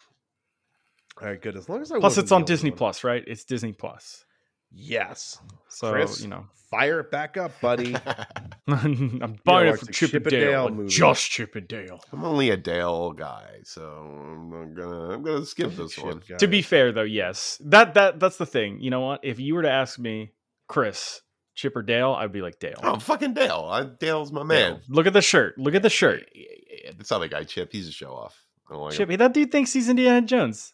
[SPEAKER 1] All right, good. As long as I.
[SPEAKER 3] Plus,
[SPEAKER 1] wasn't
[SPEAKER 3] it's
[SPEAKER 1] the
[SPEAKER 3] on
[SPEAKER 1] only
[SPEAKER 3] Disney
[SPEAKER 1] one.
[SPEAKER 3] Plus, right? It's Disney Plus,
[SPEAKER 1] Yes.
[SPEAKER 3] so
[SPEAKER 1] Chris?
[SPEAKER 3] you know (laughs)
[SPEAKER 1] Fire it back up, buddy.
[SPEAKER 3] I'm buying
[SPEAKER 1] watch
[SPEAKER 3] it for
[SPEAKER 1] the
[SPEAKER 3] Chip and Dale, and
[SPEAKER 1] movie.
[SPEAKER 3] just Chip and Dale.
[SPEAKER 2] I'm only a Dale guy, so I'm gonna I'm gonna skip this
[SPEAKER 1] Shit,
[SPEAKER 2] one.
[SPEAKER 1] guys.
[SPEAKER 3] To be fair, though, yes, that that that's the thing. You know what? If you were to ask me, Chris, Chip or Dale, I'd be like Dale.
[SPEAKER 2] Oh fucking Dale! I, Dale's my
[SPEAKER 3] Dale.
[SPEAKER 2] man.
[SPEAKER 3] Look at the shirt. Look at the shirt.
[SPEAKER 2] Yeah, yeah, yeah. This other guy, Chip, he's a show off. I don't like him.
[SPEAKER 3] Chip, that dude thinks he's Indiana Jones.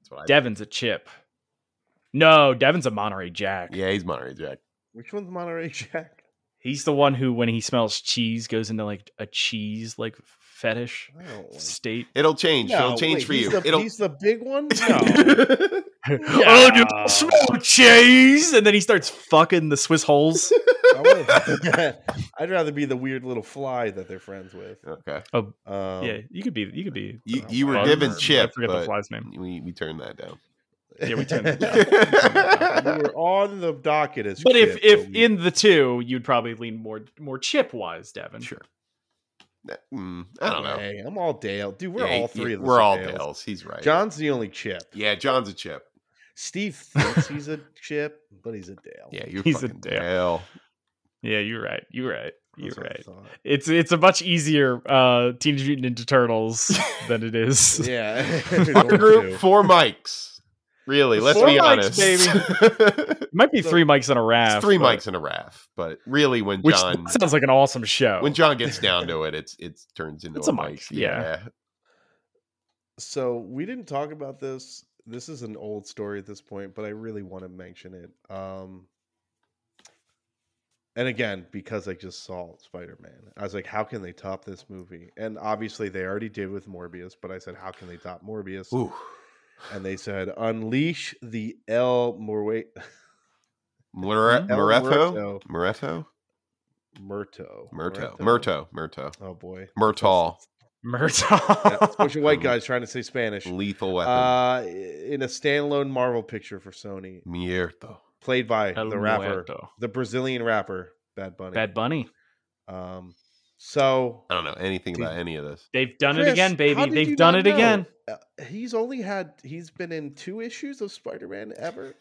[SPEAKER 2] That's what I-
[SPEAKER 3] Devin's a Chip. No, Devin's a Monterey Jack.
[SPEAKER 2] yeah, he's Monterey Jack.
[SPEAKER 1] Which one's Monterey Jack?
[SPEAKER 3] He's the one who, when he smells cheese, goes into like a cheese like fetish
[SPEAKER 1] I don't like.
[SPEAKER 3] state.
[SPEAKER 2] It'll change. It'll
[SPEAKER 1] No,
[SPEAKER 2] change
[SPEAKER 1] wait,
[SPEAKER 2] for
[SPEAKER 1] he's
[SPEAKER 2] you.
[SPEAKER 1] The,
[SPEAKER 2] It'll
[SPEAKER 1] He's the big
[SPEAKER 2] (laughs)
[SPEAKER 1] one.
[SPEAKER 3] (laughs) Oh, dude, I smell cheese, and then he starts fucking the
[SPEAKER 1] (laughs)
[SPEAKER 3] Swiss holes.
[SPEAKER 1] I would- (laughs) I'd rather be the weird little fly that they're friends with.
[SPEAKER 2] okay.
[SPEAKER 1] Um,
[SPEAKER 3] yeah, you could be. You could be.
[SPEAKER 2] You,
[SPEAKER 1] Oh,
[SPEAKER 2] you were
[SPEAKER 1] wow.
[SPEAKER 2] given
[SPEAKER 1] I
[SPEAKER 2] Chip,
[SPEAKER 3] I forget the
[SPEAKER 2] but
[SPEAKER 3] fly's name.
[SPEAKER 2] we we turned that down.
[SPEAKER 3] Yeah, we
[SPEAKER 1] (laughs)
[SPEAKER 3] turned it
[SPEAKER 1] you
[SPEAKER 2] (laughs)
[SPEAKER 1] were on the docket as.
[SPEAKER 3] But if
[SPEAKER 1] Chip,
[SPEAKER 3] if
[SPEAKER 1] but we-
[SPEAKER 3] in the two, you'd probably lean more more chip wise, Devin.
[SPEAKER 2] Sure. That- mm, I don't know.
[SPEAKER 1] Hey, I'm all Dale, dude. We're
[SPEAKER 2] Yeah,
[SPEAKER 1] all
[SPEAKER 2] he-
[SPEAKER 1] three of us.
[SPEAKER 2] We're
[SPEAKER 1] are
[SPEAKER 2] all
[SPEAKER 1] Dales.
[SPEAKER 2] Dales. He's right.
[SPEAKER 1] John's the only Chip.
[SPEAKER 2] Yeah, John's a chip.
[SPEAKER 1] Steve
[SPEAKER 2] (laughs)
[SPEAKER 1] thinks he's a Chip, but he's a Dale.
[SPEAKER 2] Yeah, you're
[SPEAKER 3] He's a
[SPEAKER 2] fucking
[SPEAKER 3] Dale.
[SPEAKER 2] (laughs) Dale.
[SPEAKER 3] Yeah, you're right. You're right.
[SPEAKER 1] That's
[SPEAKER 3] You're
[SPEAKER 1] what I
[SPEAKER 3] right.
[SPEAKER 1] thought.
[SPEAKER 3] It's it's a much easier uh Teenage Mutant
[SPEAKER 1] (laughs)
[SPEAKER 3] Ninja Turtles than
[SPEAKER 2] (laughs)
[SPEAKER 3] it is.
[SPEAKER 1] Yeah. (laughs)
[SPEAKER 2] One group,
[SPEAKER 1] Two.
[SPEAKER 2] four mics. Really, let's
[SPEAKER 3] Four
[SPEAKER 2] be
[SPEAKER 3] mics,
[SPEAKER 2] honest.
[SPEAKER 3] baby.
[SPEAKER 2] (laughs)
[SPEAKER 3] It might be
[SPEAKER 1] So-
[SPEAKER 3] three mics on a
[SPEAKER 2] It's
[SPEAKER 3] raft.
[SPEAKER 2] three
[SPEAKER 3] but-
[SPEAKER 2] mics in a raft, but really, when
[SPEAKER 3] which
[SPEAKER 2] John
[SPEAKER 3] that sounds like an awesome show.
[SPEAKER 2] when John (laughs) gets down to it, it's it turns into
[SPEAKER 3] It's
[SPEAKER 2] a,
[SPEAKER 3] a
[SPEAKER 2] mic.
[SPEAKER 3] mic, yeah.
[SPEAKER 1] so we didn't talk about this. This is an old story at this point, but I really want to mention it. Um, and again, because I just saw Spider Man, I was like, how can they top this movie? And obviously, they already did with Morbius, but I said, how can they top Morbius?
[SPEAKER 2] Ooh,
[SPEAKER 1] And they said, unleash the El Morwe-
[SPEAKER 2] Mure-
[SPEAKER 1] El
[SPEAKER 2] Moretto, Moretto,
[SPEAKER 1] Murto.
[SPEAKER 2] Murto, Murto, Murto,
[SPEAKER 1] Oh, boy.
[SPEAKER 2] Murtal,
[SPEAKER 1] Yeah,
[SPEAKER 3] (laughs)
[SPEAKER 1] it's a
[SPEAKER 3] Murtaugh.
[SPEAKER 1] bunch of white guys trying to say Spanish.
[SPEAKER 2] Lethal Weapon,
[SPEAKER 1] Uh, in a standalone Marvel picture for Sony,
[SPEAKER 2] Mierto.
[SPEAKER 1] played by
[SPEAKER 3] El
[SPEAKER 1] the rapper,
[SPEAKER 3] Muerto.
[SPEAKER 1] the Brazilian rapper Bad Bunny.
[SPEAKER 3] Bad Bunny.
[SPEAKER 1] Um, so
[SPEAKER 2] I don't know anything
[SPEAKER 1] Dude.
[SPEAKER 2] about any of this.
[SPEAKER 3] They've done it
[SPEAKER 1] Chris,
[SPEAKER 3] again,
[SPEAKER 1] how
[SPEAKER 3] baby.
[SPEAKER 1] did you
[SPEAKER 3] They've done
[SPEAKER 1] not
[SPEAKER 3] it
[SPEAKER 1] know?
[SPEAKER 3] again.
[SPEAKER 1] Uh, he's only had he's been in two issues of Spider-Man ever,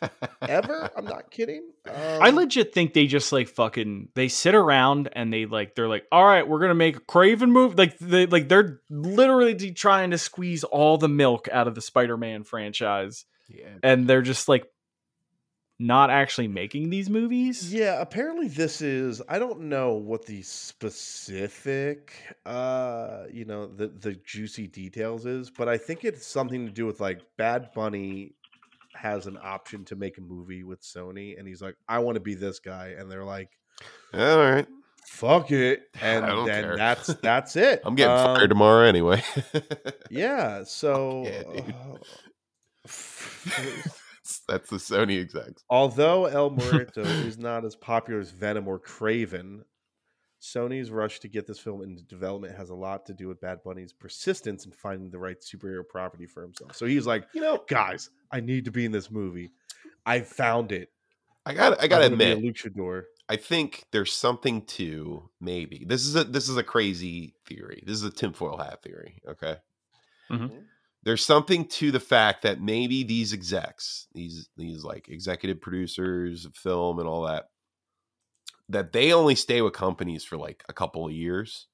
[SPEAKER 2] (laughs)
[SPEAKER 1] ever. I'm not kidding. Um,
[SPEAKER 3] (laughs) I legit think they just like fucking they sit around and they like they're like, all right, we're gonna make a Craven move. Like they like they're literally de- trying to squeeze all the milk out of the Spider-Man franchise,
[SPEAKER 2] yeah.
[SPEAKER 3] and they're just like not actually making these movies.
[SPEAKER 1] Yeah, apparently this is I don't know what the specific uh you know the the juicy details is, but I think it's something to do with like Bad Bunny has an option to make a movie with Sony and he's like I want to be this guy and they're like
[SPEAKER 2] All right.
[SPEAKER 1] fuck it, and
[SPEAKER 2] (laughs) I don't
[SPEAKER 1] then
[SPEAKER 2] care. (laughs)
[SPEAKER 1] that's that's it.
[SPEAKER 2] I'm getting
[SPEAKER 1] Um,
[SPEAKER 2] fired tomorrow anyway. (laughs)
[SPEAKER 1] Yeah, so
[SPEAKER 2] yeah, dude. (laughs)
[SPEAKER 1] uh, (laughs)
[SPEAKER 2] That's the Sony execs.
[SPEAKER 1] although El Muerto is not as popular as Venom or Craven, Sony's rush to get this film into development has a lot to do with Bad Bunny's persistence in finding the right superhero property for himself. So he's like,
[SPEAKER 2] You know,
[SPEAKER 1] guys, I need to be in this movie. I found it.
[SPEAKER 2] I got I got to
[SPEAKER 1] I'm gonna
[SPEAKER 2] admit,
[SPEAKER 1] be a luchador.
[SPEAKER 2] I think there's something to maybe this is a this is a crazy theory. This is a tinfoil hat theory. Okay.
[SPEAKER 1] Mm-hmm.
[SPEAKER 3] Mhm.
[SPEAKER 2] There's something to the fact that maybe these execs, these these like executive producers of film and all that, that they only stay with companies for like a couple of years.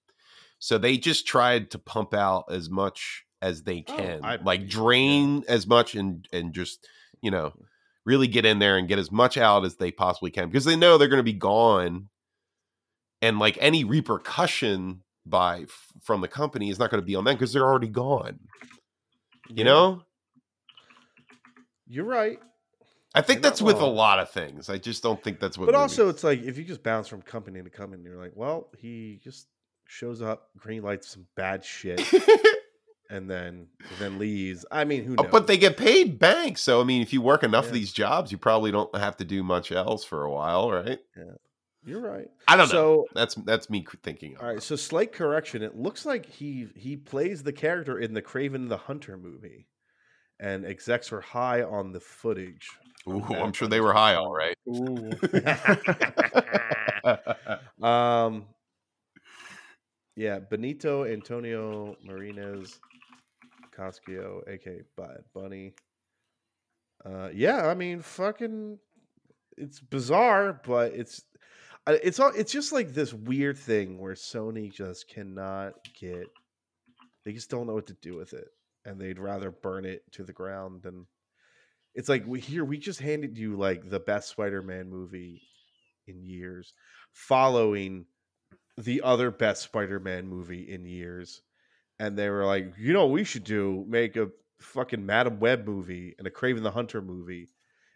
[SPEAKER 2] So they just tried to pump out as much as they
[SPEAKER 1] Oh,
[SPEAKER 2] can.
[SPEAKER 1] I
[SPEAKER 2] like
[SPEAKER 1] believe,
[SPEAKER 2] drain as much and and just, you know,
[SPEAKER 1] Mm-hmm.
[SPEAKER 2] really get in there and get as much out as they possibly can because they know they're going to be gone and like any repercussion by f- from the company is not going to be on them because they're already gone you
[SPEAKER 1] Yeah,
[SPEAKER 2] know
[SPEAKER 1] you're right.
[SPEAKER 2] i think
[SPEAKER 1] They're not
[SPEAKER 2] that's with a
[SPEAKER 1] wrong.
[SPEAKER 2] lot of things i just don't think that's what
[SPEAKER 1] but
[SPEAKER 2] movies- (laughs)
[SPEAKER 1] also it's like if you just bounce from company to company you're like well he just shows up green lights some bad
[SPEAKER 2] (laughs)
[SPEAKER 1] shit and then then leaves i mean who
[SPEAKER 2] Oh,
[SPEAKER 1] knows
[SPEAKER 2] but they get paid bank so i mean if you work enough of
[SPEAKER 1] Yeah.
[SPEAKER 2] these jobs you probably don't have to do much else for a while right
[SPEAKER 1] you're right
[SPEAKER 2] i don't know
[SPEAKER 1] so
[SPEAKER 2] that's that's me c- thinking
[SPEAKER 1] all right so slight correction it looks like he he plays the character in the craven the hunter movie and execs were high on the
[SPEAKER 2] (laughs)
[SPEAKER 1] footage
[SPEAKER 2] Ooh,
[SPEAKER 1] Bad
[SPEAKER 2] i'm sure
[SPEAKER 1] Bunny.
[SPEAKER 2] they were high all right (laughs)
[SPEAKER 1] um yeah benito antonio marines cascio aka bad bunny uh yeah i mean fucking it's bizarre but it's I- it's all it's just like this weird thing where sony just cannot get they just don't know what to do with it and they'd rather burn it to the ground than it's like we here we just handed you like the best spider-man movie in years following the other best spider-man movie in years and they were like you know what we should do make a fucking madam web movie and a craven the hunter movie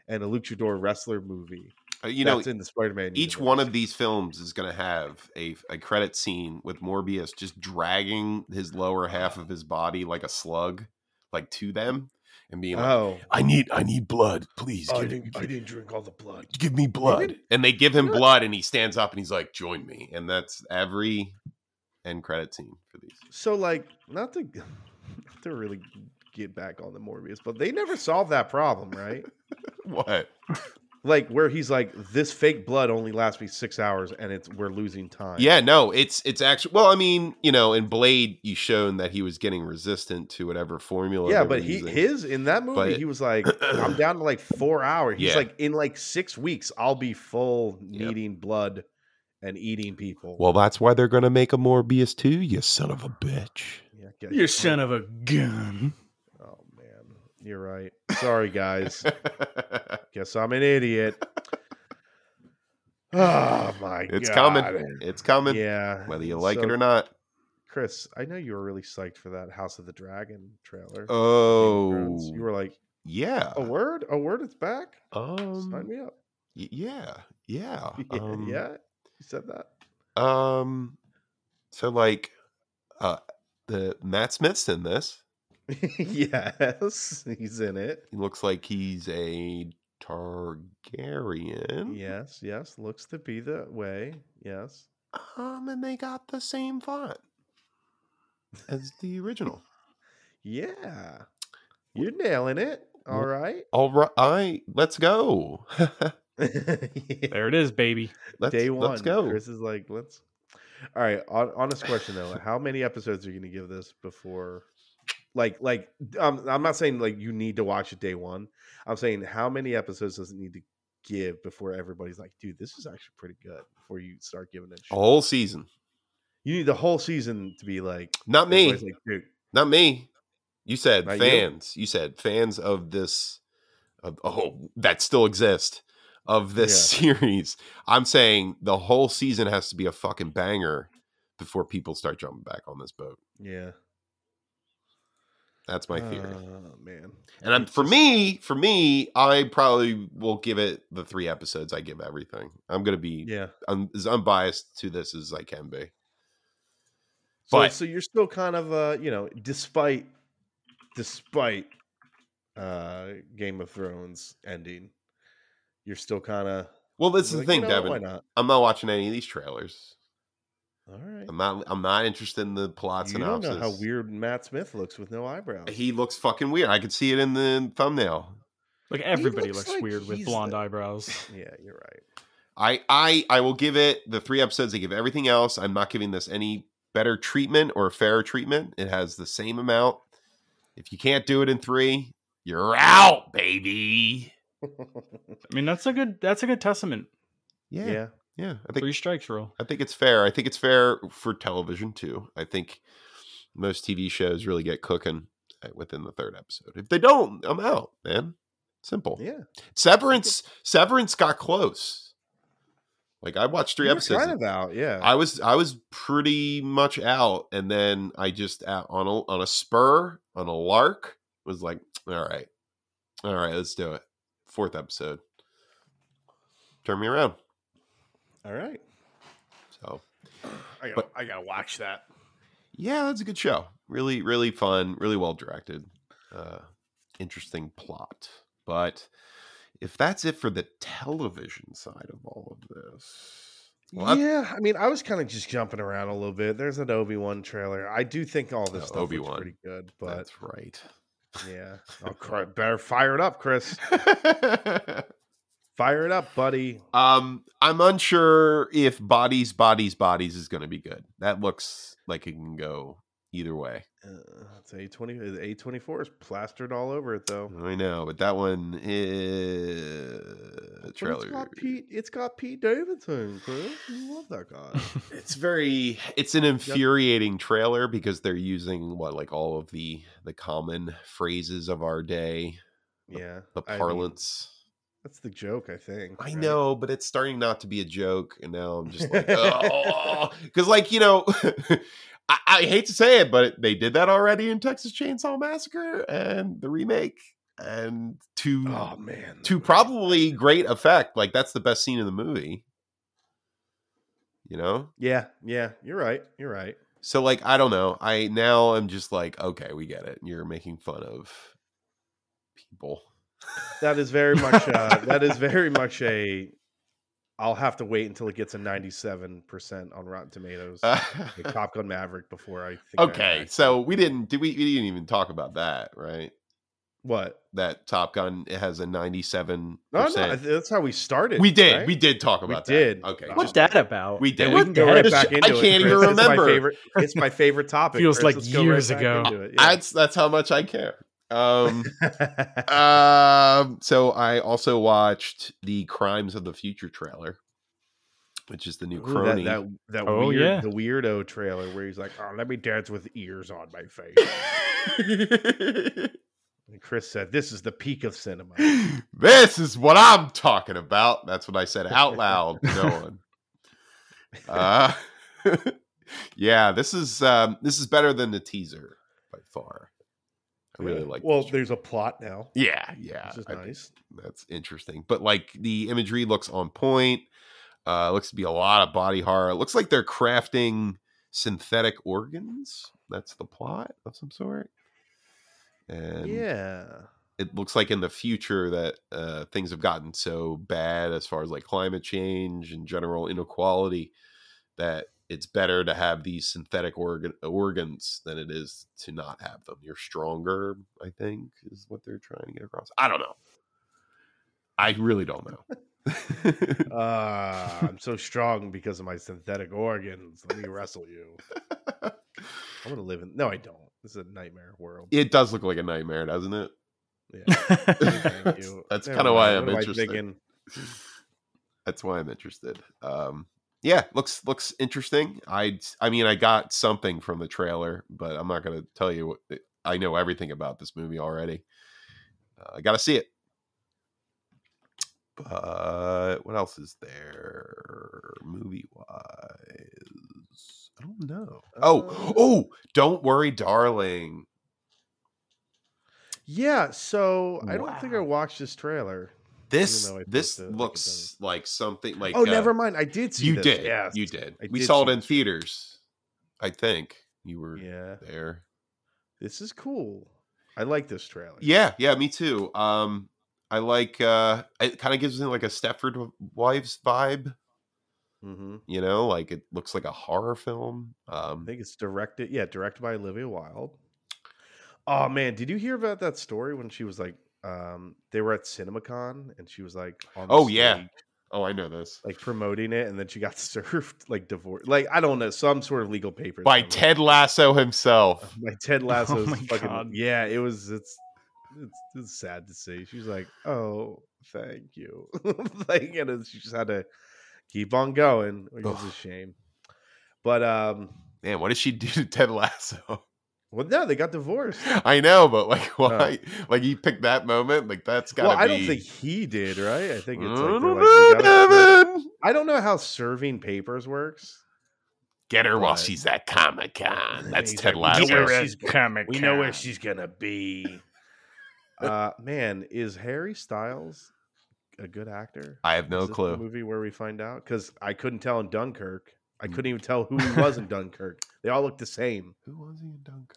[SPEAKER 1] and a luchador wrestler movie
[SPEAKER 2] Uh, you know
[SPEAKER 1] that's in the spider-man
[SPEAKER 2] each
[SPEAKER 1] universe.
[SPEAKER 2] one of these films is going to have a, a credit scene with morbius just dragging his lower half of his body like a slug like to them and being like
[SPEAKER 1] oh
[SPEAKER 2] i need i need blood please
[SPEAKER 1] I
[SPEAKER 2] give,
[SPEAKER 1] didn't, I didn't drink all the blood
[SPEAKER 2] give me blood and they give him blood and he stands up and he's like join me and that's every end credit scene for these
[SPEAKER 1] so like not to (laughs) not to really get back on the morbius but they never solved that problem
[SPEAKER 2] (laughs)
[SPEAKER 1] right
[SPEAKER 2] what
[SPEAKER 1] like where he's like this fake blood only lasts me six hours and it's we're losing time
[SPEAKER 2] yeah no it's it's actually well i mean you know in blade you shown that he was getting resistant to whatever formula
[SPEAKER 1] yeah
[SPEAKER 2] they were
[SPEAKER 1] but he
[SPEAKER 2] using.
[SPEAKER 1] his in that movie
[SPEAKER 2] But-
[SPEAKER 1] he was like i'm down to like four hours he's
[SPEAKER 2] Yeah.
[SPEAKER 1] like in like six weeks i'll be full
[SPEAKER 2] Yep.
[SPEAKER 1] needing blood and eating people
[SPEAKER 2] Well, that's why they're going to make a Morbius 2, you son of a bitch.
[SPEAKER 1] yeah, get-
[SPEAKER 3] You son of a gun.
[SPEAKER 1] (laughs) oh man you're right sorry guys guess i'm an
[SPEAKER 2] (laughs)
[SPEAKER 1] idiot oh my god
[SPEAKER 2] (laughs) it's coming. It's coming.
[SPEAKER 1] yeah
[SPEAKER 2] Whether you like
[SPEAKER 1] So,
[SPEAKER 2] it or not.
[SPEAKER 1] chris i know you were really psyched for that house of the dragon trailer
[SPEAKER 2] Oh,
[SPEAKER 1] Thrones. you were like
[SPEAKER 2] yeah.
[SPEAKER 1] a word a word it's back sign
[SPEAKER 2] Um,
[SPEAKER 1] me up (laughs)
[SPEAKER 2] y- yeah. Yeah.
[SPEAKER 1] yeah,
[SPEAKER 2] Um,
[SPEAKER 1] yeah you said that
[SPEAKER 2] Um, so, like, uh, the Matt Smith's in this.
[SPEAKER 1] (laughs) yes he's in it
[SPEAKER 2] He looks like he's a Targaryen.
[SPEAKER 1] yes yes looks to be the way yes
[SPEAKER 2] Um, and they got the same font
[SPEAKER 1] (laughs)
[SPEAKER 2] as the original.
[SPEAKER 1] yeah you're nailing it all
[SPEAKER 2] Wh-
[SPEAKER 1] right (laughs)
[SPEAKER 2] All right. Let's go. (laughs)
[SPEAKER 3] There it is, baby.
[SPEAKER 2] let's,
[SPEAKER 1] day one
[SPEAKER 2] Let's go.
[SPEAKER 1] chris is like let's all right hon- honest question though how many episodes are you gonna give this before like like um, i'm not saying like you need to watch it day one i'm saying how many episodes does it need to give before everybody's like dude this is actually pretty good before you start giving it a
[SPEAKER 2] A
[SPEAKER 1] shot?
[SPEAKER 2] whole season.
[SPEAKER 1] you need the whole season to be like
[SPEAKER 2] Not me.
[SPEAKER 1] everybody's like, dude
[SPEAKER 2] Not me. You said
[SPEAKER 1] Not you.
[SPEAKER 2] fans. You. said fans of this. Of, oh, that still exist of this series. I'm saying the whole season has to be a fucking banger before people start jumping back on this boat.
[SPEAKER 1] yeah
[SPEAKER 2] That's my theory.
[SPEAKER 1] Oh, man.
[SPEAKER 2] and I'm, for me, for me, I probably will give it the three episodes I give everything. I'm gonna be
[SPEAKER 1] Yeah.
[SPEAKER 2] un- as unbiased to this as I can be.
[SPEAKER 1] So,
[SPEAKER 2] But-
[SPEAKER 1] so you're still kind of uh, you know, despite despite uh Game of Thrones ending, you're still kind of
[SPEAKER 2] Well, that's the thing,
[SPEAKER 1] Why
[SPEAKER 2] Devin.
[SPEAKER 1] not?
[SPEAKER 2] I'm not watching any of these trailers.
[SPEAKER 1] All right.
[SPEAKER 2] I'm not. I'm not interested in the plot
[SPEAKER 1] you don't
[SPEAKER 2] synopsis. Uh,
[SPEAKER 1] know how weird Matt Smith looks with no eyebrows.
[SPEAKER 2] He looks fucking weird. I could see it in the thumbnail.
[SPEAKER 3] Like everybody
[SPEAKER 1] looks
[SPEAKER 3] looks,
[SPEAKER 1] like
[SPEAKER 3] weird with
[SPEAKER 1] he's
[SPEAKER 3] blonde
[SPEAKER 1] the-
[SPEAKER 3] eyebrows.
[SPEAKER 1] yeah, you're right.
[SPEAKER 2] I I I will give it the three episodes. I give everything else. I'm not giving this any better treatment or fairer treatment. It has the same amount. If you can't do it in three, you're out, baby.
[SPEAKER 1] (laughs)
[SPEAKER 3] I mean, that's a good that's a good testament.
[SPEAKER 1] yeah.
[SPEAKER 2] Yeah, yeah. I think
[SPEAKER 3] Three strikes rule.
[SPEAKER 2] I think it's fair. I think it's fair for television too. I think most TV shows really get cooking uh, within the third episode. If they don't, I'm out, man. Simple.
[SPEAKER 1] Yeah.
[SPEAKER 2] Severance. Severance got close. Like I watched three
[SPEAKER 1] You were
[SPEAKER 2] episodes.
[SPEAKER 1] Kind of out, yeah.
[SPEAKER 2] I was I was pretty much out, and then I just uh, on a on a spur on a lark was like, all right, all right, let's do it. Fourth episode, turn me around.
[SPEAKER 1] All right.
[SPEAKER 2] So
[SPEAKER 1] I gotta,
[SPEAKER 2] But-
[SPEAKER 1] I gotta watch that.
[SPEAKER 2] yeah, that's a good show. Really, really fun. Really well directed. Uh, interesting plot. But if that's it for the television side of all of this, well, that's-
[SPEAKER 1] yeah, I mean, I was kind of just jumping around a little bit. There's an Obi Wan trailer. I do think all this
[SPEAKER 2] Oh,
[SPEAKER 1] stuff Obi-Wan.
[SPEAKER 2] Obi-Wan.
[SPEAKER 1] pretty good, but
[SPEAKER 2] that's right. (laughs)
[SPEAKER 1] yeah, oh, cri- better fire it up, Chris. Fire it up, buddy.
[SPEAKER 2] Um, I'm unsure if bodies, bodies, bodies is going to be good. That looks like it can go either way.
[SPEAKER 1] Uh, it's a twenty. A twenty four is plastered all over it though.
[SPEAKER 2] I know, but that one is
[SPEAKER 1] But
[SPEAKER 2] trailer.
[SPEAKER 1] It's got Pete. It's got Pete Davidson, Chris. You love that
[SPEAKER 2] (laughs)
[SPEAKER 1] guy.
[SPEAKER 2] It's very. It's an infuriating trailer because they're using what, like all of the the common phrases of our day,
[SPEAKER 1] Yeah,
[SPEAKER 2] the
[SPEAKER 1] I mean,
[SPEAKER 2] parlance.
[SPEAKER 1] that's the joke, I think.
[SPEAKER 2] I
[SPEAKER 1] right?
[SPEAKER 2] know, but it's starting not to be a joke, and now I'm
[SPEAKER 1] (laughs)
[SPEAKER 2] just like, oh, because like you know, (laughs) I, I hate to say it, but they did that already in Texas Chainsaw Massacre and the remake, and to
[SPEAKER 1] Oh man,
[SPEAKER 2] to probably great effect. Like that's the best scene in the movie. You know,
[SPEAKER 1] Yeah, yeah. You're right. You're right.
[SPEAKER 2] so like I don't know. I now I'm just like, okay, we get it. You're making fun of people.
[SPEAKER 1] That is very much. Uh,
[SPEAKER 2] (laughs)
[SPEAKER 1] that is very much a. I'll have to wait until it gets a ninety-seven percent on Rotten Tomatoes.
[SPEAKER 2] (laughs)
[SPEAKER 1] the Top Gun Maverick before I. Think I
[SPEAKER 2] Uh, okay,
[SPEAKER 1] actually-
[SPEAKER 2] so we didn't. Did we? We didn't even talk about that, right?
[SPEAKER 1] what?
[SPEAKER 2] that Top Gun has a 97
[SPEAKER 1] No, no. I- That's how we started.
[SPEAKER 2] we did.
[SPEAKER 1] right?
[SPEAKER 2] We did talk
[SPEAKER 1] We
[SPEAKER 2] about
[SPEAKER 1] did. uh,
[SPEAKER 2] that. Okay.
[SPEAKER 1] What's
[SPEAKER 2] just-
[SPEAKER 3] What's that about?
[SPEAKER 2] We did.
[SPEAKER 1] And
[SPEAKER 2] What
[SPEAKER 1] we can go
[SPEAKER 2] the
[SPEAKER 1] right
[SPEAKER 2] heck?
[SPEAKER 1] back
[SPEAKER 2] I
[SPEAKER 1] into it.
[SPEAKER 2] can't even
[SPEAKER 1] Chris. It's
[SPEAKER 2] remember.
[SPEAKER 1] my favorite, it's
[SPEAKER 3] (laughs)
[SPEAKER 1] my favorite topic.
[SPEAKER 3] Feels
[SPEAKER 1] Chris.
[SPEAKER 3] like
[SPEAKER 1] Let's go
[SPEAKER 3] years
[SPEAKER 1] back
[SPEAKER 3] ago.
[SPEAKER 1] into it,
[SPEAKER 2] That's that's how much I care.
[SPEAKER 1] (laughs)
[SPEAKER 2] Um
[SPEAKER 1] yeah.
[SPEAKER 2] um so I also watched the Crimes of the Future trailer, which is the new
[SPEAKER 1] Ooh, that
[SPEAKER 2] crony.
[SPEAKER 1] that, that
[SPEAKER 3] Oh,
[SPEAKER 1] weird,
[SPEAKER 3] yeah.
[SPEAKER 1] the weirdo trailer where he's like, "Oh, let me dance with ears on my face."
[SPEAKER 2] (laughs)
[SPEAKER 1] And Chris said, "This is the peak of cinema."
[SPEAKER 2] this is what I'm talking about. That's what I said
[SPEAKER 1] (laughs)
[SPEAKER 2] out loud to no one. Uh, (laughs) yeah, this is um, this is better than the teaser by far. I really
[SPEAKER 1] Yeah.
[SPEAKER 2] like.
[SPEAKER 1] Well,
[SPEAKER 2] this.
[SPEAKER 1] there's a plot now,
[SPEAKER 2] yeah, yeah,
[SPEAKER 1] which is
[SPEAKER 2] I think
[SPEAKER 1] nice.
[SPEAKER 2] that's interesting. But like the imagery looks on point. Uh, looks to be a lot of body horror. It looks like they're crafting synthetic organs. That's the plot of some sort. And
[SPEAKER 1] yeah,
[SPEAKER 2] it looks like in the future that uh, things have gotten so bad as far as like climate change and general inequality that it's better to have these synthetic organ- organs than it is to not have them. You're stronger, I think, is what they're trying to get across. I don't know. I really don't know. (laughs)
[SPEAKER 1] uh, I'm so strong because of my synthetic organs. Let me wrestle you. I want to live in. No, I don't. This is a nightmare world.
[SPEAKER 2] it does look like a nightmare, doesn't it?
[SPEAKER 1] Yeah.
[SPEAKER 2] (laughs)
[SPEAKER 1] Thank
[SPEAKER 2] that's
[SPEAKER 1] you.
[SPEAKER 2] that's
[SPEAKER 1] Never
[SPEAKER 2] kind of why
[SPEAKER 1] mind.
[SPEAKER 2] I'm
[SPEAKER 1] What am I
[SPEAKER 2] interested.
[SPEAKER 1] thinking?
[SPEAKER 2] that's why I'm interested. Um, yeah, looks looks interesting. I I mean, I got something from the trailer, but I'm not going to tell you. What, eh, I know everything about this movie already. Uh, I got to see it. But what else is there movie wise? I don't know. Oh,
[SPEAKER 1] Uh,
[SPEAKER 2] oh, don't worry, darling.
[SPEAKER 1] Yeah, so I don't think I
[SPEAKER 3] Wow.
[SPEAKER 1] watched this trailer.
[SPEAKER 2] This
[SPEAKER 1] though I
[SPEAKER 2] this
[SPEAKER 1] posted it, I think
[SPEAKER 2] looks like something like
[SPEAKER 1] oh,
[SPEAKER 2] uh,
[SPEAKER 1] never mind. I did see
[SPEAKER 2] You
[SPEAKER 1] this.
[SPEAKER 2] did,
[SPEAKER 1] Yes.
[SPEAKER 2] you did.
[SPEAKER 1] I
[SPEAKER 2] we
[SPEAKER 1] did
[SPEAKER 2] saw it
[SPEAKER 1] see
[SPEAKER 2] in theaters. I think you were
[SPEAKER 1] Yeah.
[SPEAKER 2] there.
[SPEAKER 1] This is cool. I like this trailer.
[SPEAKER 2] Yeah, yeah, me too. Um, I like. uh It kind of gives me like a Stepford Wives vibe.
[SPEAKER 1] hmm
[SPEAKER 2] You know, like it looks like a horror film.
[SPEAKER 1] I
[SPEAKER 2] Um,
[SPEAKER 1] think it's directed. Yeah, directed by Olivia Wilde. Oh man, did you hear about that story when she was like, um, they were at CinemaCon and she was like, on the
[SPEAKER 2] Oh, yeah.
[SPEAKER 1] stage,
[SPEAKER 2] oh, I know this
[SPEAKER 1] like promoting it, and then she got (laughs) served like divorce, like I don't know, some sort of legal papers
[SPEAKER 2] by
[SPEAKER 1] from it.
[SPEAKER 2] Ted Oh Lasso
[SPEAKER 1] (laughs)
[SPEAKER 2] himself.
[SPEAKER 1] by
[SPEAKER 2] (laughs)
[SPEAKER 1] Ted Lasso's
[SPEAKER 3] my
[SPEAKER 1] fucking
[SPEAKER 3] God.
[SPEAKER 1] yeah, it was it's, it's it's sad to see. She's like, "Oh, thank you." (laughs) like and it's, she just had to keep on going, which is a
[SPEAKER 2] Ugh.
[SPEAKER 1] shame. But um
[SPEAKER 2] Man, what did she do to Ted Lasso? (laughs)
[SPEAKER 1] well no, they got divorced.
[SPEAKER 2] I know, but like, (laughs) why? Like, you picked that moment. Like, that's gotta
[SPEAKER 1] Well,
[SPEAKER 2] be.
[SPEAKER 1] I don't think he did, right? I think it's
[SPEAKER 2] I
[SPEAKER 1] like, they're
[SPEAKER 2] don't
[SPEAKER 1] like, "You
[SPEAKER 2] know,
[SPEAKER 1] gotta serve-"
[SPEAKER 2] Devin!
[SPEAKER 1] I don't know how serving papers works.
[SPEAKER 2] Get her while
[SPEAKER 1] But-
[SPEAKER 2] she's at Comic Con. That's
[SPEAKER 1] He's
[SPEAKER 2] Ted
[SPEAKER 1] like,
[SPEAKER 2] Lasso.
[SPEAKER 1] "Get her
[SPEAKER 3] she's comic.
[SPEAKER 1] she's gonna be. (laughs) uh man, is Harry Styles a good actor?
[SPEAKER 2] I have no
[SPEAKER 1] Is this the
[SPEAKER 2] clue.
[SPEAKER 1] movie where we find out because I couldn't tell in Dunkirk. I
[SPEAKER 2] Mm.
[SPEAKER 1] couldn't even tell who he was in Dunkirk. They all look the
[SPEAKER 2] (laughs)
[SPEAKER 1] same.
[SPEAKER 2] Who was he in Dunkirk?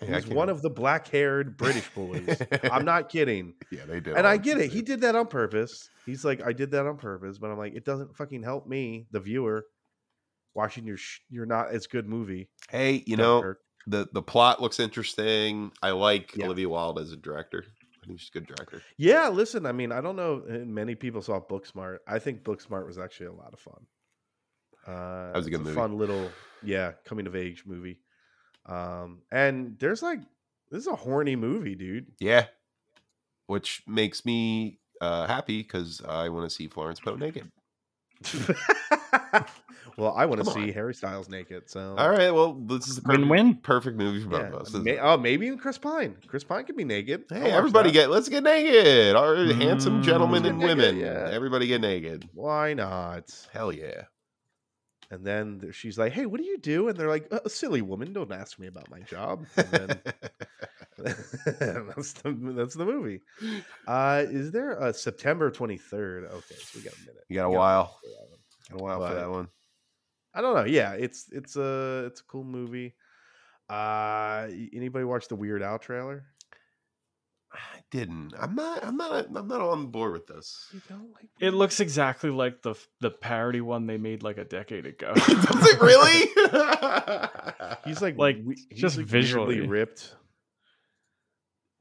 [SPEAKER 1] He's one of the black-haired British
[SPEAKER 2] (laughs)
[SPEAKER 1] boys. I'm not kidding,
[SPEAKER 2] Yeah, they did.
[SPEAKER 1] and
[SPEAKER 2] all
[SPEAKER 1] I
[SPEAKER 2] that
[SPEAKER 1] get
[SPEAKER 2] shit
[SPEAKER 1] it. He
[SPEAKER 2] there.
[SPEAKER 1] did that on purpose. He's like, I did that on purpose, but I'm like, it doesn't fucking help me, the viewer, watching your sh- your not as good movie.
[SPEAKER 2] (laughs) Hey, you know
[SPEAKER 1] Dunkirk.
[SPEAKER 2] the the plot looks interesting. I like
[SPEAKER 1] Yeah.
[SPEAKER 2] Olivia Wilde as a director. I think she's a good director.
[SPEAKER 1] yeah. Listen, I mean, I don't know. uh, Many people saw Booksmart. I think Booksmart was actually a lot of fun. Uh,
[SPEAKER 2] That was a
[SPEAKER 1] it's
[SPEAKER 2] good movie.
[SPEAKER 1] fun little yeah coming of age movie. Um, and there's like this is a horny movie, dude. (laughs)
[SPEAKER 2] Yeah, which makes me uh, happy because I want to see Florence Poe naked.
[SPEAKER 1] well, I want to
[SPEAKER 2] Come
[SPEAKER 1] see
[SPEAKER 2] on.
[SPEAKER 1] Harry Styles naked. So
[SPEAKER 2] All right, well, this is the perfect,
[SPEAKER 3] Win-win.
[SPEAKER 2] perfect movie for both
[SPEAKER 1] yeah.
[SPEAKER 2] of us. isn't
[SPEAKER 1] May-
[SPEAKER 2] it?
[SPEAKER 1] oh, maybe even Chris Pine. Chris Pine can be naked. I'll
[SPEAKER 2] Hey,
[SPEAKER 1] watch
[SPEAKER 2] everybody
[SPEAKER 1] that.
[SPEAKER 2] get let's get naked. Our handsome
[SPEAKER 3] Mm.
[SPEAKER 2] gentlemen
[SPEAKER 1] Let's
[SPEAKER 2] and
[SPEAKER 1] get naked,
[SPEAKER 2] women.
[SPEAKER 1] yeah.
[SPEAKER 2] Everybody get naked.
[SPEAKER 1] Why not?
[SPEAKER 2] Hell yeah.
[SPEAKER 1] And then th- she's like, "Hey, what do you do?" And they're like, uh, "Silly woman, don't ask me about my job." And
[SPEAKER 2] (laughs)
[SPEAKER 1] then (laughs) that's the that's the movie. Uh, is there a September twenty third? Okay, so we got a minute.
[SPEAKER 2] you got a
[SPEAKER 1] Yeah.
[SPEAKER 2] while.
[SPEAKER 1] for that one.
[SPEAKER 2] Got a while
[SPEAKER 1] But-
[SPEAKER 2] for that one.
[SPEAKER 1] I don't know. Yeah, it's it's a it's a cool movie. Uh, y- anybody watch the Weird Al trailer?
[SPEAKER 2] I didn't. I'm not I'm not I'm not on board with this.
[SPEAKER 1] You don't like
[SPEAKER 3] It looks exactly like the the parody one they made like a
[SPEAKER 1] (laughs)
[SPEAKER 3] decade ago.
[SPEAKER 2] (laughs) Does it really? (laughs)
[SPEAKER 1] He's like
[SPEAKER 3] Like,
[SPEAKER 1] we-
[SPEAKER 3] just
[SPEAKER 1] like, weirdly
[SPEAKER 3] visually.
[SPEAKER 1] ripped.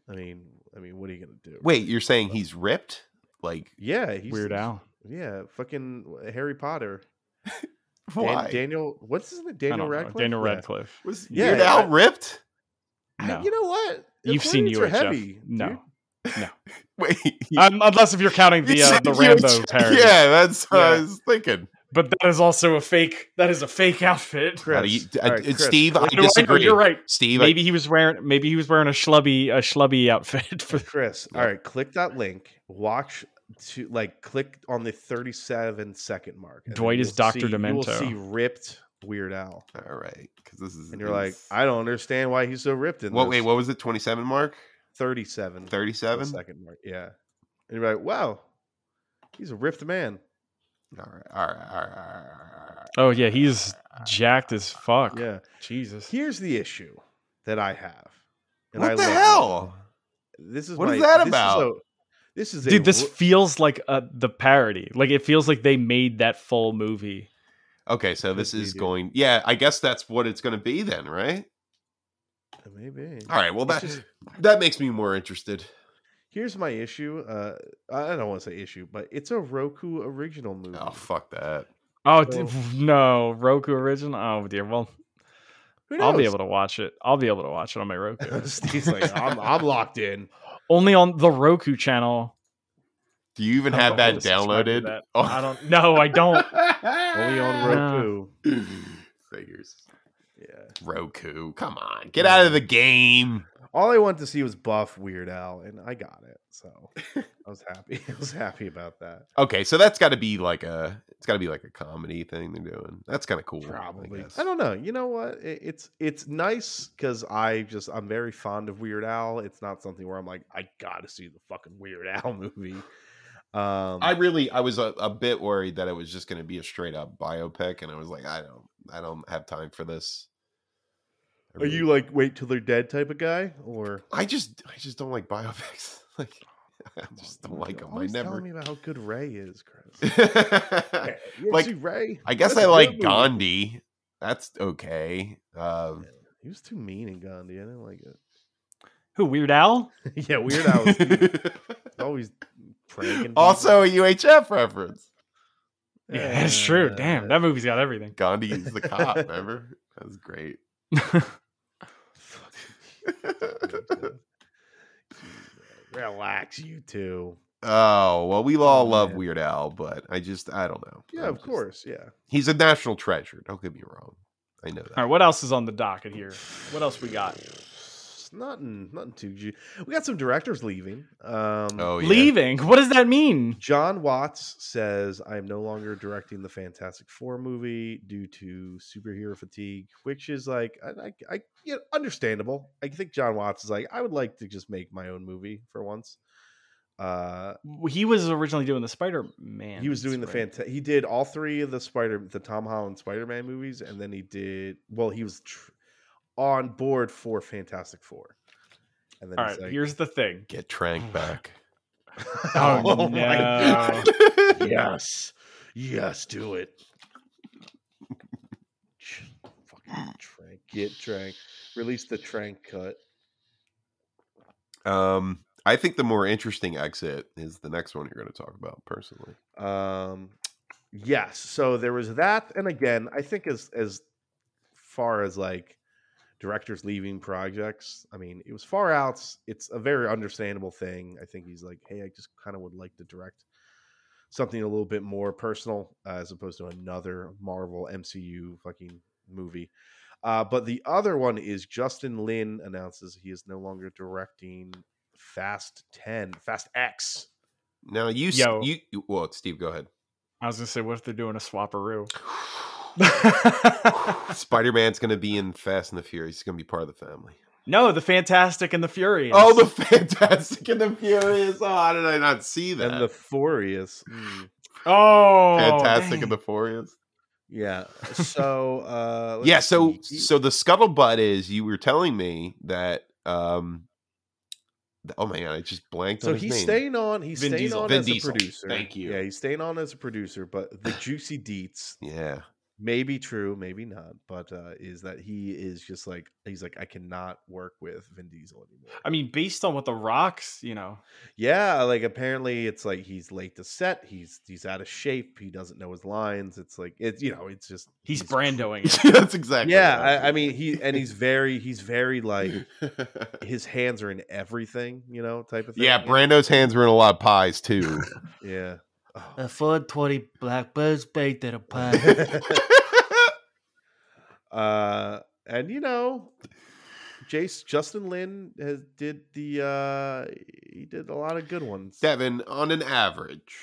[SPEAKER 1] I mean, I mean, what are you gonna do?
[SPEAKER 2] Wait, you're saying he's ripped? Like
[SPEAKER 1] yeah, he's
[SPEAKER 3] Weird
[SPEAKER 1] he's-
[SPEAKER 3] Al.
[SPEAKER 1] Yeah, fucking Harry Potter. Dan-
[SPEAKER 2] why?
[SPEAKER 1] Daniel, what's his name?
[SPEAKER 3] I
[SPEAKER 1] Daniel
[SPEAKER 3] don't know,
[SPEAKER 1] Radcliffe.
[SPEAKER 3] Daniel
[SPEAKER 1] Yeah.
[SPEAKER 3] Radcliffe.
[SPEAKER 2] was
[SPEAKER 1] yeah,
[SPEAKER 2] Weird
[SPEAKER 1] yeah,
[SPEAKER 2] Al
[SPEAKER 1] I-
[SPEAKER 2] ripped?
[SPEAKER 1] I-
[SPEAKER 3] No.
[SPEAKER 1] you know what? The
[SPEAKER 3] You've seen
[SPEAKER 1] Aquarians
[SPEAKER 3] you
[SPEAKER 1] are
[SPEAKER 3] at Jeff.
[SPEAKER 1] heavy.
[SPEAKER 3] No.
[SPEAKER 1] dude.
[SPEAKER 2] Wait.
[SPEAKER 3] (laughs) Um, unless if you're counting the
[SPEAKER 2] you
[SPEAKER 3] uh,
[SPEAKER 2] said
[SPEAKER 3] the
[SPEAKER 2] you were-
[SPEAKER 3] Rambo
[SPEAKER 2] (laughs)
[SPEAKER 1] (laughs)
[SPEAKER 3] parody.
[SPEAKER 2] Yeah, that's what I
[SPEAKER 3] Yeah.
[SPEAKER 2] was thinking.
[SPEAKER 3] But that is also a fake. That is a fake outfit.
[SPEAKER 2] How do you-
[SPEAKER 1] Chris,
[SPEAKER 2] I-
[SPEAKER 1] all right, Chris,
[SPEAKER 2] Steve, I
[SPEAKER 1] look-
[SPEAKER 3] No, I know,
[SPEAKER 2] disagree.
[SPEAKER 3] you're right.
[SPEAKER 2] Steve, I-
[SPEAKER 3] Maybe he was wearing maybe he was wearing a schlubby a schlubby
[SPEAKER 1] (laughs)
[SPEAKER 3] outfit for
[SPEAKER 1] Chris, all
[SPEAKER 2] Yeah.
[SPEAKER 1] right, click that link. Watch to like click on the 37 second mark. and then
[SPEAKER 3] Dwight is
[SPEAKER 1] you'll
[SPEAKER 3] Dr.
[SPEAKER 1] see- You will
[SPEAKER 3] Demento.
[SPEAKER 1] see ripped Weird Al,
[SPEAKER 2] all right, because this is
[SPEAKER 1] and you're like,
[SPEAKER 2] is-
[SPEAKER 1] I don't understand why he's so ripped in
[SPEAKER 2] What?
[SPEAKER 1] this."
[SPEAKER 2] Wait, what was it? Twenty-seven mark?
[SPEAKER 1] 37 is the
[SPEAKER 2] Thirty-seven?
[SPEAKER 1] second mark. Yeah, and you're like, wow, he's a ripped man.
[SPEAKER 2] All right, all right, all right, all right, all right.
[SPEAKER 3] Oh yeah, he's jacked as fuck.
[SPEAKER 1] Yeah.
[SPEAKER 3] Jesus.
[SPEAKER 1] Here's the issue that I have. and
[SPEAKER 2] What
[SPEAKER 1] I
[SPEAKER 2] the
[SPEAKER 1] love you.
[SPEAKER 2] hell?
[SPEAKER 1] This is
[SPEAKER 2] What
[SPEAKER 1] my,
[SPEAKER 2] is that
[SPEAKER 1] this
[SPEAKER 2] about?
[SPEAKER 1] a- this is a
[SPEAKER 3] Dude, this
[SPEAKER 1] ru-
[SPEAKER 3] feels like uh, the parody. Like it feels like they made that full movie.
[SPEAKER 2] Okay, so
[SPEAKER 1] Could
[SPEAKER 2] this
[SPEAKER 1] be,
[SPEAKER 2] is
[SPEAKER 1] dude.
[SPEAKER 2] going. Yeah, I guess that's what it's going to be then, right?
[SPEAKER 1] uh, maybe.
[SPEAKER 2] All right. Well,
[SPEAKER 1] It's
[SPEAKER 2] that
[SPEAKER 1] just-
[SPEAKER 2] that makes me more interested.
[SPEAKER 1] Here's my issue. Uh, I don't want to say issue, but it's a Roku original movie.
[SPEAKER 2] Oh fuck that!
[SPEAKER 3] Oh
[SPEAKER 1] So-
[SPEAKER 3] d- no, Roku original. Oh dear. Well,
[SPEAKER 1] Who
[SPEAKER 3] I'll be
[SPEAKER 1] knows?
[SPEAKER 3] able to watch it. I'll be able to watch it on
[SPEAKER 1] (laughs)
[SPEAKER 3] my Roku.
[SPEAKER 1] Steve's like, I'm, I'm locked in.
[SPEAKER 3] Only on the Roku channel.
[SPEAKER 2] Do you even
[SPEAKER 3] I'm
[SPEAKER 2] have
[SPEAKER 3] not
[SPEAKER 2] that
[SPEAKER 3] subscribed to
[SPEAKER 2] downloaded?
[SPEAKER 3] that.
[SPEAKER 2] Oh.
[SPEAKER 3] I don't. No,
[SPEAKER 1] (laughs)
[SPEAKER 3] I don't.
[SPEAKER 1] Only
[SPEAKER 2] (laughs)
[SPEAKER 1] on
[SPEAKER 3] Ah.
[SPEAKER 1] Roku.
[SPEAKER 2] Roku. (sighs) Figures.
[SPEAKER 1] Yeah.
[SPEAKER 2] Roku. Come on, get out of the game.
[SPEAKER 1] All I wanted to see was buff Weird Al, and I got it. So
[SPEAKER 2] (laughs)
[SPEAKER 1] I was happy. (laughs) I was happy about that.
[SPEAKER 2] Okay, so that's got to be like a it's got to be like a comedy thing they're doing. That's kind of cool. I
[SPEAKER 1] Probably.
[SPEAKER 2] guess.
[SPEAKER 1] I, don't know. You know what? It, it's it's nice because I just I'm very fond of Weird Al. It's not something where I'm like I gotta see the fucking Weird Al (laughs) movie. Um,
[SPEAKER 2] I really I was a, a bit worried that it was just going to be a straight up biopic, and I was like, I don't I don't have time for this. I
[SPEAKER 1] are
[SPEAKER 2] really-
[SPEAKER 1] you like wait till they're dead type of guy or?
[SPEAKER 2] I just I just don't like biopics. (laughs) like I just don't like them. I
[SPEAKER 1] Always
[SPEAKER 2] never.
[SPEAKER 1] Telling me about how good Ray is, (laughs)
[SPEAKER 2] (laughs)
[SPEAKER 1] Chris.
[SPEAKER 2] I Like,
[SPEAKER 1] like Ray,
[SPEAKER 2] guess
[SPEAKER 1] That's a
[SPEAKER 2] I
[SPEAKER 1] good
[SPEAKER 2] like
[SPEAKER 1] movie.
[SPEAKER 2] Gandhi. That's okay. Um,
[SPEAKER 1] He was too mean in Gandhi. I didn't like it.
[SPEAKER 3] Who Weird Al?
[SPEAKER 1] (laughs) yeah, Weird Al
[SPEAKER 2] (laughs)
[SPEAKER 1] was too- always pranking. people.
[SPEAKER 2] also a UHF reference.
[SPEAKER 3] Yeah, that's true. Damn, that movie's got everything.
[SPEAKER 2] Gandhi is
[SPEAKER 1] (laughs)
[SPEAKER 2] the cop. Remember that was great. (laughs)
[SPEAKER 1] Relax, you two.
[SPEAKER 2] Oh well, we all
[SPEAKER 1] Oh,
[SPEAKER 2] love
[SPEAKER 1] man.
[SPEAKER 2] Weird Al, but I just I don't know.
[SPEAKER 1] Yeah,
[SPEAKER 2] I'm
[SPEAKER 1] of
[SPEAKER 2] just-
[SPEAKER 1] course. Yeah.
[SPEAKER 2] he's a national treasure. Don't get me wrong. I know that.
[SPEAKER 3] All right, what else is on the docket here? What else we got?
[SPEAKER 1] Nothing. Nothing too. ju- We got some directors leaving. Um,
[SPEAKER 2] Oh yeah.
[SPEAKER 3] Leaving? What does that mean?
[SPEAKER 1] John Watts says, I am no longer directing the Fantastic Four movie due to superhero fatigue, which is like, I, I, I yeah, understandable. I think John Watts is like, I would like to just make my own movie for once. Uh,
[SPEAKER 3] He was originally doing the Spider Man.
[SPEAKER 1] he was doing the fanta- he did all three of the spider the tom holland spider-man movies and then he did well he was tr- on board for fantastic four and then
[SPEAKER 3] All
[SPEAKER 1] he's
[SPEAKER 3] right, here's the thing.
[SPEAKER 2] Get Trank
[SPEAKER 1] (laughs)
[SPEAKER 2] back.
[SPEAKER 1] like,
[SPEAKER 2] (laughs)
[SPEAKER 3] Oh,
[SPEAKER 1] my
[SPEAKER 3] no.
[SPEAKER 1] God. (laughs) yes yes do it Ch-
[SPEAKER 3] (sighs)
[SPEAKER 1] fucking trank get trank release the trank cut
[SPEAKER 2] um, I think the more interesting exit is the next one you're going to talk about personally.
[SPEAKER 1] Um, yes. So there was that, and again, I think as as far as like directors leaving projects, I mean, it was far outs. It's a very understandable thing. I think he's like, hey, I just kind of would like to direct something a little bit more personal uh, as opposed to another Marvel MCU fucking movie. Uh, but the other one is Justin Lin announces he is no longer directing Fast 10, Fast X.
[SPEAKER 2] Now you s-
[SPEAKER 3] Yo.
[SPEAKER 2] you you- well, Steve, go ahead.
[SPEAKER 3] I was gonna say, what if they're doing a swaparoo? (laughs)
[SPEAKER 2] Spider Man's going to be in Fast and the Furious. He's going to be part of the family.
[SPEAKER 3] no, the Fantastic and the Furious.
[SPEAKER 2] Oh, the (laughs) Fantastic and the Furious! Oh, how did I not see that?
[SPEAKER 1] And the Furious. mm.
[SPEAKER 3] (laughs) oh,
[SPEAKER 2] Fantastic
[SPEAKER 3] dang.
[SPEAKER 2] and the Furious. (laughs)
[SPEAKER 1] Yeah. So uh let's
[SPEAKER 2] yeah so
[SPEAKER 1] see.
[SPEAKER 2] so the scuttlebutt is you were telling me that um th- oh my god i just blanked
[SPEAKER 1] so
[SPEAKER 2] on his
[SPEAKER 1] he's
[SPEAKER 2] name.
[SPEAKER 1] staying on he's
[SPEAKER 3] Vin
[SPEAKER 1] staying
[SPEAKER 3] Diesel.
[SPEAKER 1] on
[SPEAKER 2] Vin
[SPEAKER 1] as
[SPEAKER 2] Diesel.
[SPEAKER 1] a producer.
[SPEAKER 2] Thank you.
[SPEAKER 1] Yeah, he's staying on as a producer, but the juicy deets
[SPEAKER 2] yeah
[SPEAKER 1] may be true, maybe not, but uh is that he is just like he's like I cannot work with Vin Diesel anymore.
[SPEAKER 3] I mean, based on what the rocks, you know.
[SPEAKER 1] Yeah, like apparently it's like he's late to set, he's he's out of shape, he doesn't know his lines. It's like it's you know, it's just
[SPEAKER 3] He's
[SPEAKER 1] cr-
[SPEAKER 3] brandoing
[SPEAKER 2] (laughs)
[SPEAKER 3] it.
[SPEAKER 2] that's exactly
[SPEAKER 1] Yeah,
[SPEAKER 2] what
[SPEAKER 1] I, I mean he and he's very he's very like
[SPEAKER 2] (laughs) like
[SPEAKER 1] his hands are in everything, you know, type of thing.
[SPEAKER 2] yeah brando's hands were in a lot of pies too
[SPEAKER 1] (laughs)
[SPEAKER 2] (laughs)
[SPEAKER 1] Yeah. Oh,
[SPEAKER 4] A 420 Blackbird's baked at a pie.
[SPEAKER 2] i
[SPEAKER 1] Uh, and you know, Jace Justin Lin has did the uh he did a lot of good ones.
[SPEAKER 2] devin on an average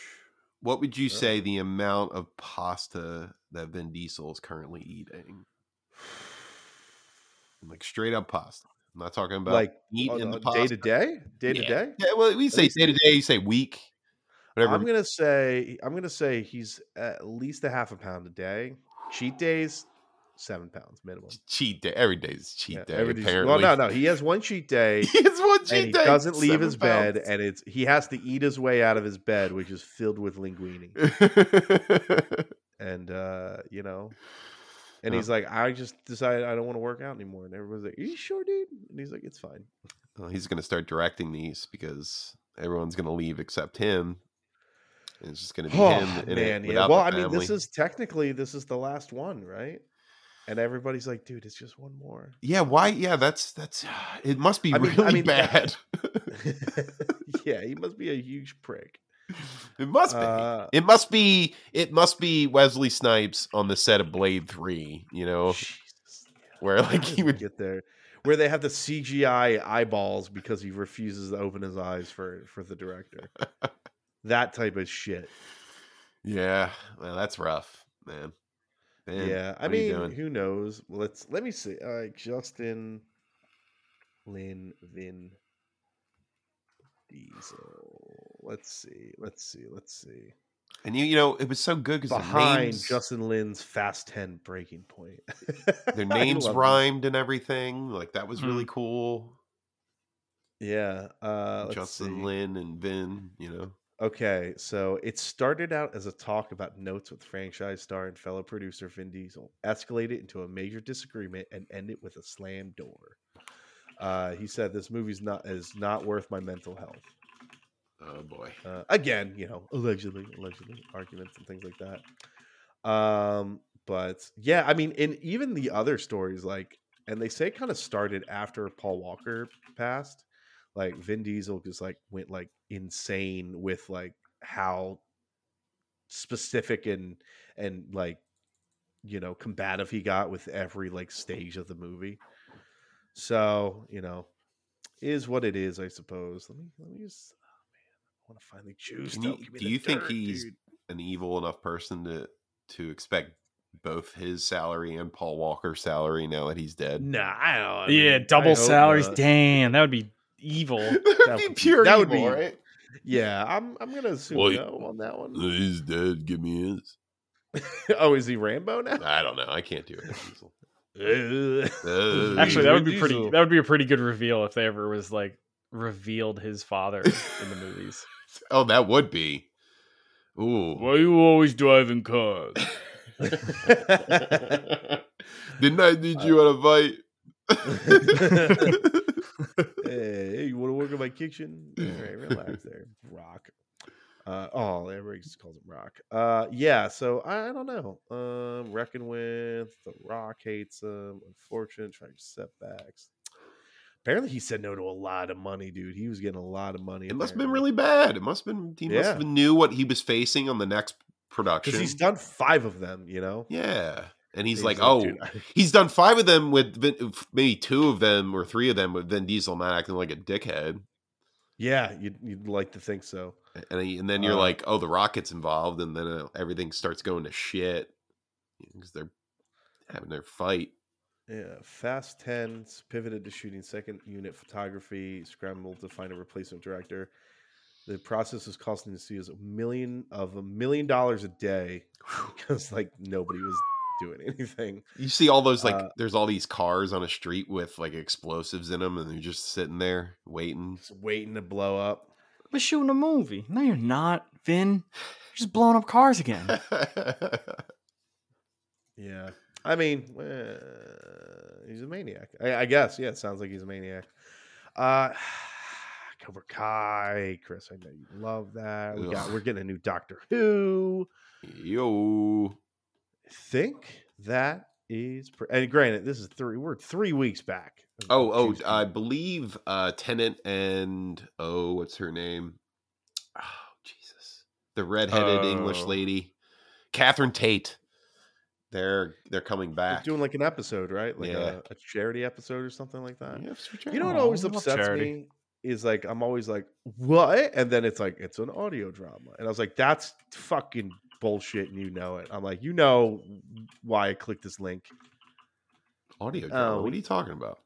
[SPEAKER 2] what would you
[SPEAKER 1] Sure.
[SPEAKER 2] say the amount of pasta that vin diesel is currently eating like straight up pasta i'm not talking about
[SPEAKER 1] like
[SPEAKER 2] meat
[SPEAKER 1] on-
[SPEAKER 2] in the
[SPEAKER 1] on day
[SPEAKER 2] pasta
[SPEAKER 1] to day, day to
[SPEAKER 2] Yeah.
[SPEAKER 1] day.
[SPEAKER 2] Yeah, well, we say
[SPEAKER 1] least-
[SPEAKER 2] day to day, you say week, whatever.
[SPEAKER 1] I'm gonna say I'm gonna say he's at least a half a pound a day. Cheat days, seven pounds minimum.
[SPEAKER 2] cheat day. Every day is cheat
[SPEAKER 1] Yeah,
[SPEAKER 2] day.
[SPEAKER 1] every day's-
[SPEAKER 2] Apparently,
[SPEAKER 1] well, no, no, he has one cheat day.
[SPEAKER 2] (laughs) it's one (laughs) cheat
[SPEAKER 1] And he
[SPEAKER 2] day.
[SPEAKER 1] doesn't leave his
[SPEAKER 2] seven
[SPEAKER 1] bed, and it's he has to eat his way out of his bed, which is filled with linguine.
[SPEAKER 2] (laughs) pounds.
[SPEAKER 1] and uh, you know, and
[SPEAKER 2] Huh.
[SPEAKER 1] he's like, I just decided I don't want to work out anymore, and everybody's like, Are you sure, dude? And he's like, It's fine.
[SPEAKER 2] Well, uh, he's gonna start directing these because everyone's gonna leave except him. And it's just gonna be him. In it
[SPEAKER 1] Oh, yeah.
[SPEAKER 2] without
[SPEAKER 1] Well,
[SPEAKER 2] the
[SPEAKER 1] I mean, this
[SPEAKER 2] family.
[SPEAKER 1] is technically this is the last one, right? And everybody's like, Dude, it's just one more. (laughs)
[SPEAKER 2] yeah. Why? Yeah, that's that's. (sighs) It must be
[SPEAKER 1] I mean- I
[SPEAKER 2] really (laughs)
[SPEAKER 1] mean, that-
[SPEAKER 2] bad.
[SPEAKER 1] yeah, he must be a huge prick.
[SPEAKER 2] It must be.
[SPEAKER 1] Uh,
[SPEAKER 2] it must be. It must be Wesley Snipes on the set of Blade Three. You know,
[SPEAKER 1] Jesus.
[SPEAKER 2] (laughs) where Oh. like
[SPEAKER 1] How
[SPEAKER 2] he
[SPEAKER 1] does
[SPEAKER 2] would
[SPEAKER 1] get there. where they have the CGI eyeballs because he refuses to open his eyes for for the
[SPEAKER 2] (laughs)
[SPEAKER 1] director. that type of shit.
[SPEAKER 2] Yeah, well, that's rough, man. Man,
[SPEAKER 1] yeah, I
[SPEAKER 2] what are you
[SPEAKER 1] mean,
[SPEAKER 2] doing?
[SPEAKER 1] who knows? Let's let me see. All right, Justin, Lynn, Vin, Diesel. Let's see. Let's see. Let's see.
[SPEAKER 2] and you, you know, it was so good because
[SPEAKER 1] Behind
[SPEAKER 2] their names,
[SPEAKER 1] Justin Lynn's Fast Ten breaking point.
[SPEAKER 2] their
[SPEAKER 1] (laughs) I
[SPEAKER 2] names
[SPEAKER 1] love Mm. that.
[SPEAKER 2] rhymed and everything. Like that was really cool.
[SPEAKER 1] Yeah. Uh, let's
[SPEAKER 2] Justin
[SPEAKER 1] see.
[SPEAKER 2] Lin and Vin, you know.
[SPEAKER 1] Okay, so it started out as a talk about notes with franchise star and fellow producer Vin Diesel, escalated into a major disagreement, and ended with a slam door. Uh, he said, "This movie's not is not worth my mental health."
[SPEAKER 2] Oh boy.
[SPEAKER 1] Uh, again, you know, allegedly, allegedly arguments and things like that. Um, but yeah, I mean, in even the other stories, like, and they say it kind of started after Paul Walker passed. Like Vin Diesel just like went like insane with like how specific and and like you know combative he got with every like stage of the movie. So you know, is what it is, I suppose. Let me let me just oh man, I want to finally choose.
[SPEAKER 2] Can you- do you think he's An evil enough person to to expect both his salary and Paul Walker's salary now that he's dead.
[SPEAKER 1] Nah, I don't. I
[SPEAKER 3] yeah,
[SPEAKER 1] mean, I
[SPEAKER 3] double
[SPEAKER 1] hope
[SPEAKER 3] salaries.
[SPEAKER 1] not.
[SPEAKER 3] Damn, that would be
[SPEAKER 1] (laughs)
[SPEAKER 3] evil.
[SPEAKER 1] That
[SPEAKER 2] (laughs) That'd
[SPEAKER 1] would-
[SPEAKER 2] be pure
[SPEAKER 1] that would
[SPEAKER 2] evil,
[SPEAKER 1] be-
[SPEAKER 2] right?
[SPEAKER 1] Yeah, I'm. I'm gonna assume
[SPEAKER 2] Well,
[SPEAKER 1] no on that one.
[SPEAKER 2] He's dead. Give me his.
[SPEAKER 1] (laughs) oh, is he Rambo
[SPEAKER 2] (laughs)
[SPEAKER 1] now?
[SPEAKER 2] I don't know. I can't do it. Diesel. Uh,
[SPEAKER 3] (laughs) Actually, that would
[SPEAKER 1] Vin
[SPEAKER 3] be pretty.
[SPEAKER 1] Diesel.
[SPEAKER 3] That would be a pretty good reveal if they ever was like revealed his father in the movies.
[SPEAKER 2] oh, that would be. Ooh.
[SPEAKER 1] (laughs)
[SPEAKER 3] you always driving cars?
[SPEAKER 2] (laughs) (laughs) Didn't I need you
[SPEAKER 1] Uh,
[SPEAKER 2] on a fight?
[SPEAKER 1] (laughs)
[SPEAKER 2] (laughs)
[SPEAKER 1] hey, you want to work in my kitchen? All right, relax there, Rock. Uh, oh, everybody just calls him Rock. Uh, yeah, so I, I don't know. Um, reckon with the Rock hates him. Unfortunate, trying setbacks. Apparently, he said no to a lot of money, dude. He was getting a lot of money.
[SPEAKER 2] It must have been
[SPEAKER 1] apparently.
[SPEAKER 2] really bad. It must have been. He must have
[SPEAKER 1] Yeah.
[SPEAKER 2] knew what he was facing on the next production.
[SPEAKER 1] because he's done five of them. You know,
[SPEAKER 2] yeah, and he's,
[SPEAKER 1] He's
[SPEAKER 2] like,
[SPEAKER 1] like,
[SPEAKER 2] oh,
[SPEAKER 1] "Dude,
[SPEAKER 2] he's done five of them with Vin, maybe two of them or three of them with Vin Diesel not acting like a dickhead,
[SPEAKER 1] (laughs) yeah, you'd, you'd like to think so.
[SPEAKER 2] and he, and then you're
[SPEAKER 1] Uh,
[SPEAKER 2] like, oh, the Rocket's involved, and then uh, everything starts going to shit because they're having their fight.
[SPEAKER 1] Yeah, Fast 10 's pivoted to shooting second unit photography, scrambled to find a replacement director. The process was costing the studios a million of a million dollars a day because like nobody was doing (laughs) anything.
[SPEAKER 2] You see all those like
[SPEAKER 1] Uh,
[SPEAKER 2] there's all these cars on a street with like explosives in them, and they're just sitting there
[SPEAKER 1] (laughs)
[SPEAKER 2] waiting.
[SPEAKER 1] Just waiting to blow up.
[SPEAKER 3] We're shooting a movie. No, you're not, Vin. You're just blowing up cars (laughs) again.
[SPEAKER 1] Yeah. I mean, uh, he's a maniac. I, I guess. Yeah, it sounds like he's a maniac. Uh (sighs) Cobra Kai, Chris, I know you love that. We got
[SPEAKER 2] Ugh.
[SPEAKER 1] we're getting a new Doctor Who.
[SPEAKER 2] Yo,
[SPEAKER 1] think that is pr- and granted this is three we're three weeks back of-
[SPEAKER 2] Oh,
[SPEAKER 1] of
[SPEAKER 2] oh,
[SPEAKER 1] Choose
[SPEAKER 2] I
[SPEAKER 1] Food.
[SPEAKER 2] believe uh Tenant and oh, what's her name? Oh, Jesus. The redheaded English
[SPEAKER 3] Oh.
[SPEAKER 2] lady. Catherine Tate. They're they're coming
[SPEAKER 1] They're
[SPEAKER 2] back.
[SPEAKER 1] doing like an episode right like
[SPEAKER 2] Yeah.
[SPEAKER 1] a, a charity episode or something like that
[SPEAKER 2] Yeah, it's for
[SPEAKER 1] uh, you know what
[SPEAKER 2] charity.
[SPEAKER 3] Aw,
[SPEAKER 1] always
[SPEAKER 3] we love
[SPEAKER 1] upsets
[SPEAKER 3] charity.
[SPEAKER 1] me is like i'm always like what and then it's like it's an audio drama and i was like that's fucking bullshit and you know it i'm like you know why i clicked this link
[SPEAKER 2] audio drama.
[SPEAKER 1] Oh,
[SPEAKER 2] what are
[SPEAKER 1] we-
[SPEAKER 2] you talking about?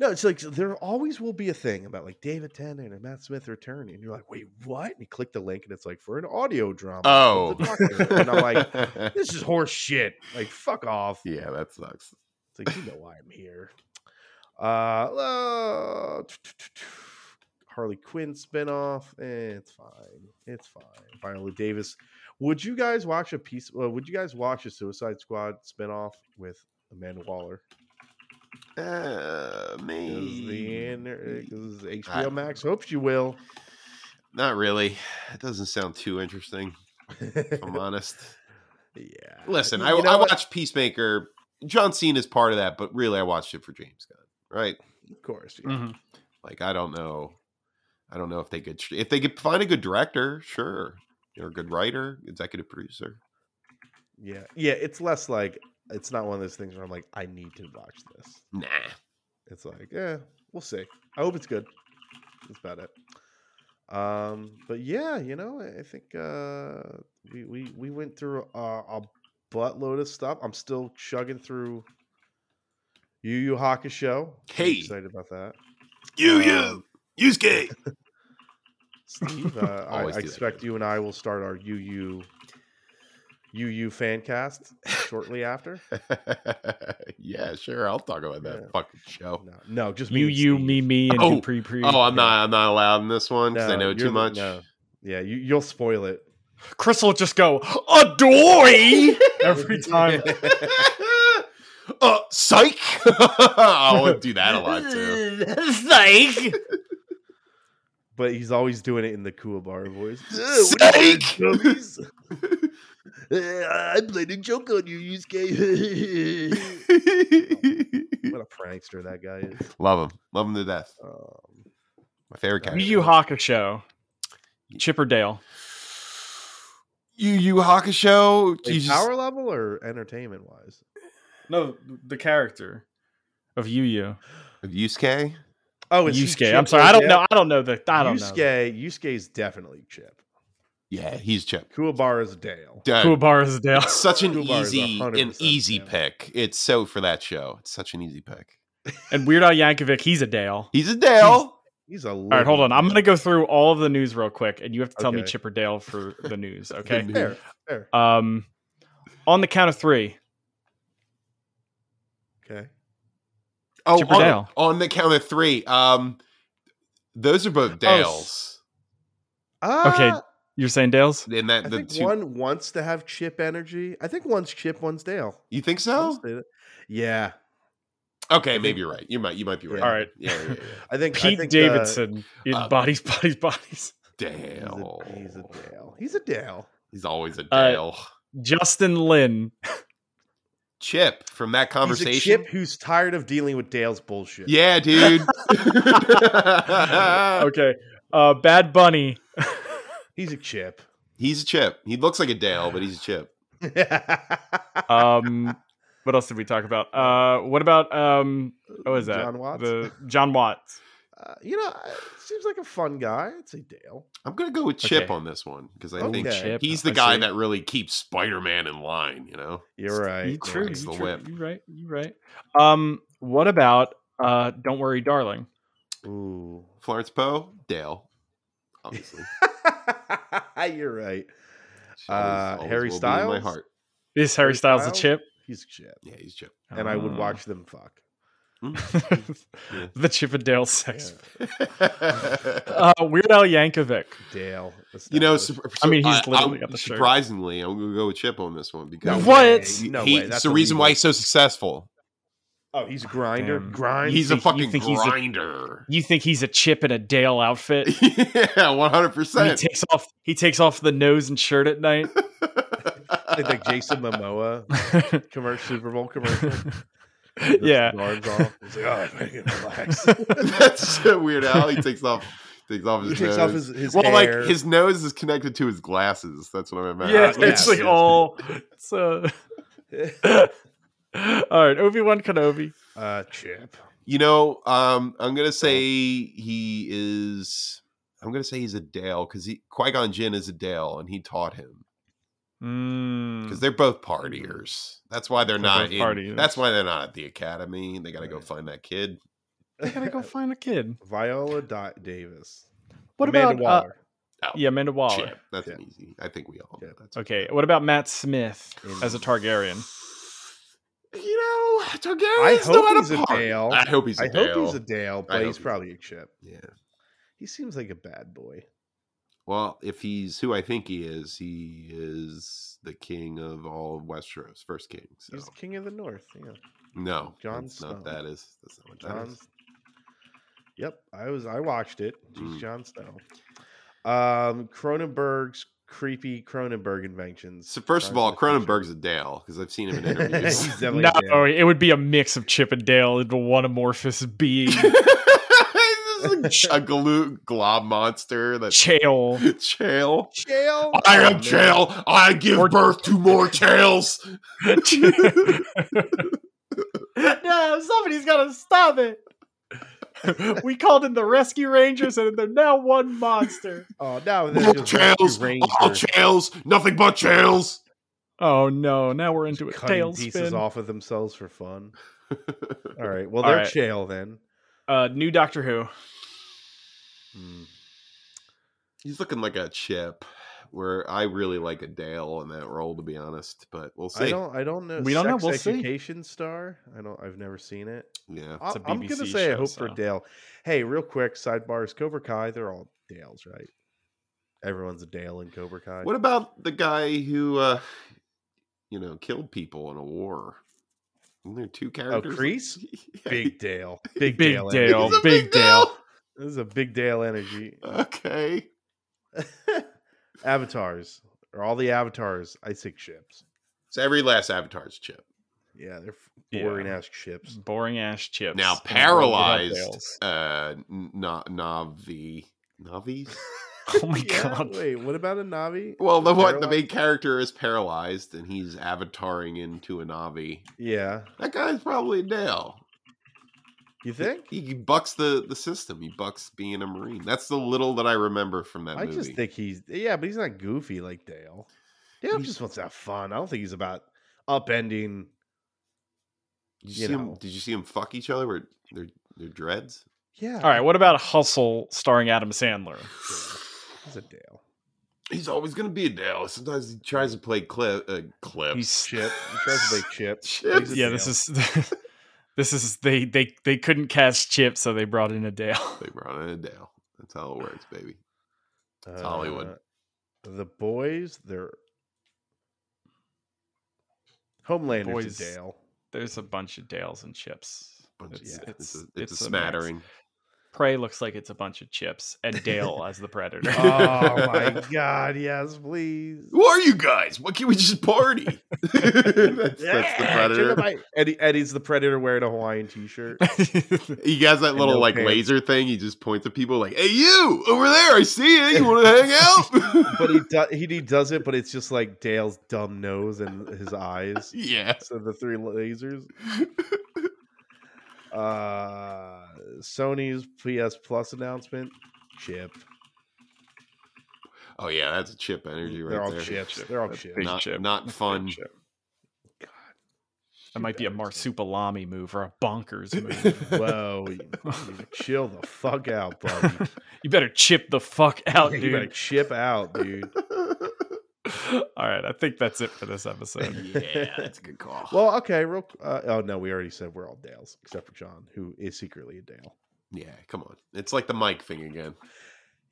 [SPEAKER 1] No, it's like there always will be a thing about like David Tennant and Matt Smith return, and you're like, wait, what? And you click the link, and it's like for an audio drama. with
[SPEAKER 2] Oh.
[SPEAKER 1] the Doctor." (laughs) and I'm
[SPEAKER 3] (laughs)
[SPEAKER 1] like, this is horse shit. Like, fuck off.
[SPEAKER 2] (laughs) yeah, that sucks.
[SPEAKER 1] It's like you know why I'm here. Uh, uh Harley Quinn spinoff. Eh, it's fine. It's fine. Viola Davis. Would you guys watch a piece? Uh, would you guys watch a Suicide Squad spinoff with Amanda Waller?
[SPEAKER 2] Uh,
[SPEAKER 1] Because the inter-
[SPEAKER 2] me.
[SPEAKER 1] 'cause
[SPEAKER 2] I
[SPEAKER 1] HBO
[SPEAKER 2] don't
[SPEAKER 1] Max hopes you will.
[SPEAKER 2] Not really. It doesn't sound too interesting,
[SPEAKER 1] (laughs)
[SPEAKER 2] if I'm
[SPEAKER 1] yeah.
[SPEAKER 2] honest. Listen,
[SPEAKER 1] Uh, You-
[SPEAKER 2] I,
[SPEAKER 1] you know
[SPEAKER 2] I
[SPEAKER 1] what?
[SPEAKER 2] watched Peacemaker. John Cena is part of that, but really, I watched it for James Gunn, right?
[SPEAKER 1] Of course. yeah.
[SPEAKER 2] Mm-hmm.
[SPEAKER 3] Mhm.
[SPEAKER 2] Like, I don't know, I don't know if they could if they could find a good director, sure, or a good writer, executive producer.
[SPEAKER 1] Yeah. Yeah. It's less like, it's not one of those things where I'm like, I need to watch this.
[SPEAKER 2] Nah,
[SPEAKER 1] it's like, yeah, we'll see. I hope it's good. That's about it. Um, but yeah, you know, I- I think uh, we we we went through a, a buttload of stuff. I'm still chugging through Yu Yu Hakusho.
[SPEAKER 2] Hey.
[SPEAKER 1] i excited about that.
[SPEAKER 2] You,
[SPEAKER 1] Um,
[SPEAKER 2] you, Yusuke.
[SPEAKER 1] Steve, uh, I, I
[SPEAKER 2] (laughs) Always do that.
[SPEAKER 1] expect you and I will start our Yu Yu Yu Yu fan cast shortly after.
[SPEAKER 2] (laughs) yeah, sure. I'll talk about that
[SPEAKER 1] Yeah.
[SPEAKER 2] fucking show.
[SPEAKER 1] No, no, just me
[SPEAKER 3] you,
[SPEAKER 1] and
[SPEAKER 3] you,
[SPEAKER 1] Steve.
[SPEAKER 3] me, me, and
[SPEAKER 2] Oh.
[SPEAKER 3] Dupree, pre.
[SPEAKER 2] Oh, I'm not. I'm not allowed in this one because I
[SPEAKER 1] No,
[SPEAKER 2] know
[SPEAKER 1] you're the-
[SPEAKER 2] too much.
[SPEAKER 1] no. Yeah, you, you'll spoil it.
[SPEAKER 3] Chris will just go (laughs) adoy every
[SPEAKER 1] (laughs)
[SPEAKER 3] time.
[SPEAKER 2] uh, psych. (laughs) I would do that a lot
[SPEAKER 1] (laughs)
[SPEAKER 2] too.
[SPEAKER 4] Psych.
[SPEAKER 1] But he's always doing it in the Kuwabara (laughs) voice.
[SPEAKER 2] Psych.
[SPEAKER 1] (laughs) I played a joke on you, Yusuke. (laughs) what a prankster that guy is.
[SPEAKER 2] Love him. Love him to death.
[SPEAKER 1] Um,
[SPEAKER 2] My favorite
[SPEAKER 3] Yu
[SPEAKER 2] character.
[SPEAKER 3] Yu Hakusho, Chipperdale.
[SPEAKER 2] Yu Yu Hakusho.
[SPEAKER 1] wait,
[SPEAKER 2] you just-
[SPEAKER 1] power level or entertainment wise?
[SPEAKER 3] No, the character of Yu Yu.
[SPEAKER 2] of Yusuke.
[SPEAKER 1] Oh, it's
[SPEAKER 3] Yusuke. I'm sorry. I don't know. I don't know the. I don't know.
[SPEAKER 1] Yusuke, Yusuke's definitely Chip.
[SPEAKER 2] Yeah, he's Chip.
[SPEAKER 1] Kuwabara's Dale.
[SPEAKER 2] Dude,
[SPEAKER 3] Kuwabara's (laughs) Dale.
[SPEAKER 2] it's such an
[SPEAKER 1] Kubar is
[SPEAKER 2] easy, an
[SPEAKER 1] 100%
[SPEAKER 2] easy
[SPEAKER 1] Dale.
[SPEAKER 2] pick. It's so for that show. It's such an easy pick.
[SPEAKER 3] And Weird Al Yankovic, he's a Dale.
[SPEAKER 2] He's a Dale.
[SPEAKER 1] He's a
[SPEAKER 3] All right, hold on. I'm going to go through all of the news real quick, and you have to tell me
[SPEAKER 1] Okay.
[SPEAKER 3] Chipperdale for the (laughs) news, okay?
[SPEAKER 2] news.
[SPEAKER 1] Fair, fair.
[SPEAKER 3] um, on the count of three,
[SPEAKER 1] Okay.
[SPEAKER 2] Oh,
[SPEAKER 3] Chipper
[SPEAKER 2] on,
[SPEAKER 3] Dale.
[SPEAKER 2] on the count of three. Um, those are
[SPEAKER 1] Oh,
[SPEAKER 2] both Dales.
[SPEAKER 1] Ah,
[SPEAKER 3] you're saying Dales?
[SPEAKER 2] and that
[SPEAKER 1] I
[SPEAKER 2] the
[SPEAKER 1] think
[SPEAKER 2] two.
[SPEAKER 1] one wants to have Chip energy. I think one's Chip, one's Dale.
[SPEAKER 2] you think
[SPEAKER 1] I'll
[SPEAKER 3] Oh.
[SPEAKER 2] so?
[SPEAKER 1] say that. Yeah,
[SPEAKER 2] Okay,
[SPEAKER 1] think-
[SPEAKER 2] maybe you're right. You might. You might be right.
[SPEAKER 1] Yeah. All
[SPEAKER 3] right.
[SPEAKER 2] Yeah. yeah, yeah.
[SPEAKER 1] I think I
[SPEAKER 3] Pete
[SPEAKER 1] think, uh,
[SPEAKER 3] Davidson in
[SPEAKER 2] uh,
[SPEAKER 3] (laughs) bodies, bodies, bodies.
[SPEAKER 1] he's, a,
[SPEAKER 2] Dale.
[SPEAKER 1] (laughs) he's a Dale. He's a Dale.
[SPEAKER 2] He's always a
[SPEAKER 3] Uh,
[SPEAKER 2] Dale.
[SPEAKER 3] Justin Lin. (laughs)
[SPEAKER 2] Chip from that conversation.
[SPEAKER 1] He's a Chip who's tired of dealing with Dale's bullshit. (laughs)
[SPEAKER 2] Yeah, dude.
[SPEAKER 3] okay. Uh, Bad Bunny.
[SPEAKER 1] he's a Chip. (laughs)
[SPEAKER 2] he's a chip. He looks like a Dale, but he's a chip.
[SPEAKER 3] Um, (laughs) what else did we talk about? Uh, what about, um, what was that?
[SPEAKER 1] John Watts.
[SPEAKER 3] The John Watts.
[SPEAKER 1] Uh, you know, I- seems like a fun guy. I'd say Dale.
[SPEAKER 2] I'm gonna go with Chip
[SPEAKER 3] Okay.
[SPEAKER 2] on this one because I
[SPEAKER 1] Oh,
[SPEAKER 2] think
[SPEAKER 1] okay.
[SPEAKER 3] Chip.
[SPEAKER 2] he's the
[SPEAKER 3] I
[SPEAKER 2] guy
[SPEAKER 3] see.
[SPEAKER 2] that really keeps Spider-Man in line. You know,
[SPEAKER 1] You're
[SPEAKER 3] You
[SPEAKER 1] right.
[SPEAKER 3] true.
[SPEAKER 2] Christ,
[SPEAKER 3] You
[SPEAKER 2] the
[SPEAKER 3] true.
[SPEAKER 2] whip.
[SPEAKER 3] You right. You right. Um, what about uh, Don't Worry, Darling?
[SPEAKER 1] Ooh. (laughs)
[SPEAKER 2] Florence Poe, Dale, obviously.
[SPEAKER 1] You're right.
[SPEAKER 2] She always-
[SPEAKER 1] Uh,
[SPEAKER 2] always
[SPEAKER 1] Harry
[SPEAKER 2] will be in my
[SPEAKER 1] Styles?
[SPEAKER 2] heart.
[SPEAKER 3] Is Harry
[SPEAKER 1] Harry
[SPEAKER 3] Styles a
[SPEAKER 1] Styles?
[SPEAKER 3] chip?
[SPEAKER 1] He's a Chip.
[SPEAKER 2] Yeah, he's (laughs) Chip.
[SPEAKER 1] And I would
[SPEAKER 3] Uh, (laughs)
[SPEAKER 1] watch them fuck.
[SPEAKER 2] Yeah.
[SPEAKER 3] the Chip and Dale sex.
[SPEAKER 1] Yeah,
[SPEAKER 3] Uh, Weird Al Yankovic.
[SPEAKER 1] Dale. That's
[SPEAKER 2] you
[SPEAKER 1] not
[SPEAKER 2] know,
[SPEAKER 1] what-
[SPEAKER 2] sur-
[SPEAKER 3] I mean, he's
[SPEAKER 2] I-
[SPEAKER 3] literally
[SPEAKER 2] I'm-
[SPEAKER 3] got the shirt.
[SPEAKER 2] surprisingly, I'm gonna go with Chip on this one
[SPEAKER 1] No
[SPEAKER 2] because
[SPEAKER 1] way.
[SPEAKER 3] What?
[SPEAKER 1] No
[SPEAKER 2] he,
[SPEAKER 1] way.
[SPEAKER 2] it's
[SPEAKER 1] That's
[SPEAKER 2] the reason why
[SPEAKER 1] illegal.
[SPEAKER 2] he's so successful.
[SPEAKER 1] Oh, he's a grinder.
[SPEAKER 3] Damn.
[SPEAKER 1] Grind.
[SPEAKER 2] He's a
[SPEAKER 3] think- you
[SPEAKER 2] fucking
[SPEAKER 3] think he's a-
[SPEAKER 2] grinder. (laughs)
[SPEAKER 3] You think he's a Chip in a Dale outfit?
[SPEAKER 2] yeah, one hundred
[SPEAKER 3] And he
[SPEAKER 2] percent.
[SPEAKER 3] takes off. He takes off the nose and shirt at night. (laughs)
[SPEAKER 1] like, like Jason Momoa commercial Super Bowl commercial. He rips
[SPEAKER 3] yeah.
[SPEAKER 1] his arms off. He's like, oh, I can relax.
[SPEAKER 2] (laughs) That's so weird. Al he takes off takes off
[SPEAKER 1] (laughs)
[SPEAKER 2] his
[SPEAKER 1] he takes
[SPEAKER 2] nose.
[SPEAKER 1] off his, his
[SPEAKER 2] well,
[SPEAKER 1] hair.
[SPEAKER 2] like his nose is connected to his glasses. That's what I meant.
[SPEAKER 3] Yeah,
[SPEAKER 1] yeah,
[SPEAKER 3] it's like
[SPEAKER 1] yeah.
[SPEAKER 3] all. It's, uh, (laughs) all right, Obi Wan Kenobi.
[SPEAKER 1] uh, Chip.
[SPEAKER 2] You know, um, I'm gonna say he is. I'm gonna say he's a Dale because he Qui Gon Jinn is a Dale, and he taught him
[SPEAKER 1] Hmm.
[SPEAKER 3] Hmm.
[SPEAKER 2] because they're both partiers. That's why they're,
[SPEAKER 3] They're
[SPEAKER 2] not.
[SPEAKER 3] both
[SPEAKER 2] in-
[SPEAKER 3] partiers.
[SPEAKER 2] that's why they're not at the academy. They got to go
[SPEAKER 1] Right.
[SPEAKER 2] find that kid.
[SPEAKER 3] I gotta go find a kid.
[SPEAKER 1] Viola Di- Davis.
[SPEAKER 3] What
[SPEAKER 1] Amanda
[SPEAKER 3] about uh,
[SPEAKER 1] Waller
[SPEAKER 2] Out.
[SPEAKER 3] yeah, Amanda Waller?
[SPEAKER 2] Chip. That's
[SPEAKER 1] Yeah.
[SPEAKER 2] an easy. I think we all. know
[SPEAKER 1] Yeah.
[SPEAKER 2] That's
[SPEAKER 3] Okay, what about Matt Smith
[SPEAKER 1] In-
[SPEAKER 3] as a Targaryen?
[SPEAKER 2] You know,
[SPEAKER 1] I
[SPEAKER 2] Targaryens know
[SPEAKER 1] hope
[SPEAKER 2] how
[SPEAKER 1] he's
[SPEAKER 2] to
[SPEAKER 1] a
[SPEAKER 2] part.
[SPEAKER 1] Dale.
[SPEAKER 2] I hope he's a
[SPEAKER 1] I
[SPEAKER 2] Dale.
[SPEAKER 1] hope he's a Dale, but
[SPEAKER 2] hope
[SPEAKER 1] he's
[SPEAKER 2] he's-
[SPEAKER 1] probably a Chip.
[SPEAKER 2] yeah.
[SPEAKER 1] He seems like a bad boy.
[SPEAKER 2] Well, if he's who I think he is, he is the king of all of Westeros, first king. So
[SPEAKER 1] He's the king of the North. Yeah,
[SPEAKER 2] no,
[SPEAKER 1] Jon
[SPEAKER 2] that's not
[SPEAKER 1] Snow.
[SPEAKER 2] that is that's not what that
[SPEAKER 1] John.
[SPEAKER 2] is.
[SPEAKER 1] Yep, I was. I watched it. He's
[SPEAKER 2] Mm.
[SPEAKER 1] John Snow. Um, Cronenberg's creepy Cronenberg inventions.
[SPEAKER 2] So first of
[SPEAKER 1] Jon
[SPEAKER 2] all,
[SPEAKER 1] Snow's creepy.
[SPEAKER 2] Cronenberg's a Dale because I've
[SPEAKER 1] (laughs)
[SPEAKER 2] seen him in interviews. (laughs)
[SPEAKER 1] He's definitely
[SPEAKER 3] No,
[SPEAKER 1] a Dale.
[SPEAKER 3] it would be a mix of Chip and Dale into one
[SPEAKER 2] (laughs)
[SPEAKER 3] amorphous being.
[SPEAKER 2] He's a glu- glob monster (laughs) that
[SPEAKER 3] Chael.
[SPEAKER 2] chail.
[SPEAKER 1] Jail.
[SPEAKER 2] I
[SPEAKER 1] Oh,
[SPEAKER 2] am
[SPEAKER 1] man.
[SPEAKER 2] chail. I give
[SPEAKER 3] Or-
[SPEAKER 2] birth to
[SPEAKER 1] (laughs)
[SPEAKER 2] more chails. (laughs) (laughs)
[SPEAKER 3] (laughs) no, somebody's gotta stop it. we called in the Rescue Rangers, and they're now one monster.
[SPEAKER 1] Oh, now
[SPEAKER 2] All
[SPEAKER 1] this is
[SPEAKER 2] trails, all
[SPEAKER 1] Ranger
[SPEAKER 2] trails, nothing but (laughs) trails.
[SPEAKER 3] Oh no! Now we're into a
[SPEAKER 1] cutting pieces
[SPEAKER 3] tailspin.
[SPEAKER 1] off of themselves for
[SPEAKER 2] (laughs)
[SPEAKER 1] fun. All right, well they're
[SPEAKER 3] right.
[SPEAKER 1] Chael then.
[SPEAKER 3] Uh, new Doctor Who.
[SPEAKER 1] Hmm.
[SPEAKER 2] He's looking like a chip. Where I really like a Dale in that role, to be honest. But we'll see.
[SPEAKER 1] I don't. I don't know.
[SPEAKER 3] We don't know,
[SPEAKER 1] Sex
[SPEAKER 3] we'll see.
[SPEAKER 1] education star. I don't. I've never seen it.
[SPEAKER 2] yeah,
[SPEAKER 1] I,
[SPEAKER 3] a
[SPEAKER 1] I'm gonna
[SPEAKER 3] BBC
[SPEAKER 1] say I
[SPEAKER 3] show,
[SPEAKER 1] hope for
[SPEAKER 3] so.
[SPEAKER 1] Dale. Hey, real quick sidebars. Cobra Kai. They're all Dales, right? Everyone's a Dale in Cobra Kai.
[SPEAKER 2] What about the guy who, uh, you know, killed people in a war? Isn't there two characters?
[SPEAKER 1] Oh,
[SPEAKER 2] (laughs)
[SPEAKER 1] Kreese?
[SPEAKER 2] Yeah,
[SPEAKER 1] Big Dale. Big,
[SPEAKER 3] Big
[SPEAKER 1] Dale.
[SPEAKER 2] he's
[SPEAKER 3] Dale.
[SPEAKER 1] energy.
[SPEAKER 2] a
[SPEAKER 3] Big Dale.
[SPEAKER 1] This is a big Dale
[SPEAKER 2] (laughs)
[SPEAKER 1] energy.
[SPEAKER 2] Okay.
[SPEAKER 1] avatars or all the avatars. I think ships.
[SPEAKER 2] So every last Avatar's chip.
[SPEAKER 1] Yeah, they're f-
[SPEAKER 3] Yeah.
[SPEAKER 1] boring ass ships.
[SPEAKER 3] Boring ass chips.
[SPEAKER 2] Now
[SPEAKER 3] And we're gonna get
[SPEAKER 2] paralyzed. (laughs)
[SPEAKER 3] Dales.
[SPEAKER 2] Uh, na- Navi. Navis?
[SPEAKER 3] Oh (laughs) my
[SPEAKER 1] Yeah,
[SPEAKER 3] god!
[SPEAKER 1] Wait, what about a Navi?
[SPEAKER 2] Well, the what the
[SPEAKER 1] Paralyzed?
[SPEAKER 2] main character is paralyzed, and he's avataring into a Navi.
[SPEAKER 1] Yeah,
[SPEAKER 2] That guy's probably Dale.
[SPEAKER 1] you think?
[SPEAKER 2] He, he bucks the the system. He bucks being a Marine. That's the little that I remember from that
[SPEAKER 1] I
[SPEAKER 2] movie.
[SPEAKER 1] just think he's yeah, but he's not goofy like Dale. Dale
[SPEAKER 2] He's-
[SPEAKER 1] just wants to have fun. I don't think he's about upending.
[SPEAKER 2] Did you,
[SPEAKER 1] you
[SPEAKER 2] see him?
[SPEAKER 1] know.
[SPEAKER 2] Did you see him fuck each other? Where their
[SPEAKER 1] (sighs)
[SPEAKER 2] their dreads?
[SPEAKER 1] Yeah.
[SPEAKER 3] All right, what about Hustle starring Adam Sandler?
[SPEAKER 1] He's a Dale.
[SPEAKER 2] He's always gonna be a Dale. Sometimes he tries to play clip. Uh, clip.
[SPEAKER 3] He's
[SPEAKER 1] Chip. He tries
[SPEAKER 2] (laughs)
[SPEAKER 1] to make chip.
[SPEAKER 2] Chips.
[SPEAKER 1] He's a
[SPEAKER 3] yeah. This is (laughs) this is they they they couldn't cast Chip, so they brought in a Dale. (laughs)
[SPEAKER 2] (laughs) They brought in a Dale. That's how it works, baby. Hollywood.
[SPEAKER 1] Uh, the boys, they're Homelander's
[SPEAKER 3] Boys-
[SPEAKER 1] a Dale. (laughs)
[SPEAKER 3] There's a bunch of Dales and Chips.
[SPEAKER 2] Bunch of-
[SPEAKER 1] It's-
[SPEAKER 2] yeah,
[SPEAKER 1] it's-
[SPEAKER 2] it's, a, it's,
[SPEAKER 3] it's
[SPEAKER 2] a
[SPEAKER 3] a mix.
[SPEAKER 2] smattering.
[SPEAKER 3] Prey looks like it's a bunch of chips, and Dale as the predator.
[SPEAKER 1] (laughs) oh my god, yes, please.
[SPEAKER 2] Who are you guys? What can we just
[SPEAKER 1] (laughs)
[SPEAKER 2] party? (laughs) that's, that's the
[SPEAKER 1] Yeah,
[SPEAKER 2] predator.
[SPEAKER 1] Jedi- Eddie, Eddie's the predator wearing a Hawaiian t-shirt.
[SPEAKER 2] He has that
[SPEAKER 1] And
[SPEAKER 2] little
[SPEAKER 1] no
[SPEAKER 2] like
[SPEAKER 1] pants.
[SPEAKER 2] laser thing. He just points at people like, "Hey, you over there! I see you. You want to hang out?" (laughs)
[SPEAKER 1] but he, do- he he does it, but it's just like Dale's dumb nose and his
[SPEAKER 2] (laughs)
[SPEAKER 1] eyes.
[SPEAKER 2] yeah.
[SPEAKER 1] So the three lasers. Uh, Sony's PS Plus announcement. Chip.
[SPEAKER 2] Oh yeah, that's a chip energy right
[SPEAKER 1] They're all
[SPEAKER 2] there.
[SPEAKER 1] chips. They're all
[SPEAKER 3] That's
[SPEAKER 1] chips.
[SPEAKER 3] big
[SPEAKER 2] Not
[SPEAKER 3] chip.
[SPEAKER 2] not fun. (laughs)
[SPEAKER 1] God,
[SPEAKER 3] That might be a marsupilami move or a
[SPEAKER 1] (laughs)
[SPEAKER 3] bonkers move.
[SPEAKER 1] Whoa, you- you chill the fuck out, buddy.
[SPEAKER 3] you better chip
[SPEAKER 1] (laughs)
[SPEAKER 3] the fuck out,
[SPEAKER 1] you better
[SPEAKER 3] dude.
[SPEAKER 1] chip out, dude.
[SPEAKER 3] (laughs) All right, I think that's it for
[SPEAKER 1] (laughs)
[SPEAKER 3] this episode.
[SPEAKER 2] yeah, that's a good call.
[SPEAKER 1] Well, okay, real. Uh, oh no, we already said we're all Dales except for John, who is secretly a Dale.
[SPEAKER 2] yeah, come on. It's like the mic thing again.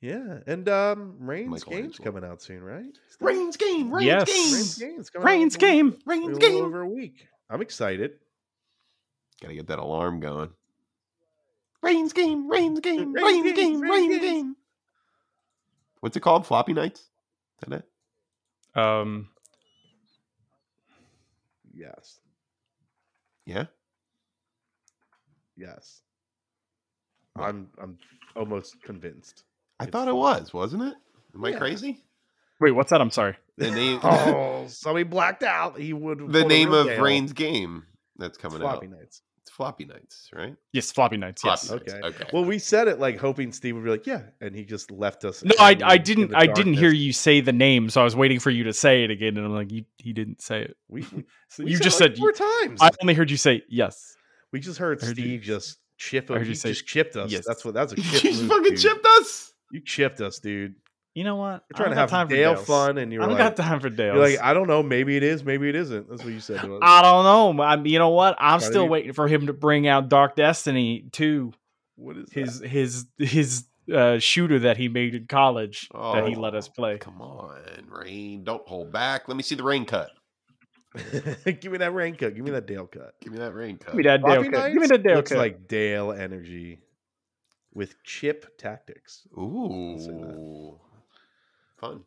[SPEAKER 1] Yeah, and um, Rain's
[SPEAKER 2] Michael
[SPEAKER 1] game's
[SPEAKER 2] Angelo.
[SPEAKER 1] coming out soon, right?
[SPEAKER 2] Rain's game.
[SPEAKER 3] Rain's Yes. game.
[SPEAKER 1] Rain's game's coming
[SPEAKER 3] Rain's
[SPEAKER 1] out in a little-
[SPEAKER 3] game.
[SPEAKER 1] in
[SPEAKER 2] Rain's
[SPEAKER 1] a little over a week. I'm excited.
[SPEAKER 2] Gotta get that alarm going.
[SPEAKER 5] Rain's game, rain's game,
[SPEAKER 1] Rain's
[SPEAKER 5] rain's
[SPEAKER 1] game,
[SPEAKER 5] game,
[SPEAKER 1] Rain's
[SPEAKER 5] rain's
[SPEAKER 1] game.
[SPEAKER 5] game.
[SPEAKER 2] What's it called? Floppy nights. Is that it?
[SPEAKER 3] Um,
[SPEAKER 1] Yes,
[SPEAKER 2] Yeah.
[SPEAKER 1] yes.
[SPEAKER 2] What?
[SPEAKER 1] I'm I'm almost
[SPEAKER 2] (laughs)
[SPEAKER 1] convinced.
[SPEAKER 2] I
[SPEAKER 1] It's
[SPEAKER 2] thought it
[SPEAKER 1] floppy.
[SPEAKER 2] was, wasn't it? Am I
[SPEAKER 1] Yeah.
[SPEAKER 2] crazy?
[SPEAKER 3] wait, what's that? I'm sorry.
[SPEAKER 2] The name.
[SPEAKER 1] Oh, somebody blacked out. He would.
[SPEAKER 2] (laughs) the name of Rain's game that's coming
[SPEAKER 1] floppy
[SPEAKER 2] out.
[SPEAKER 1] nights.
[SPEAKER 2] It's Floppy Nights, right?
[SPEAKER 3] Yes, floppy nights. Yes.
[SPEAKER 2] Floppy
[SPEAKER 1] Okay.
[SPEAKER 2] Nights. Okay.
[SPEAKER 1] Well, we said it like hoping Steve would be like, yeah, and he just left us.
[SPEAKER 3] No, I,
[SPEAKER 1] hanging
[SPEAKER 3] I
[SPEAKER 1] in
[SPEAKER 3] didn't
[SPEAKER 1] the
[SPEAKER 3] I didn't hear
[SPEAKER 1] darkness.
[SPEAKER 3] you say the name, so I was waiting for you to say it again, and I'm like, you, he didn't say it.
[SPEAKER 1] We, we-
[SPEAKER 3] So
[SPEAKER 1] we
[SPEAKER 3] you just
[SPEAKER 1] it, like,
[SPEAKER 3] said
[SPEAKER 1] four times.
[SPEAKER 3] I only heard you say yes.
[SPEAKER 1] we just heard,
[SPEAKER 3] I heard you-
[SPEAKER 1] Steve just chip.
[SPEAKER 3] I heard
[SPEAKER 1] he
[SPEAKER 3] you say-
[SPEAKER 1] just chipped us.
[SPEAKER 3] yes.
[SPEAKER 1] That's what.
[SPEAKER 3] (laughs)
[SPEAKER 1] That's a (laughs)
[SPEAKER 2] You
[SPEAKER 1] chip.
[SPEAKER 2] just
[SPEAKER 1] move,
[SPEAKER 2] fucking
[SPEAKER 1] dude.
[SPEAKER 2] chipped us.
[SPEAKER 1] You chipped us, dude.
[SPEAKER 3] You know what?
[SPEAKER 1] You're trying to
[SPEAKER 3] I don't
[SPEAKER 1] have
[SPEAKER 3] got time for
[SPEAKER 1] Dale
[SPEAKER 3] Dales.
[SPEAKER 1] fun, and
[SPEAKER 3] I
[SPEAKER 1] you're
[SPEAKER 3] don't
[SPEAKER 1] like,
[SPEAKER 3] got time for Dales.
[SPEAKER 1] you're like, I don't know. Maybe it is. Maybe it isn't. That's what you said. To us.
[SPEAKER 3] I don't know. I mean, you know what?
[SPEAKER 1] Try
[SPEAKER 3] I'm
[SPEAKER 1] to
[SPEAKER 3] still
[SPEAKER 1] be-
[SPEAKER 3] waiting for him to bring out Dark Destiny 2,
[SPEAKER 1] what is his?
[SPEAKER 3] his his his uh, shooter that he made in college that he
[SPEAKER 2] Oh,
[SPEAKER 3] let us play.
[SPEAKER 2] Come on, Rain. Don't hold back. Let me see the rain cut.
[SPEAKER 1] Give me that (laughs) rain cut. Give me that Dale cut.
[SPEAKER 2] Give me that rain cut.
[SPEAKER 3] Give me that Dale
[SPEAKER 1] Floppy
[SPEAKER 3] code. Give me
[SPEAKER 1] Knights
[SPEAKER 3] that Dale
[SPEAKER 1] looks
[SPEAKER 3] code.
[SPEAKER 1] like Dale energy with chip tactics. say that.
[SPEAKER 2] Ooh. Fun.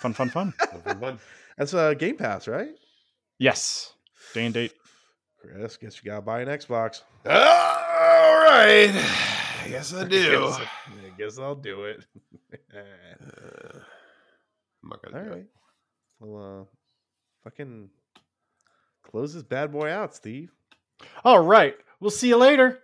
[SPEAKER 3] fun, fun, fun.
[SPEAKER 2] Fun, fun, (laughs) fun.
[SPEAKER 1] (laughs) That's a Game Pass, right?
[SPEAKER 3] yes. Day and date.
[SPEAKER 1] Chris, guess you gotta buy an Xbox.
[SPEAKER 2] All right. (sighs) I guess
[SPEAKER 1] (laughs)
[SPEAKER 2] (laughs) I do.
[SPEAKER 1] Guess, I (laughs) guess I'll do it.
[SPEAKER 2] Uh, I'm not
[SPEAKER 1] All
[SPEAKER 2] gonna do
[SPEAKER 1] right. Well, uh, fucking close this bad boy out, Steve.
[SPEAKER 3] All right. We'll see you later.